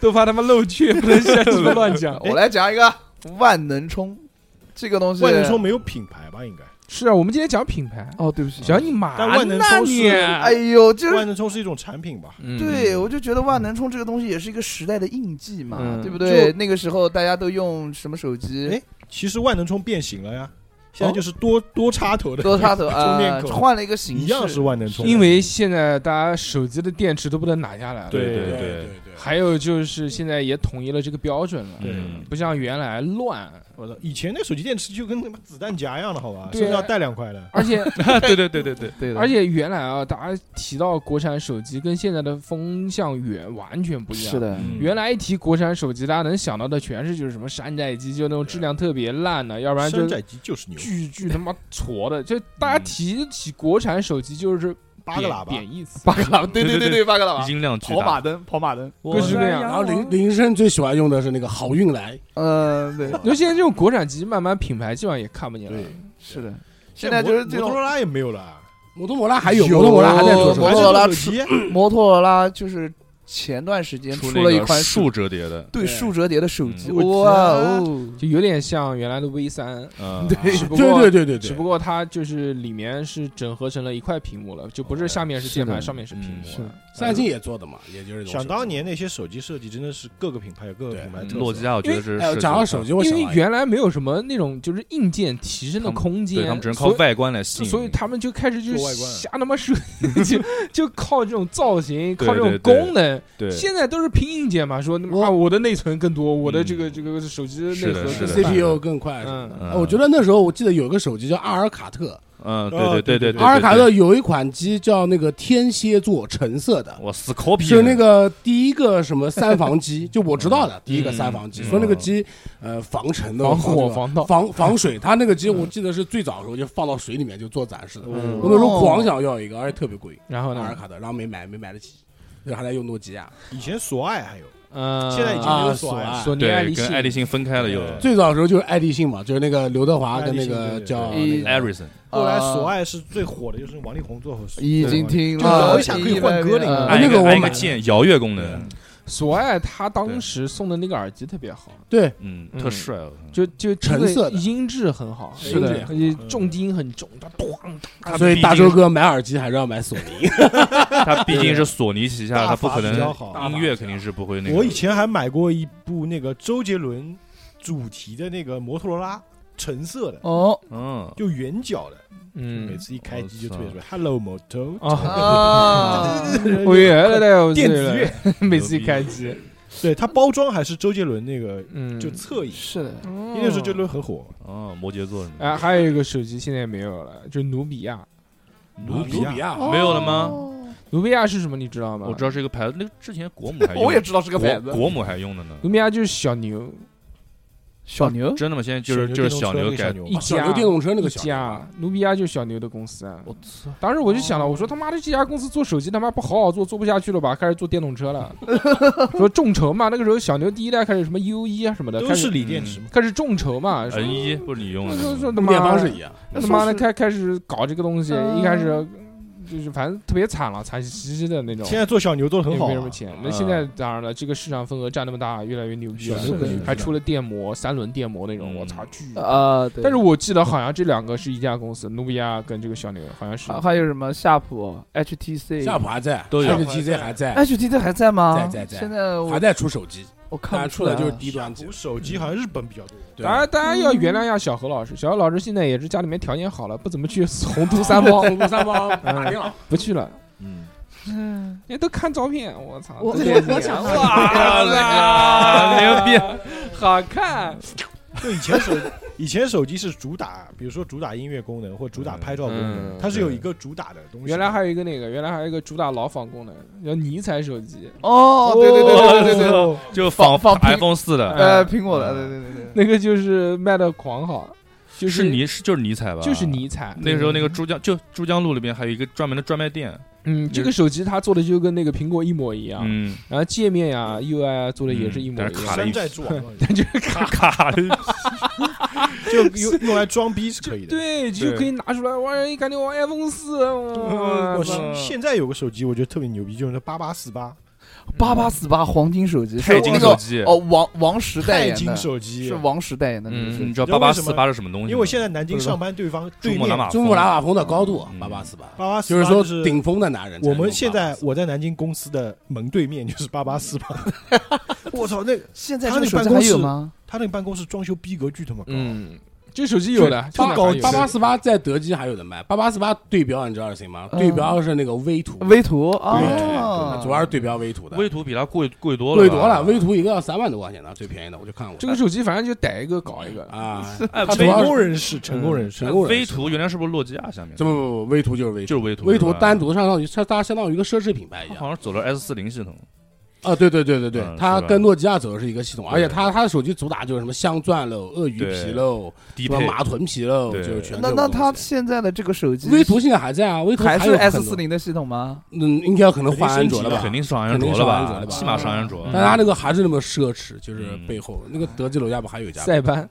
[SPEAKER 2] 都怕他们漏怯，不能瞎鸡巴乱讲。
[SPEAKER 3] 我来讲一个万能冲，这个东西。
[SPEAKER 7] 万能冲没有品牌吧？应该
[SPEAKER 2] 是啊，我们今天讲品牌，
[SPEAKER 3] 哦，对不起，
[SPEAKER 2] 讲你妈
[SPEAKER 7] 但万能
[SPEAKER 2] 那
[SPEAKER 7] 充是
[SPEAKER 2] 你，
[SPEAKER 3] 哎呦，就是
[SPEAKER 7] 万能冲是一种产品吧？
[SPEAKER 2] 嗯
[SPEAKER 3] 对，我就觉得万能冲这个东西也是一个时代的印记嘛，
[SPEAKER 2] 嗯
[SPEAKER 3] 对不对？那个时候大家都用什么手机
[SPEAKER 7] 哎？其实万能冲变形了呀，现在就是多多插头的，
[SPEAKER 3] 多插头
[SPEAKER 7] 充
[SPEAKER 3] 啊
[SPEAKER 7] 电，口
[SPEAKER 3] 换了一个形
[SPEAKER 7] 一样是
[SPEAKER 3] 式。
[SPEAKER 7] 万能冲，
[SPEAKER 2] 因为现在大家手机的电池都不能拿下来了，
[SPEAKER 7] 对
[SPEAKER 4] 对
[SPEAKER 7] 对
[SPEAKER 4] 对
[SPEAKER 6] 对
[SPEAKER 2] 还有就是现在也统一了这个标准了，
[SPEAKER 7] 对
[SPEAKER 4] 嗯
[SPEAKER 2] 不像原来乱，
[SPEAKER 7] 我操，以前那手机电池就跟他妈子弹夹一样的，好吧，
[SPEAKER 2] 对啊
[SPEAKER 7] 身上带两块的，
[SPEAKER 2] 而 且
[SPEAKER 4] 对对对对对，
[SPEAKER 3] 对的，
[SPEAKER 2] 而且原来啊，大家提到国产手机跟现在的风向远完全不一样。
[SPEAKER 3] 是，的，
[SPEAKER 4] 嗯
[SPEAKER 2] 原来一提国产手机，大家能想到的全是就是什么山寨机，就那种质量特别烂的，要不然就
[SPEAKER 7] 嗯山寨机就是牛，
[SPEAKER 2] 巨巨他妈矬的。就大家提起国产手机，就是
[SPEAKER 7] 嗯八个喇叭，
[SPEAKER 2] 贬义词，
[SPEAKER 3] 八个喇叭，对
[SPEAKER 4] 对
[SPEAKER 3] 对
[SPEAKER 4] 对
[SPEAKER 3] 对，八个喇叭，
[SPEAKER 4] 音量巨
[SPEAKER 3] 跑马
[SPEAKER 4] 大，
[SPEAKER 3] 灯，跑马灯，
[SPEAKER 2] 不是那样。
[SPEAKER 6] 然后林林生最喜欢用的是那个好运来，
[SPEAKER 3] 嗯，对，
[SPEAKER 2] 那现在这种国产机，慢慢品牌基本上也看不见了。
[SPEAKER 3] 是的。现在就是这
[SPEAKER 7] 摩
[SPEAKER 3] 种
[SPEAKER 7] 托罗拉也没有了，
[SPEAKER 6] 摩托罗拉还有，
[SPEAKER 3] 有
[SPEAKER 6] 摩托罗拉还在做什
[SPEAKER 3] 摩
[SPEAKER 6] 么
[SPEAKER 3] 托？罗拉
[SPEAKER 7] 还是用手机，嗯
[SPEAKER 3] 摩托罗拉，就是前段时间出
[SPEAKER 4] 那
[SPEAKER 3] 了一
[SPEAKER 4] 个
[SPEAKER 3] 款手
[SPEAKER 4] 竖折叠的，
[SPEAKER 3] 对竖折叠的手机，
[SPEAKER 4] 嗯
[SPEAKER 3] 哇
[SPEAKER 7] 我
[SPEAKER 3] 哦，
[SPEAKER 2] 就有点像原来的 V 三，
[SPEAKER 4] 嗯，
[SPEAKER 3] 对
[SPEAKER 2] 只不过
[SPEAKER 6] 对对对对
[SPEAKER 2] 只
[SPEAKER 6] 对
[SPEAKER 2] 不，过它就是里面是整合成了一块屏幕了，就不是下面是键
[SPEAKER 3] 是的
[SPEAKER 2] 盘，上面是屏幕
[SPEAKER 4] 哦嗯是
[SPEAKER 2] 了。
[SPEAKER 6] 三星也做的嘛，也就是这种
[SPEAKER 7] 想当年那些手机设计真的是各个品牌有各个
[SPEAKER 6] 对
[SPEAKER 7] 品牌特色，
[SPEAKER 4] 嗯诺基亚我觉得
[SPEAKER 6] 手
[SPEAKER 4] 是
[SPEAKER 6] 机。哎，讲到手，机，我想
[SPEAKER 2] 因
[SPEAKER 6] 到
[SPEAKER 2] 为
[SPEAKER 6] 一个
[SPEAKER 2] 原来没有什么那种就是硬件提升的空
[SPEAKER 4] 对
[SPEAKER 2] 间，
[SPEAKER 4] 他们只能靠
[SPEAKER 2] 所以
[SPEAKER 4] 外观来吸引，
[SPEAKER 2] 所以他们就开始就
[SPEAKER 7] 做外观
[SPEAKER 2] 瞎他妈设， 就就靠这种造型，
[SPEAKER 4] 对
[SPEAKER 2] 靠这种
[SPEAKER 4] 对对
[SPEAKER 2] 功能。
[SPEAKER 4] 对
[SPEAKER 2] 现在都是拼硬件嘛，说他妈啊我的内存更多，我的这个这个手机内
[SPEAKER 4] 嗯是的
[SPEAKER 2] 核
[SPEAKER 4] 是
[SPEAKER 2] 更
[SPEAKER 4] 的
[SPEAKER 2] 大
[SPEAKER 6] CPU 更快。
[SPEAKER 2] 嗯，
[SPEAKER 6] 哎我觉得那时候我记得有个手机叫阿尔卡特，
[SPEAKER 4] 嗯，对对对对，
[SPEAKER 6] 阿尔卡特有一款机叫那个天蝎座橙色的，
[SPEAKER 4] 我 Scorpio
[SPEAKER 6] 是那个第一个什么三 防机，就我知道的第一个三防机，
[SPEAKER 4] 嗯
[SPEAKER 6] 说那个机呃防尘的、
[SPEAKER 2] 防火、
[SPEAKER 6] 防
[SPEAKER 2] 防盗。
[SPEAKER 6] 防防水，它那个机我记得是最早的时候就放到水里面就做展示的，
[SPEAKER 2] 嗯
[SPEAKER 6] 我那时候狂想要一个，而且特别贵，
[SPEAKER 2] 然后
[SPEAKER 7] 哦
[SPEAKER 6] 阿尔
[SPEAKER 2] 呢？
[SPEAKER 6] 卡特，然后没买，没买得起。那还在用诺 基亚，
[SPEAKER 7] 以前索爱还有，
[SPEAKER 2] 嗯，
[SPEAKER 7] 现在已经没
[SPEAKER 6] 啊
[SPEAKER 7] 有索爱了
[SPEAKER 6] 索爱。
[SPEAKER 2] 索尼爱
[SPEAKER 4] 对
[SPEAKER 2] 立
[SPEAKER 4] 跟
[SPEAKER 2] 信
[SPEAKER 4] 爱立信分开了又
[SPEAKER 7] 对
[SPEAKER 6] 最早的时候就是爱立信嘛，就是那个刘德华跟那
[SPEAKER 7] 爱立信
[SPEAKER 6] 个
[SPEAKER 7] 对对对
[SPEAKER 6] 叫
[SPEAKER 3] 啊对
[SPEAKER 6] 那个
[SPEAKER 4] Ericsson，
[SPEAKER 7] 后来
[SPEAKER 3] 呃
[SPEAKER 7] 索爱是最火的，就是王力宏做后
[SPEAKER 3] 已经听
[SPEAKER 7] 就是
[SPEAKER 3] 了，
[SPEAKER 7] 我想可以换歌了
[SPEAKER 3] 呃
[SPEAKER 6] 哎那个我
[SPEAKER 4] 按一
[SPEAKER 6] 买
[SPEAKER 4] 个
[SPEAKER 6] 了
[SPEAKER 4] 键摇跃功能，
[SPEAKER 2] 索爱他当时送的那个耳机特别好，
[SPEAKER 6] 对，
[SPEAKER 4] 嗯，
[SPEAKER 2] 嗯
[SPEAKER 4] 特帅哦，
[SPEAKER 2] 就就
[SPEAKER 6] 橙
[SPEAKER 2] 这个
[SPEAKER 6] 色的
[SPEAKER 2] 音质很好，
[SPEAKER 6] 是的
[SPEAKER 2] 而且重音很重，它咣
[SPEAKER 4] 它
[SPEAKER 6] 所以
[SPEAKER 4] 毕
[SPEAKER 6] 大
[SPEAKER 4] 竟
[SPEAKER 6] 周哥买耳机还是要买索尼，
[SPEAKER 4] 它毕竟是索尼旗下，
[SPEAKER 7] 大
[SPEAKER 4] 它不
[SPEAKER 7] 法
[SPEAKER 4] 可
[SPEAKER 7] 比
[SPEAKER 4] 能
[SPEAKER 7] 较好
[SPEAKER 4] 音乐肯定是不会那个。
[SPEAKER 7] 我以前还买过一部那个周杰伦主题的那个摩托罗拉，橙色的，
[SPEAKER 3] 哦
[SPEAKER 4] 嗯，
[SPEAKER 7] 就圆角的，每
[SPEAKER 2] 嗯
[SPEAKER 7] 次一开机就特别
[SPEAKER 4] 我
[SPEAKER 7] 帅。Hello Moto，
[SPEAKER 2] 啊，
[SPEAKER 3] 啊，
[SPEAKER 2] 我原来带我
[SPEAKER 7] 电子乐，，
[SPEAKER 2] 每次一开机，
[SPEAKER 7] 对它包装还是周杰伦那个
[SPEAKER 2] 嗯，
[SPEAKER 7] 就侧影，
[SPEAKER 3] 是的，
[SPEAKER 2] 哦
[SPEAKER 7] 因为那时候周杰伦很火，
[SPEAKER 4] 哦，摩羯座什么的？
[SPEAKER 2] 哎，还有一个手机现在没有了，就是努比亚。
[SPEAKER 6] 努
[SPEAKER 7] 比 亚
[SPEAKER 6] 亚
[SPEAKER 4] 没有了吗？
[SPEAKER 2] 努比亚是什么？你知道吗？
[SPEAKER 4] 我知道是一个牌子，那个之前 国母还用，
[SPEAKER 3] 我也知道是个牌
[SPEAKER 4] 哎国
[SPEAKER 3] 子，
[SPEAKER 4] 国母还用的呢。
[SPEAKER 2] 努比亚就是小牛
[SPEAKER 3] 小牛，
[SPEAKER 4] 真的吗？现在就是就是小牛改，
[SPEAKER 2] 一
[SPEAKER 6] 小
[SPEAKER 2] 家
[SPEAKER 6] 牛电动车那
[SPEAKER 2] 一
[SPEAKER 6] 个小牛啊
[SPEAKER 2] 家，努比亚就是小牛的公司啊。
[SPEAKER 3] 我操，
[SPEAKER 2] 当时我就想了，我说他妈的这家公司做手机他妈不好好做，做不下去了吧？开始做电动车 了，说众筹嘛，那个时候小牛第一代开始什么 U 一啊什么的，
[SPEAKER 7] 都
[SPEAKER 2] 开
[SPEAKER 7] 是
[SPEAKER 2] 始
[SPEAKER 7] 锂电池嘛。
[SPEAKER 2] 开始众筹
[SPEAKER 6] 哎
[SPEAKER 2] 嘛，说
[SPEAKER 4] N 一不是你
[SPEAKER 7] 嗯
[SPEAKER 4] 用的那
[SPEAKER 2] 说
[SPEAKER 4] 个
[SPEAKER 2] 说
[SPEAKER 4] 吗，
[SPEAKER 2] 他
[SPEAKER 6] 用
[SPEAKER 2] 妈
[SPEAKER 6] 电方式一样。
[SPEAKER 2] 他妈的
[SPEAKER 3] 那
[SPEAKER 2] 开开始搞这个东西，
[SPEAKER 3] 嗯
[SPEAKER 2] 一开始就是反正特别惨了，惨兮兮的那种，
[SPEAKER 7] 现在做小牛做的
[SPEAKER 2] 也
[SPEAKER 7] 很好
[SPEAKER 2] 没
[SPEAKER 7] 啊
[SPEAKER 2] 什么，钱。那现在当然了，这个市场份额占那么大，越来越牛逼了，
[SPEAKER 7] 是的
[SPEAKER 2] 还出了电摩三轮电摩那种，
[SPEAKER 4] 嗯
[SPEAKER 2] 我操巨！
[SPEAKER 3] 啊，对
[SPEAKER 2] 但是我记得好像这两个是一家公司，努比亚跟这个小牛好像是
[SPEAKER 3] 啊
[SPEAKER 6] 啊
[SPEAKER 3] 还。还有什么夏普、HTC、
[SPEAKER 6] 夏普还在，
[SPEAKER 4] 都有
[SPEAKER 6] HTC 还
[SPEAKER 7] 哎
[SPEAKER 6] 在，
[SPEAKER 3] HTC 还在吗？
[SPEAKER 6] 在在在
[SPEAKER 3] 现在
[SPEAKER 6] 还
[SPEAKER 3] 我
[SPEAKER 6] 在出手机，
[SPEAKER 3] 我看
[SPEAKER 6] 它
[SPEAKER 3] 不
[SPEAKER 6] 出
[SPEAKER 3] 来
[SPEAKER 6] 的
[SPEAKER 3] 啊
[SPEAKER 6] 就是低端机
[SPEAKER 7] 我。手机好像日本比较多，
[SPEAKER 6] 对
[SPEAKER 2] 当然，大家
[SPEAKER 6] 嗯
[SPEAKER 2] 要原谅一下小何老师。小何老师现在也是 家里面条件好了，不怎么去洪都三包，
[SPEAKER 6] 嗯红都三包打电脑，
[SPEAKER 2] 不去了。
[SPEAKER 7] 嗯，
[SPEAKER 2] 你都看照片，我操！
[SPEAKER 5] 我
[SPEAKER 2] 这
[SPEAKER 5] 我我想到
[SPEAKER 2] 哇塞，牛逼，好看！
[SPEAKER 5] 嗯
[SPEAKER 7] 就以前手以前手机是主打，比如说主打音乐功能或主打拍照功
[SPEAKER 4] 嗯
[SPEAKER 7] 能，它是有一个主打的东西。
[SPEAKER 2] 原来还有一个那个，原来还有一个主打牢房功能，叫尼采手机，
[SPEAKER 3] 哦，对对对对对对对，
[SPEAKER 7] 哦
[SPEAKER 4] 就仿
[SPEAKER 3] 仿仿
[SPEAKER 4] iPhone 四的，
[SPEAKER 3] 呃，苹果的，对对对对。
[SPEAKER 2] 那个就是卖的狂好，就是
[SPEAKER 4] 尼是就是尼采吧？
[SPEAKER 2] 就是。尼采。
[SPEAKER 4] 那个时候，那个珠江就珠江路里边还有一个专门的专卖店，
[SPEAKER 2] 嗯，这个手机它做的就跟那个苹果一模一样，
[SPEAKER 4] 嗯，
[SPEAKER 2] 然后界面呀、UI 啊做的也是一模
[SPEAKER 4] 嗯
[SPEAKER 2] 一
[SPEAKER 4] 但是
[SPEAKER 2] 样
[SPEAKER 4] 卡了。一
[SPEAKER 7] 山寨之王嘛，
[SPEAKER 4] 卡卡的，
[SPEAKER 7] 就用用来装逼是可以的。
[SPEAKER 2] 对，就可以拿出来，哇，哎一感觉我 iPhone 四，哇
[SPEAKER 7] 我
[SPEAKER 4] 是
[SPEAKER 7] 现现在有个手机，我觉得特别牛逼，就是那八八四八
[SPEAKER 3] 八八四八黄金手机，是
[SPEAKER 4] 钛金
[SPEAKER 3] 那
[SPEAKER 4] 手
[SPEAKER 3] 个
[SPEAKER 4] 机。
[SPEAKER 3] 哦，王王石代
[SPEAKER 7] 钛
[SPEAKER 3] 言
[SPEAKER 7] 金
[SPEAKER 3] 的，
[SPEAKER 7] 手机，
[SPEAKER 3] 是王石代言的那个手
[SPEAKER 4] 嗯，
[SPEAKER 3] 机
[SPEAKER 4] 你。知道
[SPEAKER 7] 你知道
[SPEAKER 4] 八八
[SPEAKER 7] 为什
[SPEAKER 4] 四
[SPEAKER 7] 么
[SPEAKER 4] 八是什么东西吗？
[SPEAKER 7] 因为现在南京
[SPEAKER 4] 不知道
[SPEAKER 7] 上班对方
[SPEAKER 4] 珠
[SPEAKER 7] 对
[SPEAKER 4] 穆朗
[SPEAKER 7] 面
[SPEAKER 4] 玛
[SPEAKER 6] 珠穆朗玛峰的高度
[SPEAKER 4] 嗯
[SPEAKER 6] 八八四八，
[SPEAKER 7] 八八四
[SPEAKER 6] 就
[SPEAKER 7] 八
[SPEAKER 6] 是说
[SPEAKER 7] 是
[SPEAKER 6] 顶峰的男人才
[SPEAKER 7] 我
[SPEAKER 6] 用884。
[SPEAKER 7] 们现在我在南京公司的门对面就是八八四八，我操，那个
[SPEAKER 3] 现在
[SPEAKER 7] 他
[SPEAKER 3] 这个手
[SPEAKER 7] 那办
[SPEAKER 3] 机
[SPEAKER 7] 公
[SPEAKER 3] 还有
[SPEAKER 7] 室
[SPEAKER 3] 吗？
[SPEAKER 7] 他那个办公室装修逼格巨他妈高，
[SPEAKER 2] 嗯，这手机有的，
[SPEAKER 7] 就
[SPEAKER 2] 这哪
[SPEAKER 7] 搞
[SPEAKER 2] 还有
[SPEAKER 6] 八八四八在德基还有的卖，八八四八对标你知道是谁吗？
[SPEAKER 3] 嗯
[SPEAKER 6] 对标是那个微图，
[SPEAKER 3] 微图
[SPEAKER 6] 对
[SPEAKER 3] 哦，
[SPEAKER 6] 主要是对标微图的，
[SPEAKER 4] 微图比啊它贵贵多了，哎
[SPEAKER 6] 贵多了，微。图一个要三万多块钱的，最便宜的我就看过
[SPEAKER 2] 这个手机反正就逮一个搞一个，
[SPEAKER 6] 啊，
[SPEAKER 4] 哎，
[SPEAKER 6] 它
[SPEAKER 7] 成
[SPEAKER 6] 主要
[SPEAKER 7] 功
[SPEAKER 6] 是
[SPEAKER 7] 人士，成功人士，
[SPEAKER 6] 成功人
[SPEAKER 4] 微
[SPEAKER 6] 士
[SPEAKER 4] 图原来是不是诺基亚下面？
[SPEAKER 6] 这不不不，微图就是微
[SPEAKER 4] 就是微图，啊
[SPEAKER 6] 微图
[SPEAKER 4] 是吧
[SPEAKER 6] 单独上上去，它它相当于一个奢侈品牌一
[SPEAKER 4] 它
[SPEAKER 6] 样
[SPEAKER 3] 哦
[SPEAKER 4] 好。像走了 S 四零系统，
[SPEAKER 6] 啊，对对对对对
[SPEAKER 4] 嗯，
[SPEAKER 6] 它
[SPEAKER 4] 是吧
[SPEAKER 6] 跟诺基亚走的是一个系统，
[SPEAKER 4] 对
[SPEAKER 6] 而且它它的手机主打就是什么镶钻喽、鳄鱼皮喽、
[SPEAKER 4] 低
[SPEAKER 6] 什么
[SPEAKER 4] 配
[SPEAKER 6] 马臀皮喽，
[SPEAKER 4] E 对
[SPEAKER 6] 就是全
[SPEAKER 3] 那
[SPEAKER 6] 这种
[SPEAKER 3] 那
[SPEAKER 6] 东
[SPEAKER 3] 它
[SPEAKER 6] 西
[SPEAKER 3] 现在的这个手机
[SPEAKER 6] 微图现在还在啊，微图
[SPEAKER 3] 还是
[SPEAKER 6] 有
[SPEAKER 3] S
[SPEAKER 6] 很
[SPEAKER 3] 四
[SPEAKER 6] 多，
[SPEAKER 3] 零的系统吗？
[SPEAKER 6] 嗯，应该可能换安卓了吧，
[SPEAKER 4] 肯定上安
[SPEAKER 6] 肯定
[SPEAKER 4] 卓了
[SPEAKER 6] 上安卓
[SPEAKER 4] 吧？
[SPEAKER 6] 了吧
[SPEAKER 4] 起码上安卓
[SPEAKER 6] 但。它那个还是那么奢侈，就是
[SPEAKER 4] 嗯
[SPEAKER 6] 背后那个德基楼下不还有一家
[SPEAKER 2] 塞班，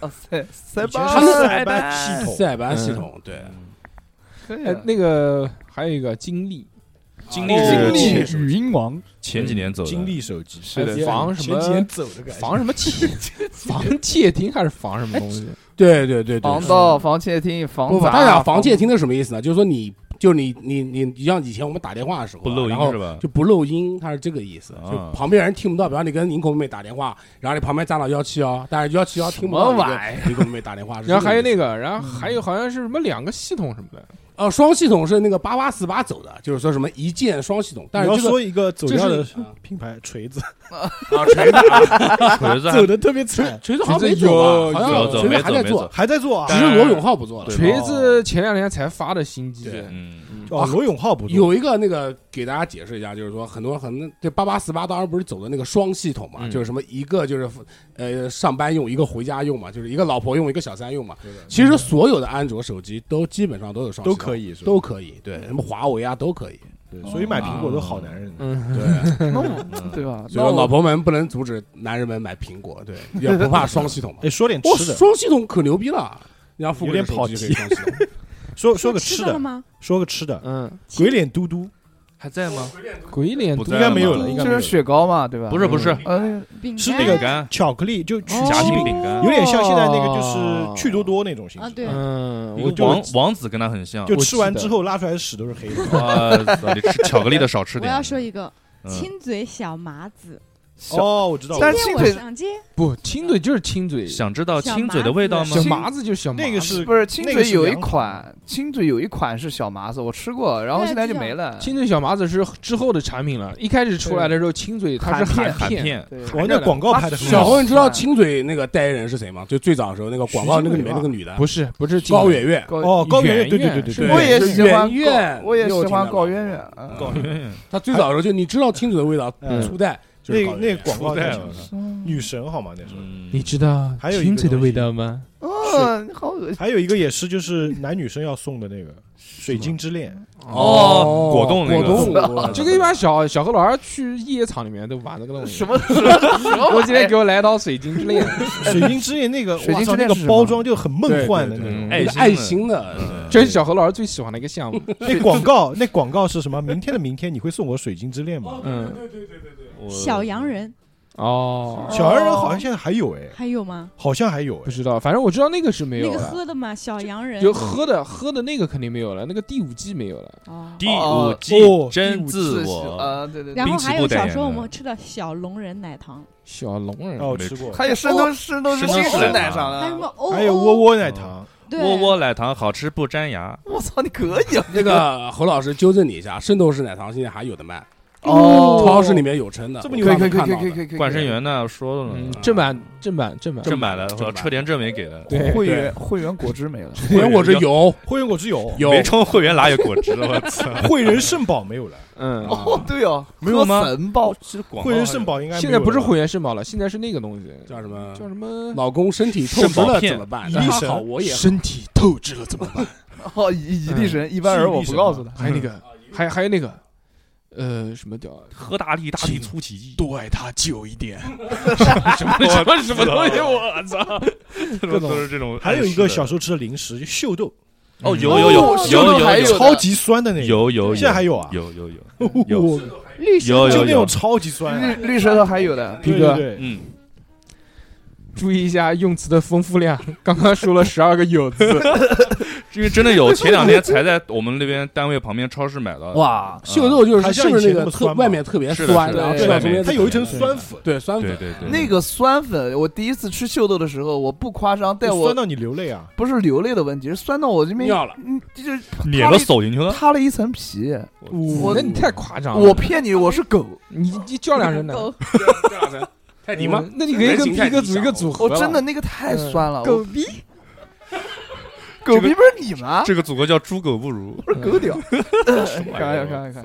[SPEAKER 3] 哦，塞塞哎
[SPEAKER 7] 以前
[SPEAKER 3] 巴
[SPEAKER 6] 是
[SPEAKER 7] 塞班
[SPEAKER 3] 啊
[SPEAKER 7] 系统，
[SPEAKER 6] 塞班系统？对，
[SPEAKER 3] 可以
[SPEAKER 2] 哎
[SPEAKER 3] 啊，
[SPEAKER 2] 那个还有一个金立，
[SPEAKER 4] 经
[SPEAKER 6] 历
[SPEAKER 4] 历
[SPEAKER 6] 是
[SPEAKER 4] 是
[SPEAKER 6] 哦历
[SPEAKER 3] 语音王，
[SPEAKER 4] 前几年走的，
[SPEAKER 7] 金立手机，
[SPEAKER 2] 是的
[SPEAKER 7] 前几
[SPEAKER 2] 防什么
[SPEAKER 7] 前几年走的感觉，
[SPEAKER 2] 防什么窃，防窃听还是防什么东西？
[SPEAKER 6] 对对 对对，
[SPEAKER 3] 防
[SPEAKER 6] 是
[SPEAKER 3] 盗、防窃听、
[SPEAKER 6] 不
[SPEAKER 3] 防
[SPEAKER 6] 不，
[SPEAKER 3] 砸、
[SPEAKER 6] 他讲防窃听是什么意思呢？就是说你，就是你，你，你，你像以前我们打电话的时候啊，
[SPEAKER 4] 不漏
[SPEAKER 6] 然
[SPEAKER 4] 音
[SPEAKER 6] 后
[SPEAKER 4] 是 吧？
[SPEAKER 6] 就不漏音，它是这个意思。
[SPEAKER 4] 啊
[SPEAKER 6] 就旁边人听不到，比方你跟林口妹打电话，然后你旁边站了幺七幺，但是幺七幺听不到
[SPEAKER 3] 什
[SPEAKER 6] 你
[SPEAKER 3] 么玩
[SPEAKER 6] 跟林口妹打电话。是
[SPEAKER 2] 然后还有
[SPEAKER 6] 这
[SPEAKER 2] 那
[SPEAKER 6] 意思
[SPEAKER 2] 个，然后还有好像是什么两个系统什么的，
[SPEAKER 6] 哦，双系统是那个八八四八走的，就是说什么一键双系统，但
[SPEAKER 7] 你
[SPEAKER 6] 是
[SPEAKER 7] 要
[SPEAKER 6] 这个
[SPEAKER 7] 说一个走
[SPEAKER 6] 这
[SPEAKER 7] 掉的
[SPEAKER 6] 是啊
[SPEAKER 7] 品牌锤子，
[SPEAKER 6] 啊锤子啊
[SPEAKER 4] 锤子还
[SPEAKER 7] 走的特别惨，
[SPEAKER 6] 锤子好像
[SPEAKER 2] 锤
[SPEAKER 6] 没
[SPEAKER 2] 子
[SPEAKER 6] 走吧
[SPEAKER 2] 有
[SPEAKER 6] 好
[SPEAKER 4] 有
[SPEAKER 6] 像
[SPEAKER 4] 走
[SPEAKER 6] 锤
[SPEAKER 4] 没
[SPEAKER 6] 子还
[SPEAKER 4] 走
[SPEAKER 6] 在
[SPEAKER 4] 没
[SPEAKER 6] 做
[SPEAKER 4] 走，
[SPEAKER 7] 还在做啊
[SPEAKER 6] 只。是罗永浩不做了。
[SPEAKER 4] 对
[SPEAKER 2] 锤子前两天才发的新机，
[SPEAKER 6] 对
[SPEAKER 4] 嗯，
[SPEAKER 7] 哦，罗永浩不做，
[SPEAKER 6] 有一个那个给大家解释一下，就是说很多很多这八八四八当然不是走的那个双系统嘛，
[SPEAKER 4] 嗯
[SPEAKER 6] 就是什么一个就是呃上班用，一个回家用嘛，就是一个老婆用，一个小三用嘛。其实所有的安卓手机都基本上都有双系统
[SPEAKER 7] 都可，以是吧？
[SPEAKER 6] 都可以，对，什么华为啊都可以，
[SPEAKER 7] 对所以买
[SPEAKER 4] 啊
[SPEAKER 7] 苹果都好男人。
[SPEAKER 2] 嗯，
[SPEAKER 6] 对。
[SPEAKER 3] 那我 对吧？那
[SPEAKER 6] 所以说
[SPEAKER 3] 我
[SPEAKER 6] 老婆们不能阻止男人们买苹果，对，也不怕双系统嘛
[SPEAKER 7] 哎，。说点
[SPEAKER 6] 哇，
[SPEAKER 7] 吃的，
[SPEAKER 6] 双系统可牛逼了，人家富贵的
[SPEAKER 7] 有点跑
[SPEAKER 6] 手机可以
[SPEAKER 7] 题
[SPEAKER 6] 双系统。
[SPEAKER 7] 说说个
[SPEAKER 5] 吃
[SPEAKER 7] 吃
[SPEAKER 5] 到了
[SPEAKER 7] 的，
[SPEAKER 5] 吗？
[SPEAKER 7] 说个吃的，
[SPEAKER 2] 嗯，
[SPEAKER 7] 鬼脸嘟嘟
[SPEAKER 4] 还在吗？
[SPEAKER 2] 鬼脸
[SPEAKER 4] 不
[SPEAKER 2] 嘟
[SPEAKER 4] 在
[SPEAKER 7] 应该没有
[SPEAKER 4] 吗
[SPEAKER 7] 了，应该没
[SPEAKER 3] 就
[SPEAKER 7] 有了
[SPEAKER 3] 是雪糕嘛，对吧？
[SPEAKER 4] 不是不是
[SPEAKER 3] 呃，
[SPEAKER 5] 饼
[SPEAKER 6] 嗯
[SPEAKER 7] 吃
[SPEAKER 5] 干
[SPEAKER 7] 那个
[SPEAKER 4] 饼干，
[SPEAKER 7] 巧克力，就曲
[SPEAKER 2] 哦
[SPEAKER 4] 夹
[SPEAKER 7] 奇
[SPEAKER 4] 心
[SPEAKER 7] 饼，
[SPEAKER 4] 饼干
[SPEAKER 7] 有，点像现在那个就是趣多多那种形
[SPEAKER 5] 啊，
[SPEAKER 7] 式，
[SPEAKER 5] 对，
[SPEAKER 2] 嗯，
[SPEAKER 7] 一
[SPEAKER 2] 我
[SPEAKER 7] 个
[SPEAKER 2] 就
[SPEAKER 4] 王王子跟他很像。
[SPEAKER 7] 就
[SPEAKER 2] 我
[SPEAKER 7] 吃
[SPEAKER 2] 记
[SPEAKER 7] 完
[SPEAKER 2] 得
[SPEAKER 7] 之后拉出来的屎都是黑的。
[SPEAKER 4] 哇 塞，你吃巧克力的少吃
[SPEAKER 5] 我
[SPEAKER 4] 点。
[SPEAKER 5] 要说一个
[SPEAKER 4] 嗯
[SPEAKER 5] 亲嘴小麻子，
[SPEAKER 3] 小
[SPEAKER 7] 哦，我知道，
[SPEAKER 3] 但
[SPEAKER 5] 今
[SPEAKER 3] 亲
[SPEAKER 5] 天我
[SPEAKER 3] 嘴
[SPEAKER 5] 上街
[SPEAKER 2] 不亲嘴就是亲嘴，小
[SPEAKER 4] 想知道亲嘴的味道吗
[SPEAKER 5] 小？
[SPEAKER 2] 麻子就是小麻子，
[SPEAKER 7] 那个是
[SPEAKER 3] 不是亲
[SPEAKER 7] 呃那个
[SPEAKER 3] 嘴
[SPEAKER 7] 是
[SPEAKER 3] 有一
[SPEAKER 7] 凉
[SPEAKER 3] 款，亲嘴有一款是小麻子，我吃过，然后
[SPEAKER 5] 对
[SPEAKER 3] 现在就
[SPEAKER 5] 知道
[SPEAKER 3] 没了。
[SPEAKER 2] 亲嘴小麻子是之后的产品了，一开始出来的时候亲嘴它是
[SPEAKER 3] 含
[SPEAKER 4] 含
[SPEAKER 2] 片，
[SPEAKER 4] 片，
[SPEAKER 3] 对，
[SPEAKER 7] 我那广告拍的很
[SPEAKER 6] 小
[SPEAKER 7] 好，
[SPEAKER 6] 红，你知道亲嘴那个代言人是谁吗？就最早的时候那个广告那个里面那个女的，
[SPEAKER 2] 不是不是亲
[SPEAKER 6] 高
[SPEAKER 2] 嘴
[SPEAKER 6] 圆圆，
[SPEAKER 7] 哦，高圆圆，对对
[SPEAKER 2] 圆
[SPEAKER 7] 对
[SPEAKER 2] 圆
[SPEAKER 7] 对
[SPEAKER 2] 是
[SPEAKER 6] 对
[SPEAKER 3] 我也喜欢
[SPEAKER 6] 圆圆
[SPEAKER 3] 高我也喜欢高圆
[SPEAKER 6] 又
[SPEAKER 3] 圆。
[SPEAKER 7] 高
[SPEAKER 3] 嗯
[SPEAKER 7] 圆圆，
[SPEAKER 6] 她最早的时候就你知道亲嘴的味道，
[SPEAKER 7] 嗯
[SPEAKER 6] 初代就是
[SPEAKER 7] 那
[SPEAKER 6] 高圆
[SPEAKER 7] 那
[SPEAKER 6] 圆
[SPEAKER 7] 个广告
[SPEAKER 4] 初代
[SPEAKER 7] 叫什么女神好吗？那时候
[SPEAKER 2] 你知道
[SPEAKER 7] 还有一个
[SPEAKER 2] 亲嘴的味道吗？
[SPEAKER 3] 哦，你好恶心。
[SPEAKER 7] 还有一个也是就是男女生要送的那个《水晶之恋》，
[SPEAKER 4] 哦果冻那
[SPEAKER 6] 果
[SPEAKER 4] 个
[SPEAKER 6] 冻我
[SPEAKER 2] 这个一般小小何老师去夜场里面都玩这个东西。
[SPEAKER 3] 什 么什么？
[SPEAKER 2] 我今天给我来一刀水晶之类的，
[SPEAKER 7] 《水晶之恋》那个，
[SPEAKER 3] 水晶
[SPEAKER 7] 哇操
[SPEAKER 3] 之恋
[SPEAKER 7] 那
[SPEAKER 3] 是什
[SPEAKER 7] 个
[SPEAKER 3] 么
[SPEAKER 7] 包装就很梦幻的那种。
[SPEAKER 2] 嗯
[SPEAKER 4] 爱心
[SPEAKER 6] 那个
[SPEAKER 4] 的嗯
[SPEAKER 6] 爱心的，
[SPEAKER 2] 这是小何老师最喜欢的一个项目。
[SPEAKER 7] 那广告， 那广告是什么？明天的明天，你会送我《水晶之恋》吗？
[SPEAKER 2] 嗯，
[SPEAKER 4] 我
[SPEAKER 5] 小洋人
[SPEAKER 2] 哦，
[SPEAKER 7] 小洋人好像现在还有哎，
[SPEAKER 5] 还有吗？
[SPEAKER 7] 好像还有
[SPEAKER 2] 不
[SPEAKER 7] 哎。
[SPEAKER 2] 知道，反正我知道那个是没
[SPEAKER 5] 那
[SPEAKER 2] 有
[SPEAKER 5] 个
[SPEAKER 2] 了，
[SPEAKER 5] 喝的嘛，小洋人
[SPEAKER 2] 就喝的喝的那个肯定没有了，那个第五季没有了。
[SPEAKER 5] 哦。
[SPEAKER 4] 第
[SPEAKER 3] 哦
[SPEAKER 4] 五
[SPEAKER 7] 哦
[SPEAKER 4] 季真自我，
[SPEAKER 3] 啊，对对对
[SPEAKER 5] 然。后
[SPEAKER 4] 滨崎
[SPEAKER 5] 还
[SPEAKER 4] 步
[SPEAKER 5] 有
[SPEAKER 4] 代
[SPEAKER 5] 小
[SPEAKER 4] 言
[SPEAKER 5] 时候我
[SPEAKER 4] 的
[SPEAKER 5] 们吃的小龙人奶糖，
[SPEAKER 2] 小龙人
[SPEAKER 7] 哦，我吃过，
[SPEAKER 3] 还有生都生都
[SPEAKER 4] 生都
[SPEAKER 3] 是
[SPEAKER 4] 是
[SPEAKER 3] 奶
[SPEAKER 4] 奶
[SPEAKER 3] 上
[SPEAKER 4] 糖
[SPEAKER 5] 还有什么
[SPEAKER 3] 了，
[SPEAKER 5] 欧
[SPEAKER 7] 还有窝
[SPEAKER 5] 欧
[SPEAKER 7] 窝奶糖，
[SPEAKER 5] 对
[SPEAKER 4] 窝窝奶糖好吃不粘牙。
[SPEAKER 3] 我操，你可以啊！
[SPEAKER 6] 那 个侯老师纠正你一下，圣斗士奶糖现在还有的卖，
[SPEAKER 3] 哦
[SPEAKER 6] 超市里面有称的，
[SPEAKER 7] 这么
[SPEAKER 3] 可
[SPEAKER 6] 我
[SPEAKER 3] 以
[SPEAKER 7] 牛
[SPEAKER 3] 可
[SPEAKER 6] 刚
[SPEAKER 3] 以可以可
[SPEAKER 6] 才看
[SPEAKER 3] 以
[SPEAKER 6] 到
[SPEAKER 3] 可以
[SPEAKER 6] 的。
[SPEAKER 3] 可以可以，
[SPEAKER 4] 冠生园呢说了呢，
[SPEAKER 2] 嗯正版正版正版，
[SPEAKER 4] 正版的，
[SPEAKER 6] 正版
[SPEAKER 4] 车田正美给的，
[SPEAKER 2] 对
[SPEAKER 3] 会员会员果汁没了，
[SPEAKER 6] 会员果汁哎有
[SPEAKER 7] 会员果汁有，
[SPEAKER 6] 有
[SPEAKER 4] 没充会员哪有果汁了？我操！
[SPEAKER 7] 汇仁圣宝没有了，
[SPEAKER 2] 嗯，
[SPEAKER 3] 哦对哦，
[SPEAKER 4] 没有吗
[SPEAKER 3] 喝神宝
[SPEAKER 4] 是广告
[SPEAKER 7] 汇仁圣宝应该没有
[SPEAKER 2] 现在不是
[SPEAKER 7] 了吧
[SPEAKER 2] 会员肾宝了，现在是那个东西，
[SPEAKER 6] 叫什么
[SPEAKER 2] 叫什么？
[SPEAKER 6] 老公身体透支
[SPEAKER 4] 肾宝
[SPEAKER 6] 了
[SPEAKER 4] 片
[SPEAKER 6] 怎么办？
[SPEAKER 7] 一
[SPEAKER 6] 那
[SPEAKER 7] 粒
[SPEAKER 6] 他
[SPEAKER 7] 神
[SPEAKER 6] 好，我也
[SPEAKER 2] 身体透支了怎么办？
[SPEAKER 3] 哦一一力神，一般人我不告诉他。
[SPEAKER 2] 还有那个，嗯还还有那个，呃，什么叫
[SPEAKER 4] 喝大力大力出奇 迹，
[SPEAKER 2] 多爱他久一点？
[SPEAKER 4] 什么什么什么东西？我操！
[SPEAKER 2] 各种
[SPEAKER 4] 都 是这种暗示的。
[SPEAKER 7] 还有一个小时候吃的零食，就秀豆，
[SPEAKER 4] 哦，有有有
[SPEAKER 3] 哦
[SPEAKER 4] 有
[SPEAKER 3] 秀豆还
[SPEAKER 4] 有
[SPEAKER 3] 有的
[SPEAKER 7] 超级酸的那个，
[SPEAKER 4] 有有，
[SPEAKER 7] 现在还有啊
[SPEAKER 4] 有有有，有
[SPEAKER 7] 我
[SPEAKER 5] 绿
[SPEAKER 4] 有有
[SPEAKER 7] 就那种
[SPEAKER 4] 有，
[SPEAKER 7] 超级酸
[SPEAKER 3] 绿
[SPEAKER 7] 啊，
[SPEAKER 3] 绿舌头还有的，
[SPEAKER 2] 皮
[SPEAKER 7] 对
[SPEAKER 2] 哥
[SPEAKER 7] 对对，
[SPEAKER 4] 嗯，
[SPEAKER 2] 注意一下用词的丰富量，刚刚说了十二个有字，
[SPEAKER 4] 因为真的有，前两天才在我们那边单位旁边超市买到的。
[SPEAKER 3] 哇，
[SPEAKER 6] 秀豆就是
[SPEAKER 7] 还
[SPEAKER 6] 是
[SPEAKER 7] 像
[SPEAKER 6] 不
[SPEAKER 7] 以
[SPEAKER 6] 是
[SPEAKER 7] 前
[SPEAKER 6] 那
[SPEAKER 7] 那
[SPEAKER 6] 个
[SPEAKER 7] 么
[SPEAKER 6] 特
[SPEAKER 7] 酸
[SPEAKER 6] 外
[SPEAKER 7] 嘛
[SPEAKER 6] 面特别
[SPEAKER 4] 是的
[SPEAKER 6] 酸，
[SPEAKER 4] 是的
[SPEAKER 6] 然后
[SPEAKER 4] 对
[SPEAKER 6] 吃到中间
[SPEAKER 7] 它有一层酸
[SPEAKER 6] 粉，
[SPEAKER 7] 粉，
[SPEAKER 6] 对酸
[SPEAKER 4] 对
[SPEAKER 6] 粉，
[SPEAKER 4] 对对，
[SPEAKER 3] 那个酸粉，我第一次吃秀豆的时候，我不夸张，带我
[SPEAKER 7] 酸到你流泪啊！
[SPEAKER 3] 不是流泪的问题，是酸到我这边
[SPEAKER 6] 尿了，
[SPEAKER 3] 嗯，就是
[SPEAKER 4] 脸
[SPEAKER 3] 塌了
[SPEAKER 4] 都
[SPEAKER 3] 一
[SPEAKER 4] 走进去了。
[SPEAKER 3] 塌了一层皮。我
[SPEAKER 2] 那你太夸张了。
[SPEAKER 3] 我骗你，我是狗，
[SPEAKER 2] 你你叫两声呢？
[SPEAKER 5] 狗
[SPEAKER 6] 泰迪吗
[SPEAKER 2] 嗯？那你 可以跟皮哥组
[SPEAKER 6] 啊
[SPEAKER 2] 一个组合
[SPEAKER 3] 我
[SPEAKER 2] 了。
[SPEAKER 3] 真的那个太酸了，
[SPEAKER 5] 狗
[SPEAKER 3] 我
[SPEAKER 5] 逼，
[SPEAKER 3] 狗逼不是你吗？
[SPEAKER 4] 这个组合叫“猪狗不 如
[SPEAKER 3] 不是狗屌，
[SPEAKER 4] 意儿
[SPEAKER 3] 看一下看一下看一下，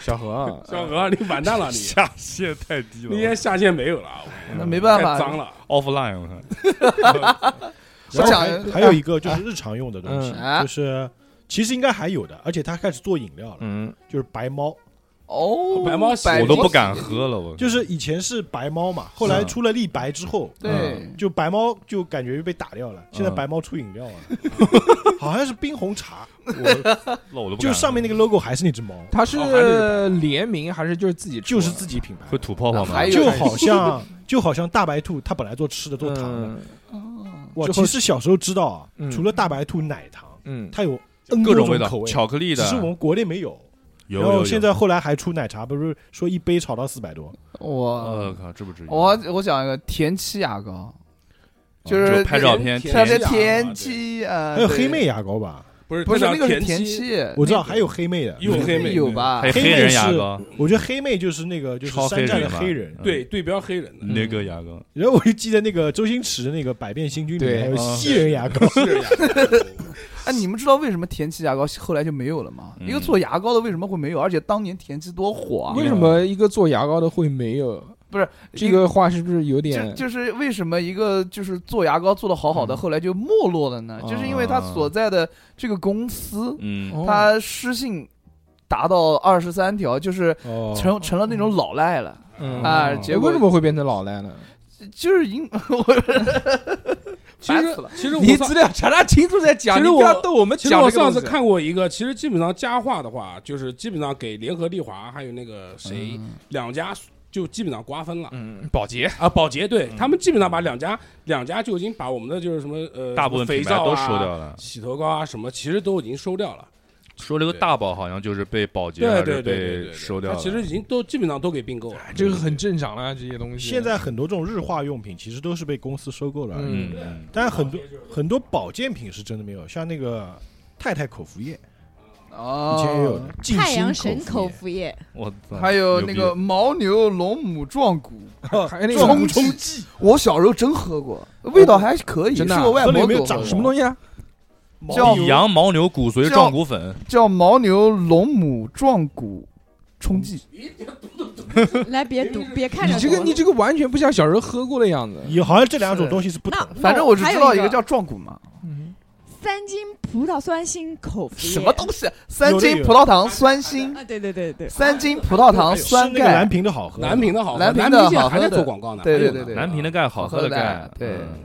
[SPEAKER 2] 小何啊，
[SPEAKER 6] 哎小何，你完蛋了”， 你。
[SPEAKER 4] 下限太低
[SPEAKER 6] 那天
[SPEAKER 4] 了
[SPEAKER 6] 下线没有了，啊
[SPEAKER 3] 那没办
[SPEAKER 6] 太脏
[SPEAKER 3] 法。
[SPEAKER 6] 了。
[SPEAKER 4] ，offline 我看
[SPEAKER 7] 然后
[SPEAKER 3] 讲
[SPEAKER 7] 还还有一个就是日常用的东西，
[SPEAKER 3] 嗯
[SPEAKER 7] 就是其实应该还有的，而且他开始做饮料了，
[SPEAKER 4] 嗯，
[SPEAKER 7] 就是白猫，
[SPEAKER 3] 哦，
[SPEAKER 6] 白猫洗
[SPEAKER 4] 我都不
[SPEAKER 3] 猫
[SPEAKER 4] 敢喝了，我
[SPEAKER 7] 就是以前是白猫嘛，后
[SPEAKER 4] 嗯
[SPEAKER 7] 来出了立白之后，嗯
[SPEAKER 3] 对，
[SPEAKER 7] 就白猫就感觉被打掉了，
[SPEAKER 4] 嗯
[SPEAKER 7] 现在白猫出饮料了，好像是冰红茶，
[SPEAKER 4] 那我都不敢
[SPEAKER 7] 就
[SPEAKER 4] 喝
[SPEAKER 7] 上面那个 logo 还是那只猫，
[SPEAKER 2] 他
[SPEAKER 6] 哦还
[SPEAKER 2] 是
[SPEAKER 6] 是
[SPEAKER 2] 联名还是就是自己出
[SPEAKER 7] 就是
[SPEAKER 2] 的
[SPEAKER 7] 自己品牌
[SPEAKER 4] 会，吐泡泡吗？
[SPEAKER 3] 还有
[SPEAKER 7] 就好像就好像大白兔，它本来做吃的做糖的，
[SPEAKER 2] 嗯
[SPEAKER 7] 我
[SPEAKER 2] 之后
[SPEAKER 7] 其实小时候知道啊
[SPEAKER 2] 嗯，
[SPEAKER 7] 除了大白兔奶糖，
[SPEAKER 2] 嗯，
[SPEAKER 7] 它有 N
[SPEAKER 4] 各
[SPEAKER 7] 多
[SPEAKER 4] 味
[SPEAKER 7] 口
[SPEAKER 4] 道，
[SPEAKER 7] 味，
[SPEAKER 4] 巧克力
[SPEAKER 7] 只
[SPEAKER 4] 的，
[SPEAKER 7] 是我们国内没有。
[SPEAKER 4] 有
[SPEAKER 7] 然
[SPEAKER 4] 有
[SPEAKER 7] 后
[SPEAKER 4] 有。
[SPEAKER 7] 现在后来还出奶茶，不是说一杯炒到四百多，
[SPEAKER 4] 我
[SPEAKER 3] 我
[SPEAKER 4] 靠，这不至于。
[SPEAKER 3] 我我讲一个田七牙膏，就
[SPEAKER 4] 就是拍照片，
[SPEAKER 6] 天
[SPEAKER 3] 它
[SPEAKER 4] 天
[SPEAKER 3] 的
[SPEAKER 6] 天
[SPEAKER 3] 田七啊，
[SPEAKER 7] 还有
[SPEAKER 3] 对
[SPEAKER 7] 黑妹牙膏吧？
[SPEAKER 6] 不是
[SPEAKER 3] 不是
[SPEAKER 6] 那
[SPEAKER 3] 那个是
[SPEAKER 6] 田
[SPEAKER 3] 田
[SPEAKER 6] 七，
[SPEAKER 4] 呃
[SPEAKER 3] 七，
[SPEAKER 7] 我知道
[SPEAKER 6] 那个
[SPEAKER 7] 还有黑妹的，
[SPEAKER 6] 有黑妹
[SPEAKER 3] 有？吧
[SPEAKER 4] 还？有
[SPEAKER 7] 黑
[SPEAKER 4] 黑
[SPEAKER 7] 妹
[SPEAKER 4] 人牙
[SPEAKER 7] 是
[SPEAKER 4] 膏，
[SPEAKER 7] 我觉得黑妹就是那个就是
[SPEAKER 4] 超黑
[SPEAKER 7] 山寨的
[SPEAKER 4] 人吧嗯
[SPEAKER 7] 黑人。
[SPEAKER 3] 嗯
[SPEAKER 6] 对，对标黑人的
[SPEAKER 4] 那个牙膏，
[SPEAKER 7] 然后我就记得那个周星驰的那个《百变星君》里
[SPEAKER 2] 对
[SPEAKER 7] 面还有
[SPEAKER 4] 啊
[SPEAKER 7] 西人牙膏，
[SPEAKER 6] 是呀，
[SPEAKER 3] 哎，你们知道为什么田七牙膏后来就没有了吗？
[SPEAKER 4] 嗯
[SPEAKER 3] 一个做牙膏的为什么会没有？而且当年田七多火啊！
[SPEAKER 2] 为什么一个做牙膏的会没有？
[SPEAKER 3] 不是
[SPEAKER 2] 这个话是不是有
[SPEAKER 3] 就
[SPEAKER 2] 点？
[SPEAKER 3] 就是为什么一个就是做牙膏做的好好的，
[SPEAKER 2] 嗯
[SPEAKER 3] 后来就没落了呢？
[SPEAKER 4] 啊
[SPEAKER 3] 就是因为他所在的这个公司，
[SPEAKER 4] 嗯，
[SPEAKER 2] 哦
[SPEAKER 3] 他失信达到二十三条，就是
[SPEAKER 7] 哦，
[SPEAKER 3] 成成了那种老赖了，
[SPEAKER 2] 嗯
[SPEAKER 3] 啊结果
[SPEAKER 2] 为什么会变成老赖呢？
[SPEAKER 3] 就是因我
[SPEAKER 6] 其
[SPEAKER 3] 烦死
[SPEAKER 6] 实
[SPEAKER 3] 了
[SPEAKER 6] 其实我
[SPEAKER 2] 你
[SPEAKER 6] 上
[SPEAKER 2] 资料查查清楚再讲，
[SPEAKER 6] 其实
[SPEAKER 2] 你不
[SPEAKER 6] 我
[SPEAKER 2] 要逗我们
[SPEAKER 6] 其实
[SPEAKER 2] 讲
[SPEAKER 6] 我
[SPEAKER 2] 这个
[SPEAKER 6] 上次
[SPEAKER 2] 东西
[SPEAKER 6] 看过一个，其实基本上佳话的话，就是基本上给联合利华还有那个谁
[SPEAKER 4] 嗯
[SPEAKER 6] 两家就基本上瓜分了。
[SPEAKER 2] 嗯，保洁
[SPEAKER 6] 啊，宝洁
[SPEAKER 3] 嗯
[SPEAKER 6] 对他们基本上把两家两家就已经把我们的就是什么呃，
[SPEAKER 4] 大部分
[SPEAKER 6] 什么肥
[SPEAKER 4] 品牌
[SPEAKER 6] 皂
[SPEAKER 4] 都
[SPEAKER 6] 啊
[SPEAKER 4] 收掉了。
[SPEAKER 6] 洗头膏啊什么，其实都已经收掉了。
[SPEAKER 4] 说了个大宝，好像就是被保洁
[SPEAKER 6] 对
[SPEAKER 4] 还
[SPEAKER 6] 对
[SPEAKER 4] 是
[SPEAKER 6] 对对
[SPEAKER 4] 被
[SPEAKER 6] 对，
[SPEAKER 4] 收掉
[SPEAKER 6] 它
[SPEAKER 4] 了。哎
[SPEAKER 6] 其实已经都基本上都给并购了。
[SPEAKER 2] 这个很正常了，这些东西
[SPEAKER 7] 现在很多这种日化用品其实都是被公司收购了而已，
[SPEAKER 2] 嗯
[SPEAKER 4] 嗯，
[SPEAKER 7] 但是很多很多保健品是真的没有，像那个太太口服液以前也有
[SPEAKER 3] 哦，
[SPEAKER 7] 的，静
[SPEAKER 5] 太阳
[SPEAKER 7] 心
[SPEAKER 5] 神口
[SPEAKER 7] 服
[SPEAKER 5] 服液，
[SPEAKER 4] 我操
[SPEAKER 3] 还有
[SPEAKER 4] 牛
[SPEAKER 3] 那
[SPEAKER 4] 逼
[SPEAKER 3] 个牦牛龙母壮骨，
[SPEAKER 7] 液，
[SPEAKER 2] 还有那个
[SPEAKER 3] 冲
[SPEAKER 7] 冲
[SPEAKER 3] 剂，我小时候真喝过，味道还可以，
[SPEAKER 2] 真
[SPEAKER 3] 是
[SPEAKER 2] 的啊
[SPEAKER 3] 我外
[SPEAKER 7] 喝了
[SPEAKER 3] 婆
[SPEAKER 7] 有没有
[SPEAKER 3] 给我
[SPEAKER 7] 长
[SPEAKER 3] 喝
[SPEAKER 2] 什么东西啊？
[SPEAKER 7] 牦
[SPEAKER 3] 叫
[SPEAKER 7] 牛
[SPEAKER 4] 羊牦牛骨髓壮骨粉，
[SPEAKER 3] 叫牦牛龙母壮骨冲剂，
[SPEAKER 5] 来别读，别看
[SPEAKER 2] 你
[SPEAKER 5] 着
[SPEAKER 2] 这个
[SPEAKER 5] 我
[SPEAKER 2] 你这个完全不像小时候喝过的样子。
[SPEAKER 7] 也好像这两种东西是不同的。
[SPEAKER 5] 那
[SPEAKER 3] 反正我只
[SPEAKER 5] 还
[SPEAKER 3] 知
[SPEAKER 5] 有
[SPEAKER 3] 道一
[SPEAKER 5] 一
[SPEAKER 3] 个叫壮骨嘛，
[SPEAKER 2] 嗯
[SPEAKER 5] 三金葡萄酸锌口服液，
[SPEAKER 3] 什么东西？啊三
[SPEAKER 7] 有的
[SPEAKER 3] 斤
[SPEAKER 7] 有
[SPEAKER 3] 葡萄糖酸 锌，
[SPEAKER 5] 啊？对对对对，
[SPEAKER 3] 三斤葡萄糖
[SPEAKER 7] 是那
[SPEAKER 3] 酸
[SPEAKER 7] 个蓝
[SPEAKER 3] 钙，
[SPEAKER 7] 瓶的好喝，
[SPEAKER 6] 南平的好喝，
[SPEAKER 3] 南
[SPEAKER 6] 南
[SPEAKER 3] 平
[SPEAKER 6] 平
[SPEAKER 3] 的
[SPEAKER 6] 现
[SPEAKER 3] 好喝
[SPEAKER 6] 在还在
[SPEAKER 3] 的
[SPEAKER 6] 做广告呢。
[SPEAKER 3] 对
[SPEAKER 6] 还有
[SPEAKER 3] 对
[SPEAKER 6] 呢
[SPEAKER 3] 对对
[SPEAKER 4] 南平的钙好
[SPEAKER 3] 喝
[SPEAKER 4] 喝
[SPEAKER 3] 的
[SPEAKER 4] 的
[SPEAKER 3] 钙
[SPEAKER 4] 钙，
[SPEAKER 3] 对
[SPEAKER 4] 嗯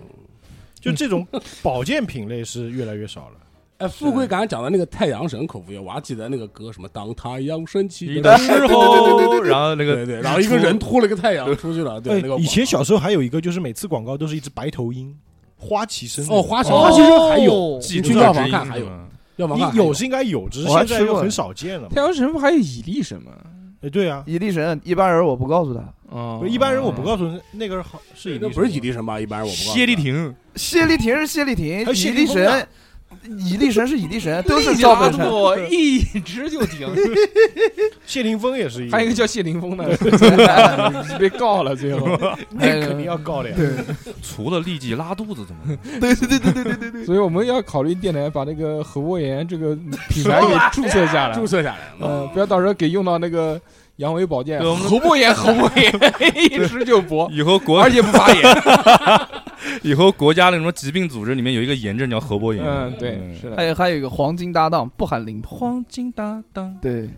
[SPEAKER 7] 就这种保健品类是越来越少了。
[SPEAKER 6] 哎，富贵刚才讲的那个太阳神口服液，我还记得那个歌什么“当太阳升起
[SPEAKER 4] 你的时
[SPEAKER 6] 对对
[SPEAKER 4] 候，
[SPEAKER 6] 对对对对对
[SPEAKER 4] 然后那
[SPEAKER 6] 对
[SPEAKER 4] 个
[SPEAKER 6] 对，然后一哎个人拖了个太阳出去了，对，那个
[SPEAKER 7] 哎以前小时候还有一个，就是每次广告都是一只白头鹰，花旗参
[SPEAKER 6] 哦，花旗
[SPEAKER 3] 哦
[SPEAKER 6] 花旗参还有，
[SPEAKER 4] 记
[SPEAKER 6] 你去
[SPEAKER 4] 住
[SPEAKER 6] 药
[SPEAKER 4] 之
[SPEAKER 6] 房
[SPEAKER 4] 音
[SPEAKER 6] 看
[SPEAKER 4] 是
[SPEAKER 6] 还有，
[SPEAKER 4] 吗
[SPEAKER 6] 药房看
[SPEAKER 7] 你
[SPEAKER 6] 还有
[SPEAKER 7] 有是应该有，只是
[SPEAKER 3] 我还
[SPEAKER 7] 现
[SPEAKER 3] 吃
[SPEAKER 7] 在又
[SPEAKER 3] 过
[SPEAKER 2] 啊
[SPEAKER 7] 很少见了嘛。
[SPEAKER 2] 太阳神不还有蚁力神吗？
[SPEAKER 7] 哎，对啊，
[SPEAKER 3] 伊利神，一般人我不告诉他，
[SPEAKER 2] 哦
[SPEAKER 7] 不是一般人我不告诉你那个是好是
[SPEAKER 6] 哎那不是蚁力神吧？一般人我不告诉
[SPEAKER 4] 谢丽婷，
[SPEAKER 3] 谢丽婷是谢丽婷
[SPEAKER 7] 还，有
[SPEAKER 3] 蚁
[SPEAKER 7] 谢
[SPEAKER 3] 力
[SPEAKER 7] 霆锋呢
[SPEAKER 3] 神，蚁力神是蚁力神，都是
[SPEAKER 2] 力啊
[SPEAKER 3] 赵本
[SPEAKER 2] 拉
[SPEAKER 3] 山。
[SPEAKER 2] 我一直就 停，
[SPEAKER 7] 谢霆锋也是一
[SPEAKER 2] 还有一
[SPEAKER 7] 个
[SPEAKER 2] 个叫谢霆锋 的，被告了最 后。
[SPEAKER 7] 那个肯定要告的呀。
[SPEAKER 4] 除了痢疾拉肚子怎么？
[SPEAKER 3] 对对对对对对对对。
[SPEAKER 2] 所以我们要考虑电台把那个核窝炎这个品牌给 注册下来，
[SPEAKER 6] 注册下来了。
[SPEAKER 2] 呃，不要到时候给用到那个阳痿保健，
[SPEAKER 4] 对我们
[SPEAKER 2] 喉部炎，喉部炎，一吃就 搏，
[SPEAKER 4] 以后国
[SPEAKER 2] 而且不发炎。
[SPEAKER 4] 以后国家的什么疾病组织里面有一个炎症叫核膜 炎。
[SPEAKER 2] 嗯，对，是
[SPEAKER 3] 还
[SPEAKER 2] 的。
[SPEAKER 3] 有还有一个黄金搭档不含磷脂，
[SPEAKER 4] 黄金搭档，
[SPEAKER 3] 对，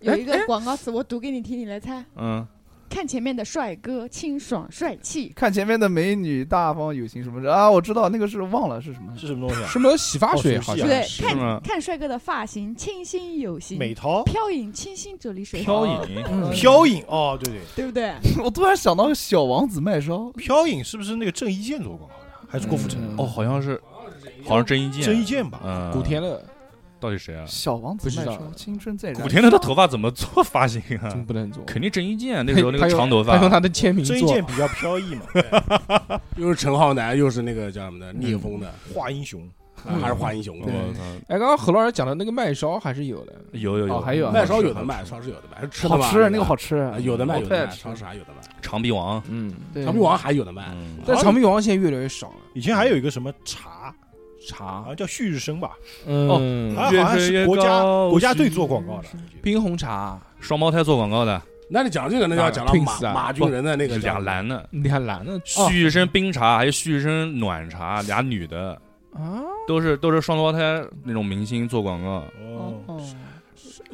[SPEAKER 5] 有一个广告词，我读给你听，你来猜。
[SPEAKER 4] 嗯，
[SPEAKER 5] 看前面的帅哥，清爽帅气，
[SPEAKER 3] 看前面的美女大方友情什么的啊，我知道那个是忘了是什么，
[SPEAKER 7] 是什么东西啊？
[SPEAKER 2] 什么洗发水
[SPEAKER 7] 哦
[SPEAKER 2] 好
[SPEAKER 7] 熟悉啊
[SPEAKER 2] 像
[SPEAKER 5] 对，
[SPEAKER 7] 是
[SPEAKER 4] 吗
[SPEAKER 5] 看看帅哥的发型，清新有型，
[SPEAKER 7] 美涛
[SPEAKER 5] 飘影清新啫喱水，
[SPEAKER 4] 飘，影，
[SPEAKER 2] 嗯
[SPEAKER 7] 飘影哦，对对，
[SPEAKER 5] 对不对？
[SPEAKER 3] 我突然想到小王子卖烧，
[SPEAKER 7] 飘影是不是那个郑伊健做广告的？还是郭富城？
[SPEAKER 4] 哦，好像是，好像真一
[SPEAKER 7] 郑伊
[SPEAKER 4] 健，
[SPEAKER 7] 健吧？
[SPEAKER 4] 嗯，
[SPEAKER 2] 古天乐
[SPEAKER 4] 到底谁啊？
[SPEAKER 3] 小王子卖
[SPEAKER 2] 不知
[SPEAKER 3] 烧
[SPEAKER 2] 道，
[SPEAKER 3] 青春在燃
[SPEAKER 4] 古。天乐的头发怎么做发型 啊
[SPEAKER 2] 真？不能做，
[SPEAKER 4] 肯定郑伊健啊那时候那个
[SPEAKER 2] 嗯他用
[SPEAKER 4] 长头
[SPEAKER 2] 他用
[SPEAKER 4] 发，
[SPEAKER 2] 他的签名
[SPEAKER 7] 郑伊健
[SPEAKER 2] 做，
[SPEAKER 7] 比较飘逸嘛，
[SPEAKER 6] 又是陈浩南，又是那个叫什么的聂风的，
[SPEAKER 7] 画英雄。
[SPEAKER 6] 啊还是华英雄的。
[SPEAKER 4] 我操，
[SPEAKER 2] 哎，刚刚何老师讲的那个麦烧还是有的，
[SPEAKER 4] 有有有，
[SPEAKER 3] 哦还有啊
[SPEAKER 6] 卖烧有的卖，超市有的卖，吃的
[SPEAKER 3] 好
[SPEAKER 6] 嘛
[SPEAKER 3] 吃，那个好吃
[SPEAKER 6] 啊，有的卖，有
[SPEAKER 3] 我太
[SPEAKER 6] 的卖，
[SPEAKER 3] 爱吃
[SPEAKER 6] 超市还有的卖，
[SPEAKER 4] 长臂王，
[SPEAKER 2] 嗯，
[SPEAKER 3] 对
[SPEAKER 6] 长臂王还有的卖。
[SPEAKER 4] 嗯，
[SPEAKER 2] 但长臂王现在越来越少了。
[SPEAKER 7] 以前还有一个什么茶，好
[SPEAKER 2] 茶，
[SPEAKER 7] 像叫旭日升吧，
[SPEAKER 2] 嗯，
[SPEAKER 7] 好像好像是国
[SPEAKER 4] 越飞越
[SPEAKER 7] 家
[SPEAKER 4] 高
[SPEAKER 7] 国家队做广告的。
[SPEAKER 2] 冰红茶，
[SPEAKER 4] 双胞胎做广告的，
[SPEAKER 6] 那你讲这个，那就要讲到
[SPEAKER 2] Twins
[SPEAKER 6] 马
[SPEAKER 2] 啊
[SPEAKER 6] 马俊仁的那个
[SPEAKER 4] 俩，男的，
[SPEAKER 2] 你还蓝的
[SPEAKER 4] 旭日升冰茶，还有旭日升暖茶，俩女的，
[SPEAKER 2] 啊？
[SPEAKER 4] 都是都是双胞胎那种明星做广告，
[SPEAKER 7] 哦，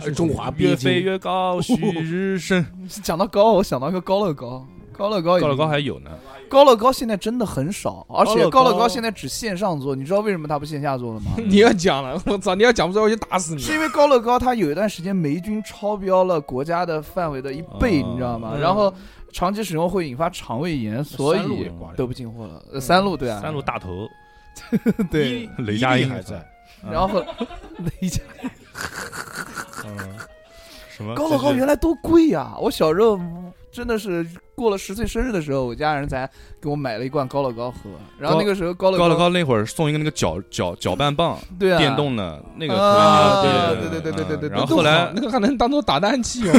[SPEAKER 6] 呃中华
[SPEAKER 4] 越
[SPEAKER 6] 鳖
[SPEAKER 4] 飞
[SPEAKER 6] 精，
[SPEAKER 4] 越高，旭日升，
[SPEAKER 3] 讲到高，我想到一个高乐高，高乐高已经
[SPEAKER 4] 高乐高还有呢，
[SPEAKER 3] 高乐高现在真的很少，而且
[SPEAKER 7] 高
[SPEAKER 3] 高
[SPEAKER 7] 乐
[SPEAKER 3] 乐
[SPEAKER 7] 高
[SPEAKER 3] 高现在只线上做，你知道为什么他不线下做了吗？
[SPEAKER 2] 你要讲了，我操！你要讲不出来，我就打死你
[SPEAKER 3] 是。因为高乐高它有一段时间霉菌超标了国家的范围的一倍，
[SPEAKER 4] 哦
[SPEAKER 3] 你知道吗？
[SPEAKER 2] 嗯
[SPEAKER 3] 然后长期使用会引发肠胃炎，所
[SPEAKER 7] 三鹿也
[SPEAKER 3] 以
[SPEAKER 7] 挂了
[SPEAKER 3] 都不进货了。呃三鹿对啊，
[SPEAKER 4] 三鹿大头，
[SPEAKER 3] 对，
[SPEAKER 7] 伊
[SPEAKER 4] 雷佳
[SPEAKER 7] 伊利
[SPEAKER 4] 音
[SPEAKER 7] 还在，
[SPEAKER 3] 然后雷佳
[SPEAKER 4] 什么
[SPEAKER 3] 嗯高乐高原来多贵呀、我小时候真的是过了十岁生日的时候，我家人才给我买了一罐高乐高喝。然后那个时候高乐
[SPEAKER 4] 高乐高那会儿送一个那个搅搅搅拌棒，
[SPEAKER 3] 对啊，
[SPEAKER 4] 电动的那个
[SPEAKER 3] 啊
[SPEAKER 4] 特别牛逼，
[SPEAKER 3] 对对对对对对
[SPEAKER 4] 嗯然
[SPEAKER 2] 那个
[SPEAKER 4] 后后
[SPEAKER 2] 好
[SPEAKER 4] 来
[SPEAKER 2] 那个还能当做打蛋器用，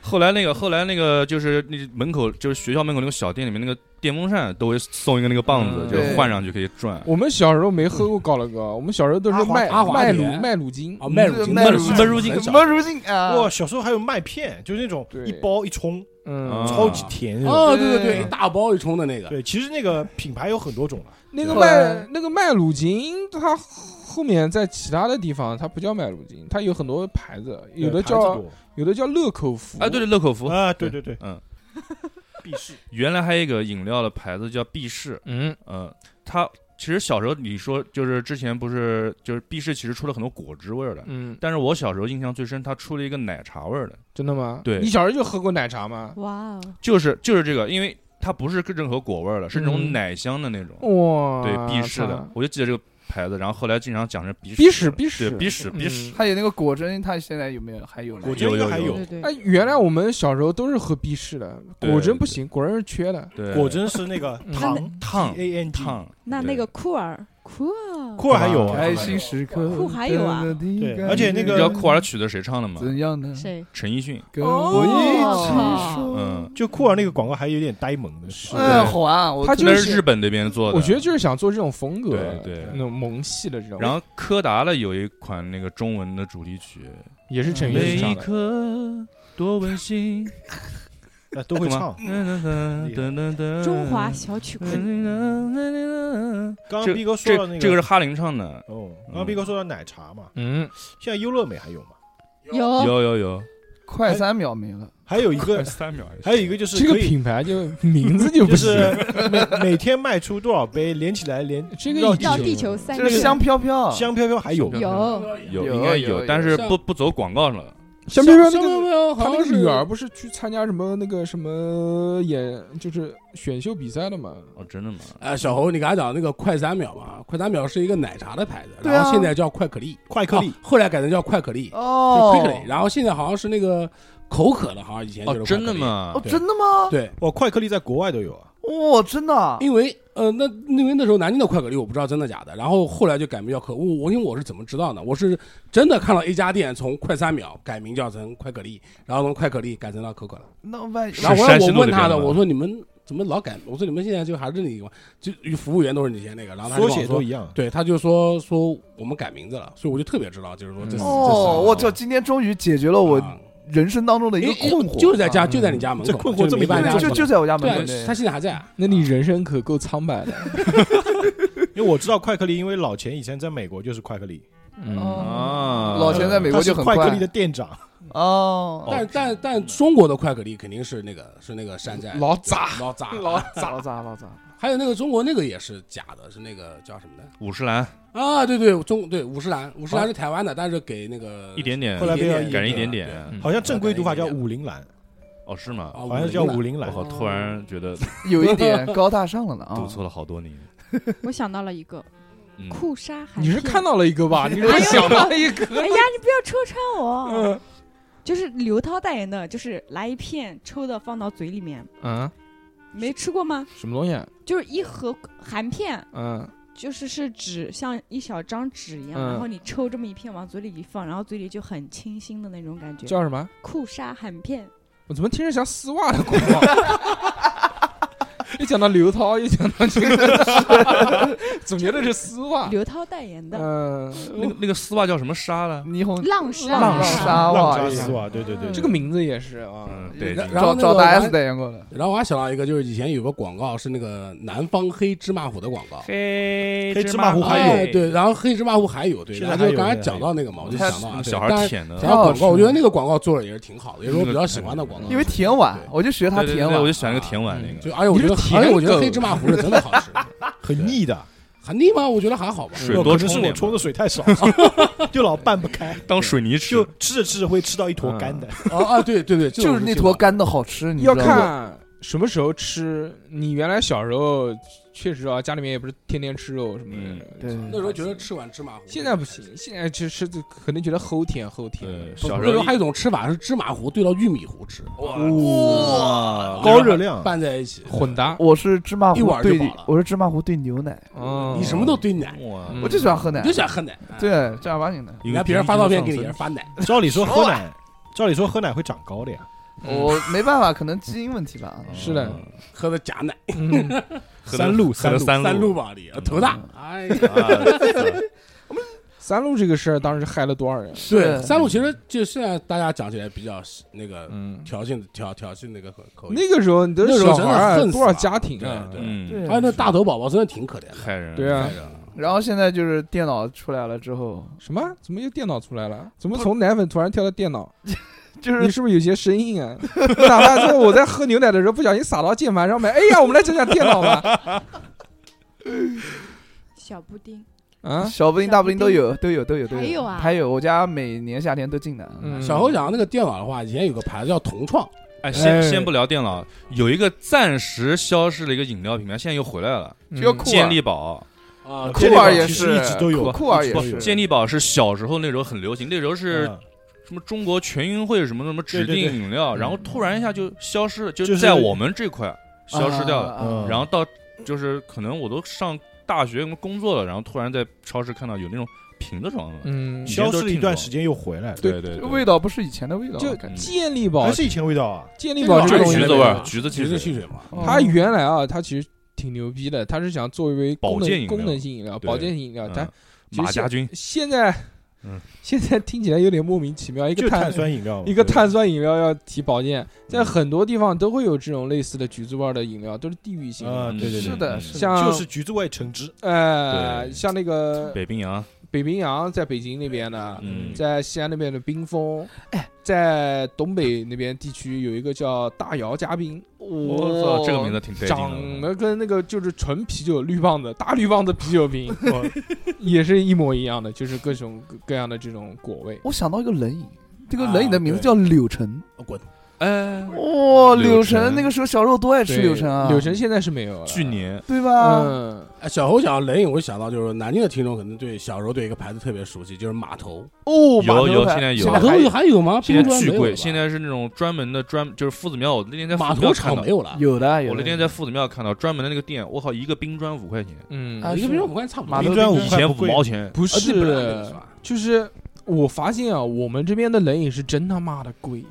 [SPEAKER 4] 后来那个后来那个就是那门口就是学校门口那个小店里面那个电风扇都会送一个那个棒子，
[SPEAKER 2] 嗯
[SPEAKER 4] 就是换上去可以转。
[SPEAKER 2] 我们小时候没喝过高乐高，我们小时候都是麦
[SPEAKER 6] 阿华
[SPEAKER 2] 麦
[SPEAKER 6] 田
[SPEAKER 2] 乳麦啊乳精
[SPEAKER 6] 哦，麦乳
[SPEAKER 3] 这
[SPEAKER 6] 精，
[SPEAKER 3] 麦乳
[SPEAKER 6] 精
[SPEAKER 4] 麦乳精
[SPEAKER 6] 很少
[SPEAKER 3] 哎么如今啊，
[SPEAKER 7] 哇，小时候还有麦片，就是那种
[SPEAKER 2] 对
[SPEAKER 7] 一包一冲，
[SPEAKER 2] 嗯
[SPEAKER 4] 啊，
[SPEAKER 7] 超级甜那种。
[SPEAKER 6] 哦，对对对，
[SPEAKER 3] 对
[SPEAKER 6] 一大包一冲的那个，
[SPEAKER 7] 对，其实那个品牌有很多种了，啊
[SPEAKER 2] 那个
[SPEAKER 3] 后来
[SPEAKER 2] 麦那个麦乳精，它后面在其他的地方它不叫麦乳精，它有很多牌子， 有的
[SPEAKER 7] 对牌子
[SPEAKER 2] 叫
[SPEAKER 7] 多
[SPEAKER 2] 有的叫乐口福。
[SPEAKER 4] 哎，对对，乐口福，
[SPEAKER 7] 啊，对对对，
[SPEAKER 4] 嗯，
[SPEAKER 7] 必是
[SPEAKER 4] 原来还有一个饮料的牌子叫必士，
[SPEAKER 2] 嗯，
[SPEAKER 4] 嗯，它其实小时候你说就是之前不是就是必士其实出了很多果汁味儿的，
[SPEAKER 2] 嗯，
[SPEAKER 4] 但是我小时候印象最深，它出了一个奶茶味儿的，
[SPEAKER 2] 真的吗？
[SPEAKER 4] 对
[SPEAKER 2] 你小时候就喝过奶茶吗？
[SPEAKER 5] 哇哦，
[SPEAKER 4] 就是就是这个，因为它不是任何果味儿的，是那种
[SPEAKER 2] 嗯
[SPEAKER 4] 奶香的那种，
[SPEAKER 2] 哇，
[SPEAKER 4] 对，必士的
[SPEAKER 2] 操，，
[SPEAKER 4] 我就记得这个牌子，然后后来经常讲是必
[SPEAKER 2] 必
[SPEAKER 4] 士
[SPEAKER 2] 士
[SPEAKER 4] 了，
[SPEAKER 2] 必士
[SPEAKER 4] 对，必士必
[SPEAKER 2] 嗯
[SPEAKER 4] 士，
[SPEAKER 3] 还有那个果珍，它现在有没有还有呢
[SPEAKER 7] 果？珍应该还
[SPEAKER 4] 有有
[SPEAKER 5] 对对，
[SPEAKER 2] 哎，原来我们小时候都是喝必士的，
[SPEAKER 4] 对
[SPEAKER 2] 果真不行，果真是缺的。
[SPEAKER 4] 对，
[SPEAKER 7] 果真是那个
[SPEAKER 2] 嗯
[SPEAKER 7] 糖
[SPEAKER 4] 烫
[SPEAKER 7] A N G，
[SPEAKER 4] 烫，
[SPEAKER 5] 那
[SPEAKER 4] 对
[SPEAKER 5] 那个酷儿酷儿，
[SPEAKER 7] 酷儿还有啊
[SPEAKER 3] 开心时刻，
[SPEAKER 5] 酷还有啊
[SPEAKER 7] 对而且那
[SPEAKER 4] 你
[SPEAKER 7] 个
[SPEAKER 4] 知道酷儿的曲子谁唱的吗？
[SPEAKER 3] 怎样呢？
[SPEAKER 5] 谁？哦
[SPEAKER 4] 陈奕迅，
[SPEAKER 3] 跟嗯哎我一起说。
[SPEAKER 4] 嗯，
[SPEAKER 7] 就酷儿那个广告还有点呆萌的，是
[SPEAKER 3] 哎，好玩啊！我
[SPEAKER 2] 他就
[SPEAKER 4] 那
[SPEAKER 2] 是
[SPEAKER 4] 是日本那边做的，
[SPEAKER 2] 我觉得就是想做这种风格，
[SPEAKER 4] 对对
[SPEAKER 2] 那种萌系的这种。
[SPEAKER 4] 然后柯达的有一款那个中文的主题曲，
[SPEAKER 2] 也是陈奕
[SPEAKER 4] 每
[SPEAKER 2] 迅
[SPEAKER 4] 一
[SPEAKER 2] 唱的，
[SPEAKER 4] 刻 多温馨，
[SPEAKER 7] 那呃都会
[SPEAKER 4] 懂
[SPEAKER 7] 唱
[SPEAKER 4] 吗。噔噔噔噔
[SPEAKER 5] 中华小曲库，
[SPEAKER 4] 嗯
[SPEAKER 7] 刚
[SPEAKER 4] 这
[SPEAKER 7] 刚逼哥说到那
[SPEAKER 4] 这这个是哈林唱的，
[SPEAKER 7] 哦，刚刚逼哥说到奶茶嘛，
[SPEAKER 2] 嗯，
[SPEAKER 7] 现在优乐美还有吗？
[SPEAKER 5] 有
[SPEAKER 4] 有有有，
[SPEAKER 3] 快
[SPEAKER 6] 哎
[SPEAKER 3] 三秒没了，
[SPEAKER 7] 还有一 个，
[SPEAKER 4] 三秒，
[SPEAKER 7] 还有一个就是
[SPEAKER 2] 这个
[SPEAKER 7] 可以
[SPEAKER 2] 品牌就名字就
[SPEAKER 7] 就
[SPEAKER 2] 不
[SPEAKER 7] 是
[SPEAKER 2] 行，
[SPEAKER 7] 每每天卖出多少杯，连起来连
[SPEAKER 2] 这个
[SPEAKER 7] 绕
[SPEAKER 2] 已经
[SPEAKER 5] 到地球三
[SPEAKER 3] 这个
[SPEAKER 5] 圈
[SPEAKER 3] 香飘啊飘，
[SPEAKER 7] 香飘飘还有
[SPEAKER 4] 香
[SPEAKER 6] 嗯
[SPEAKER 5] 有
[SPEAKER 4] 有
[SPEAKER 3] 有
[SPEAKER 4] 应该
[SPEAKER 3] 有
[SPEAKER 4] 有，
[SPEAKER 3] 有
[SPEAKER 4] 但是
[SPEAKER 6] 像
[SPEAKER 4] 不不走广告了，
[SPEAKER 2] 香飘飘那
[SPEAKER 6] 香飘
[SPEAKER 2] 个。
[SPEAKER 6] 飘
[SPEAKER 2] 他
[SPEAKER 6] 好
[SPEAKER 2] 那
[SPEAKER 6] 像
[SPEAKER 2] 个
[SPEAKER 6] 是
[SPEAKER 2] 女儿不是去参加什么那个什么演就是选秀比赛的嘛？
[SPEAKER 4] 哦，真的吗？
[SPEAKER 6] 哎，小侯，你刚才讲那个快三秒嘛，快三秒是一个奶茶的牌子，
[SPEAKER 3] 对啊
[SPEAKER 6] 然后现在叫快可丽，
[SPEAKER 7] 快克力
[SPEAKER 6] 啊哦，后来改成叫快可丽，
[SPEAKER 3] 哦
[SPEAKER 6] 就 Quickly，然后现在好像是那个口渴了，好像以前就是、
[SPEAKER 4] 哦，真的？吗
[SPEAKER 3] 哦，？真的吗？
[SPEAKER 6] 对，
[SPEAKER 7] 哇，哦快颗粒在国外都有啊，
[SPEAKER 3] 哇，真的啊，
[SPEAKER 6] 因为呃，那因为那时候南京的快可力我不知道真的假的，然后后来就改名叫可，我我因为我是怎么知道呢？我是真的看到一家店从快三秒改名叫成快可力，然后从快可力改成了可可了。
[SPEAKER 3] 那万一哦
[SPEAKER 4] 是
[SPEAKER 6] 然后后来
[SPEAKER 4] 山西
[SPEAKER 6] 我
[SPEAKER 4] 路
[SPEAKER 6] 问
[SPEAKER 4] 那
[SPEAKER 6] 他
[SPEAKER 4] 边
[SPEAKER 6] 的，
[SPEAKER 4] 的吗
[SPEAKER 6] 我说你们怎么老改？我说你们现在就还是那个，就服务员都是以前啊那个，然后他就
[SPEAKER 7] 缩
[SPEAKER 6] 跟
[SPEAKER 7] 写
[SPEAKER 6] 我说
[SPEAKER 7] 都一样。
[SPEAKER 6] 对，他就说说我们改名字了，所以我就特别知道，就是说这
[SPEAKER 4] 嗯
[SPEAKER 6] 是啊
[SPEAKER 3] 哦，我操，
[SPEAKER 6] 这啊
[SPEAKER 3] 今天终于解决了哦我人生当中的一个困惑，啊
[SPEAKER 6] 就是在家，就在你家门口，
[SPEAKER 7] 这困惑这么
[SPEAKER 6] 没办
[SPEAKER 7] 严
[SPEAKER 6] 法，
[SPEAKER 7] 重
[SPEAKER 3] 就就在我家门口
[SPEAKER 6] 对，他现在还在啊，
[SPEAKER 2] 那你人生可够苍 白的。
[SPEAKER 7] 因为我知道快颗粒，因为老钱以前在美国就是快颗粒，
[SPEAKER 2] 嗯，
[SPEAKER 4] 啊，
[SPEAKER 3] 老钱在美国就
[SPEAKER 7] 他
[SPEAKER 3] 很
[SPEAKER 7] 是快
[SPEAKER 3] 快
[SPEAKER 7] 颗粒的店长，
[SPEAKER 3] 哦，
[SPEAKER 6] 但但但中国的快可力肯定是那个是那个山寨
[SPEAKER 2] 老杂
[SPEAKER 6] 老杂，
[SPEAKER 3] 咋
[SPEAKER 6] 啊
[SPEAKER 3] 了咋了咋了？
[SPEAKER 6] 还有那个中国那个也是假的，是那个叫什么的
[SPEAKER 4] 五十岚
[SPEAKER 6] 啊？对对，中对五十岚，五
[SPEAKER 2] 啊
[SPEAKER 6] 十岚是台湾的，但是给那个
[SPEAKER 4] 一点点
[SPEAKER 7] 后来被
[SPEAKER 4] 改成一点
[SPEAKER 6] 对
[SPEAKER 4] 点，
[SPEAKER 7] 好像正规读法叫武陵兰，
[SPEAKER 4] 哦，是吗？
[SPEAKER 6] 啊，
[SPEAKER 7] 好像叫武陵
[SPEAKER 4] 我
[SPEAKER 7] 兰。
[SPEAKER 4] 靠，突然觉得
[SPEAKER 3] 有一点高大上了呢啊！
[SPEAKER 4] 读错了好多年。
[SPEAKER 5] 我想到了一个
[SPEAKER 4] 嗯，
[SPEAKER 5] 酷鲨海
[SPEAKER 2] 你是看到了一个吧？你是
[SPEAKER 5] 哎呦
[SPEAKER 2] 想到了一嗯个？
[SPEAKER 5] 哎呀，你不要戳穿我。就是刘涛代言的，就是来一片抽的放到嘴里面，
[SPEAKER 2] 嗯，
[SPEAKER 5] 没吃过吗？
[SPEAKER 2] 什么东西？啊
[SPEAKER 5] 就是一盒含片，
[SPEAKER 2] 嗯，
[SPEAKER 5] 就是是纸，像一小张纸一样，
[SPEAKER 2] 嗯
[SPEAKER 5] 然后你抽这么一片往嘴里一放，然后嘴里就很清新的那种感觉。
[SPEAKER 2] 叫什么？
[SPEAKER 5] 酷鲨含片，
[SPEAKER 2] 我怎么听着像丝袜的广告？ 一讲到刘涛，一讲到这个， 总觉得是丝袜。
[SPEAKER 5] 刘涛代言的
[SPEAKER 2] 啊嗯，
[SPEAKER 4] 那个那个丝袜叫什么纱呢？
[SPEAKER 3] 霓虹
[SPEAKER 5] 浪莎，
[SPEAKER 3] 浪
[SPEAKER 5] 莎，
[SPEAKER 3] 莎
[SPEAKER 7] 浪
[SPEAKER 3] 哇，
[SPEAKER 7] 扎丝袜，对对对，
[SPEAKER 2] 啊这个嗯名字也是啊。
[SPEAKER 4] 嗯，对，
[SPEAKER 6] 然
[SPEAKER 3] 找
[SPEAKER 6] 后
[SPEAKER 3] 找大 S
[SPEAKER 6] 的。
[SPEAKER 3] 代言过的，
[SPEAKER 6] 然后我还想到一个，就是以前有个广告是那个南方黑芝麻糊的广告，
[SPEAKER 4] 黑
[SPEAKER 7] 黑芝麻糊还有
[SPEAKER 6] 哎对，然后黑芝麻糊还有，对，
[SPEAKER 7] 现
[SPEAKER 6] 然
[SPEAKER 7] 在
[SPEAKER 6] 后
[SPEAKER 7] 还有
[SPEAKER 6] 就刚才
[SPEAKER 7] 对
[SPEAKER 6] 讲到那个嘛，我就
[SPEAKER 3] 还有
[SPEAKER 6] 想到啊，
[SPEAKER 4] 那
[SPEAKER 6] 对
[SPEAKER 4] 小
[SPEAKER 6] 但
[SPEAKER 4] 孩
[SPEAKER 6] 是
[SPEAKER 4] 嗯舔的，
[SPEAKER 6] 想到广告，
[SPEAKER 3] 哦
[SPEAKER 6] 我觉得那个广告做的也是挺好的，也是我比较喜欢的广告。
[SPEAKER 3] 因为甜碗
[SPEAKER 6] 对，
[SPEAKER 3] 我就学他
[SPEAKER 4] 对对
[SPEAKER 3] 甜
[SPEAKER 4] 对
[SPEAKER 3] 碗，
[SPEAKER 4] 我就喜欢那个甜碗那
[SPEAKER 2] 嗯
[SPEAKER 4] 个，
[SPEAKER 6] 就哎而
[SPEAKER 2] 你是，舔
[SPEAKER 6] 且我觉得而且我觉得
[SPEAKER 2] 狗
[SPEAKER 6] 黑芝麻糊是真的好吃，
[SPEAKER 7] 很腻的，
[SPEAKER 6] 很腻吗？我觉得还好吧。
[SPEAKER 4] 水
[SPEAKER 7] 哦
[SPEAKER 4] 多
[SPEAKER 7] 可能
[SPEAKER 4] 冲
[SPEAKER 7] 是我
[SPEAKER 4] 点
[SPEAKER 7] 冲
[SPEAKER 4] 嘛，
[SPEAKER 7] 的水太少，就老拌不开，
[SPEAKER 4] 当水泥吃
[SPEAKER 7] 就。吃着吃着会吃到一坨干的。
[SPEAKER 6] 啊啊，对对对，这种
[SPEAKER 3] 就是那坨
[SPEAKER 6] 这种
[SPEAKER 3] 干的好吃，你知
[SPEAKER 2] 要
[SPEAKER 3] 道吗？
[SPEAKER 2] 看什么时候吃。你原来小时候确实啊，家里面也不是天天吃肉什么的。
[SPEAKER 3] 对
[SPEAKER 6] 嗯那时候觉得吃碗芝麻糊，
[SPEAKER 2] 现在不行，现在吃吃可能觉得齁甜齁甜。
[SPEAKER 4] 对，
[SPEAKER 6] 不。
[SPEAKER 4] 小
[SPEAKER 6] 那
[SPEAKER 4] 时
[SPEAKER 6] 时候
[SPEAKER 4] 候
[SPEAKER 6] 还有一种吃法是芝麻糊兑到玉米糊吃，
[SPEAKER 4] 哇
[SPEAKER 7] 高热量，
[SPEAKER 6] 拌在一起，
[SPEAKER 2] 混搭，
[SPEAKER 3] 我是芝麻
[SPEAKER 6] 一
[SPEAKER 3] 糊
[SPEAKER 6] 碗就
[SPEAKER 3] 兑
[SPEAKER 6] 饱了，
[SPEAKER 3] 我是芝麻糊兑牛奶，
[SPEAKER 2] 嗯，
[SPEAKER 6] 你什么都兑奶，
[SPEAKER 4] 哇
[SPEAKER 2] 嗯
[SPEAKER 3] 我就喜欢喝奶
[SPEAKER 6] 你就，想喝奶。
[SPEAKER 3] 对，，正儿八经的。
[SPEAKER 4] 有
[SPEAKER 6] 人家别人发照片给你也是发奶，
[SPEAKER 7] 照理说喝奶，照理说喝奶会长高的呀。
[SPEAKER 2] 嗯
[SPEAKER 3] 我没办法，可能基因问题吧。
[SPEAKER 2] 是的，
[SPEAKER 6] 喝的假奶，
[SPEAKER 2] 嗯
[SPEAKER 4] 喝的
[SPEAKER 7] 三鹿
[SPEAKER 4] 嗯喝的
[SPEAKER 7] 三
[SPEAKER 4] 三啊
[SPEAKER 6] 三鹿
[SPEAKER 4] 鹿嗯
[SPEAKER 6] 吧你，头大。哎呀，
[SPEAKER 2] 三鹿这个事儿当时害了多少人？
[SPEAKER 6] 对，三鹿其实就现在大家讲起来比较那个
[SPEAKER 2] 嗯，
[SPEAKER 6] 调性调调性那个口口音。
[SPEAKER 2] 那个时候你都
[SPEAKER 6] 那
[SPEAKER 2] 是
[SPEAKER 6] 时候
[SPEAKER 2] 小
[SPEAKER 6] 真
[SPEAKER 2] 孩
[SPEAKER 6] 的
[SPEAKER 2] 儿
[SPEAKER 6] 恨
[SPEAKER 2] 啊，
[SPEAKER 6] 死
[SPEAKER 2] 多少
[SPEAKER 6] 了
[SPEAKER 2] 家庭啊？
[SPEAKER 6] 对
[SPEAKER 4] 嗯，
[SPEAKER 3] 对
[SPEAKER 6] 哎，那大头宝宝真的挺可怜的。哎
[SPEAKER 4] 害人
[SPEAKER 2] 对啊
[SPEAKER 6] 害，人
[SPEAKER 3] 然后现在就是电脑出来了之后，
[SPEAKER 2] 什么？怎么又电脑出来了？怎么从奶粉突然跳到电脑？
[SPEAKER 3] 就
[SPEAKER 2] 你
[SPEAKER 3] 是
[SPEAKER 2] 是不是有些生硬啊？ 哪怕在我在喝牛奶的时候不小心洒到键盘上面，哎呀，我们来讲讲电脑吧。
[SPEAKER 5] 小布丁，
[SPEAKER 2] 啊，
[SPEAKER 3] 小布丁、大布丁都有，都有，都有，都
[SPEAKER 5] 还有啊
[SPEAKER 3] 还有我家每年夏天都进的。
[SPEAKER 2] 嗯
[SPEAKER 6] 小侯讲那个电脑的话，以前有个牌子叫同创，
[SPEAKER 4] 哎，先
[SPEAKER 2] 哎
[SPEAKER 4] 先不聊电脑，有一个暂时消失的一个饮料品牌，现在又回来了，
[SPEAKER 2] 嗯
[SPEAKER 3] 这个酷
[SPEAKER 4] 健力宝。
[SPEAKER 6] 啊
[SPEAKER 3] 酷儿也是
[SPEAKER 7] 其实一直都有，
[SPEAKER 3] 酷儿也
[SPEAKER 7] 一直都
[SPEAKER 3] 是
[SPEAKER 7] 有
[SPEAKER 4] 健力宝是小时候那时候很流行，那时候是
[SPEAKER 7] 嗯
[SPEAKER 4] 什么中国全运会什么什么指
[SPEAKER 7] 对对
[SPEAKER 4] 定饮料，
[SPEAKER 2] 嗯
[SPEAKER 4] 然后突然一下就消失了，就
[SPEAKER 7] 就是
[SPEAKER 4] 在我们这块消失掉了。
[SPEAKER 3] 了
[SPEAKER 7] 嗯
[SPEAKER 4] 呃然后到就是可能我都上大学工作了，然后突然在超市看到有那种瓶子装的，
[SPEAKER 2] 嗯，
[SPEAKER 7] 消失了一段时间又回来了，
[SPEAKER 4] 对对对，
[SPEAKER 3] 味道不是以前的味道，啊
[SPEAKER 2] 就
[SPEAKER 3] 感觉
[SPEAKER 2] 健力宝
[SPEAKER 7] 还，是以前味道啊。
[SPEAKER 2] 健力宝这
[SPEAKER 6] 这
[SPEAKER 4] 就
[SPEAKER 2] 个东西
[SPEAKER 4] 是橘
[SPEAKER 6] 这
[SPEAKER 4] 子
[SPEAKER 6] 个
[SPEAKER 4] 味
[SPEAKER 6] 味
[SPEAKER 4] 儿
[SPEAKER 6] 道，
[SPEAKER 4] 橘子
[SPEAKER 6] 橘
[SPEAKER 4] 汽水。
[SPEAKER 6] 子汽水嘛，
[SPEAKER 3] 哦
[SPEAKER 2] 它原来啊，它其实挺牛逼的，它是想作为
[SPEAKER 4] 保
[SPEAKER 2] 功能
[SPEAKER 4] 健饮料
[SPEAKER 2] 功能性饮料、
[SPEAKER 4] 对
[SPEAKER 2] 保健型饮料，它
[SPEAKER 4] 嗯马家军，
[SPEAKER 2] 现在
[SPEAKER 4] 嗯，
[SPEAKER 2] 现在听起来有点莫名其妙，一
[SPEAKER 7] 就
[SPEAKER 2] 个
[SPEAKER 7] 碳
[SPEAKER 2] 碳
[SPEAKER 7] 酸饮料
[SPEAKER 4] 哦
[SPEAKER 7] 嘛，
[SPEAKER 2] 一个
[SPEAKER 7] 对
[SPEAKER 2] 碳酸饮料要提保健，在
[SPEAKER 4] 嗯
[SPEAKER 2] 很多地方都会有这种类似的橘子味儿的饮料，都是地域性的，
[SPEAKER 7] 啊，对对
[SPEAKER 3] 是
[SPEAKER 7] 对，
[SPEAKER 3] 的，
[SPEAKER 4] 嗯
[SPEAKER 3] 是的。
[SPEAKER 2] 像
[SPEAKER 7] 就是橘子味橙汁，
[SPEAKER 2] 呃，
[SPEAKER 4] 对
[SPEAKER 2] 像那个
[SPEAKER 4] 北冰洋，
[SPEAKER 2] 北冰洋在北京那边的，
[SPEAKER 4] 嗯，
[SPEAKER 2] 在西安那边的冰峰
[SPEAKER 3] 哎，
[SPEAKER 2] 在东北那边地区有一个叫大姚家冰，
[SPEAKER 4] 我操，这个名字挺
[SPEAKER 2] 嗯
[SPEAKER 4] 带
[SPEAKER 2] 长
[SPEAKER 4] 劲的。
[SPEAKER 2] 得跟那个就是纯啤酒绿棒子大绿棒子啤酒 瓶也是一模一样的，就是各种各各样的这种果味。
[SPEAKER 3] 我想到一个冷饮，这个
[SPEAKER 6] 啊
[SPEAKER 3] 冷饮的名字叫柳橙，
[SPEAKER 6] 滚！
[SPEAKER 4] 哎，
[SPEAKER 3] 哇，
[SPEAKER 4] 柳
[SPEAKER 3] 柳
[SPEAKER 4] 橙
[SPEAKER 3] 橙那个时候小时候多爱吃
[SPEAKER 2] 对
[SPEAKER 3] 柳橙啊，
[SPEAKER 2] 柳橙现在是没有了，
[SPEAKER 4] 去年
[SPEAKER 3] 对吧？
[SPEAKER 2] 嗯，
[SPEAKER 6] 哎小侯讲到冷饮，我就想到就是南京的听众可能对小时候对一个牌子特别熟悉，就是码头。
[SPEAKER 3] 哦，
[SPEAKER 4] 有
[SPEAKER 3] 码头
[SPEAKER 4] 有
[SPEAKER 3] 牌
[SPEAKER 4] 现在有啊
[SPEAKER 3] 现
[SPEAKER 6] 码
[SPEAKER 3] 在
[SPEAKER 6] 头
[SPEAKER 3] 还有
[SPEAKER 6] 还有吗？
[SPEAKER 4] 现在
[SPEAKER 6] 冰
[SPEAKER 4] 巨
[SPEAKER 6] 川没有
[SPEAKER 4] 贵，
[SPEAKER 6] 了吧
[SPEAKER 4] 现在是那种专门的专就是夫子庙，我那天在夫
[SPEAKER 6] 码
[SPEAKER 4] 子庙
[SPEAKER 6] 头
[SPEAKER 4] 看
[SPEAKER 6] 厂
[SPEAKER 4] 到
[SPEAKER 6] 没，有了，
[SPEAKER 3] 有的，有
[SPEAKER 4] 我
[SPEAKER 3] 的啊
[SPEAKER 4] 那天在夫子庙看到专门的那个店，我靠，一个冰砖五块钱，
[SPEAKER 2] 嗯
[SPEAKER 3] 啊
[SPEAKER 6] 一个
[SPEAKER 3] 是
[SPEAKER 6] 冰川五块差不多。
[SPEAKER 3] 码头
[SPEAKER 7] 冰砖五
[SPEAKER 4] 以
[SPEAKER 7] 块
[SPEAKER 4] 前
[SPEAKER 7] 不
[SPEAKER 4] 五
[SPEAKER 7] 贵，
[SPEAKER 4] 毛钱，
[SPEAKER 2] 不
[SPEAKER 6] 啊这不是那个
[SPEAKER 2] 是
[SPEAKER 6] 是，吧
[SPEAKER 2] 就是我发现啊，我们这边的冷饮是真他妈的贵。
[SPEAKER 6] 嗯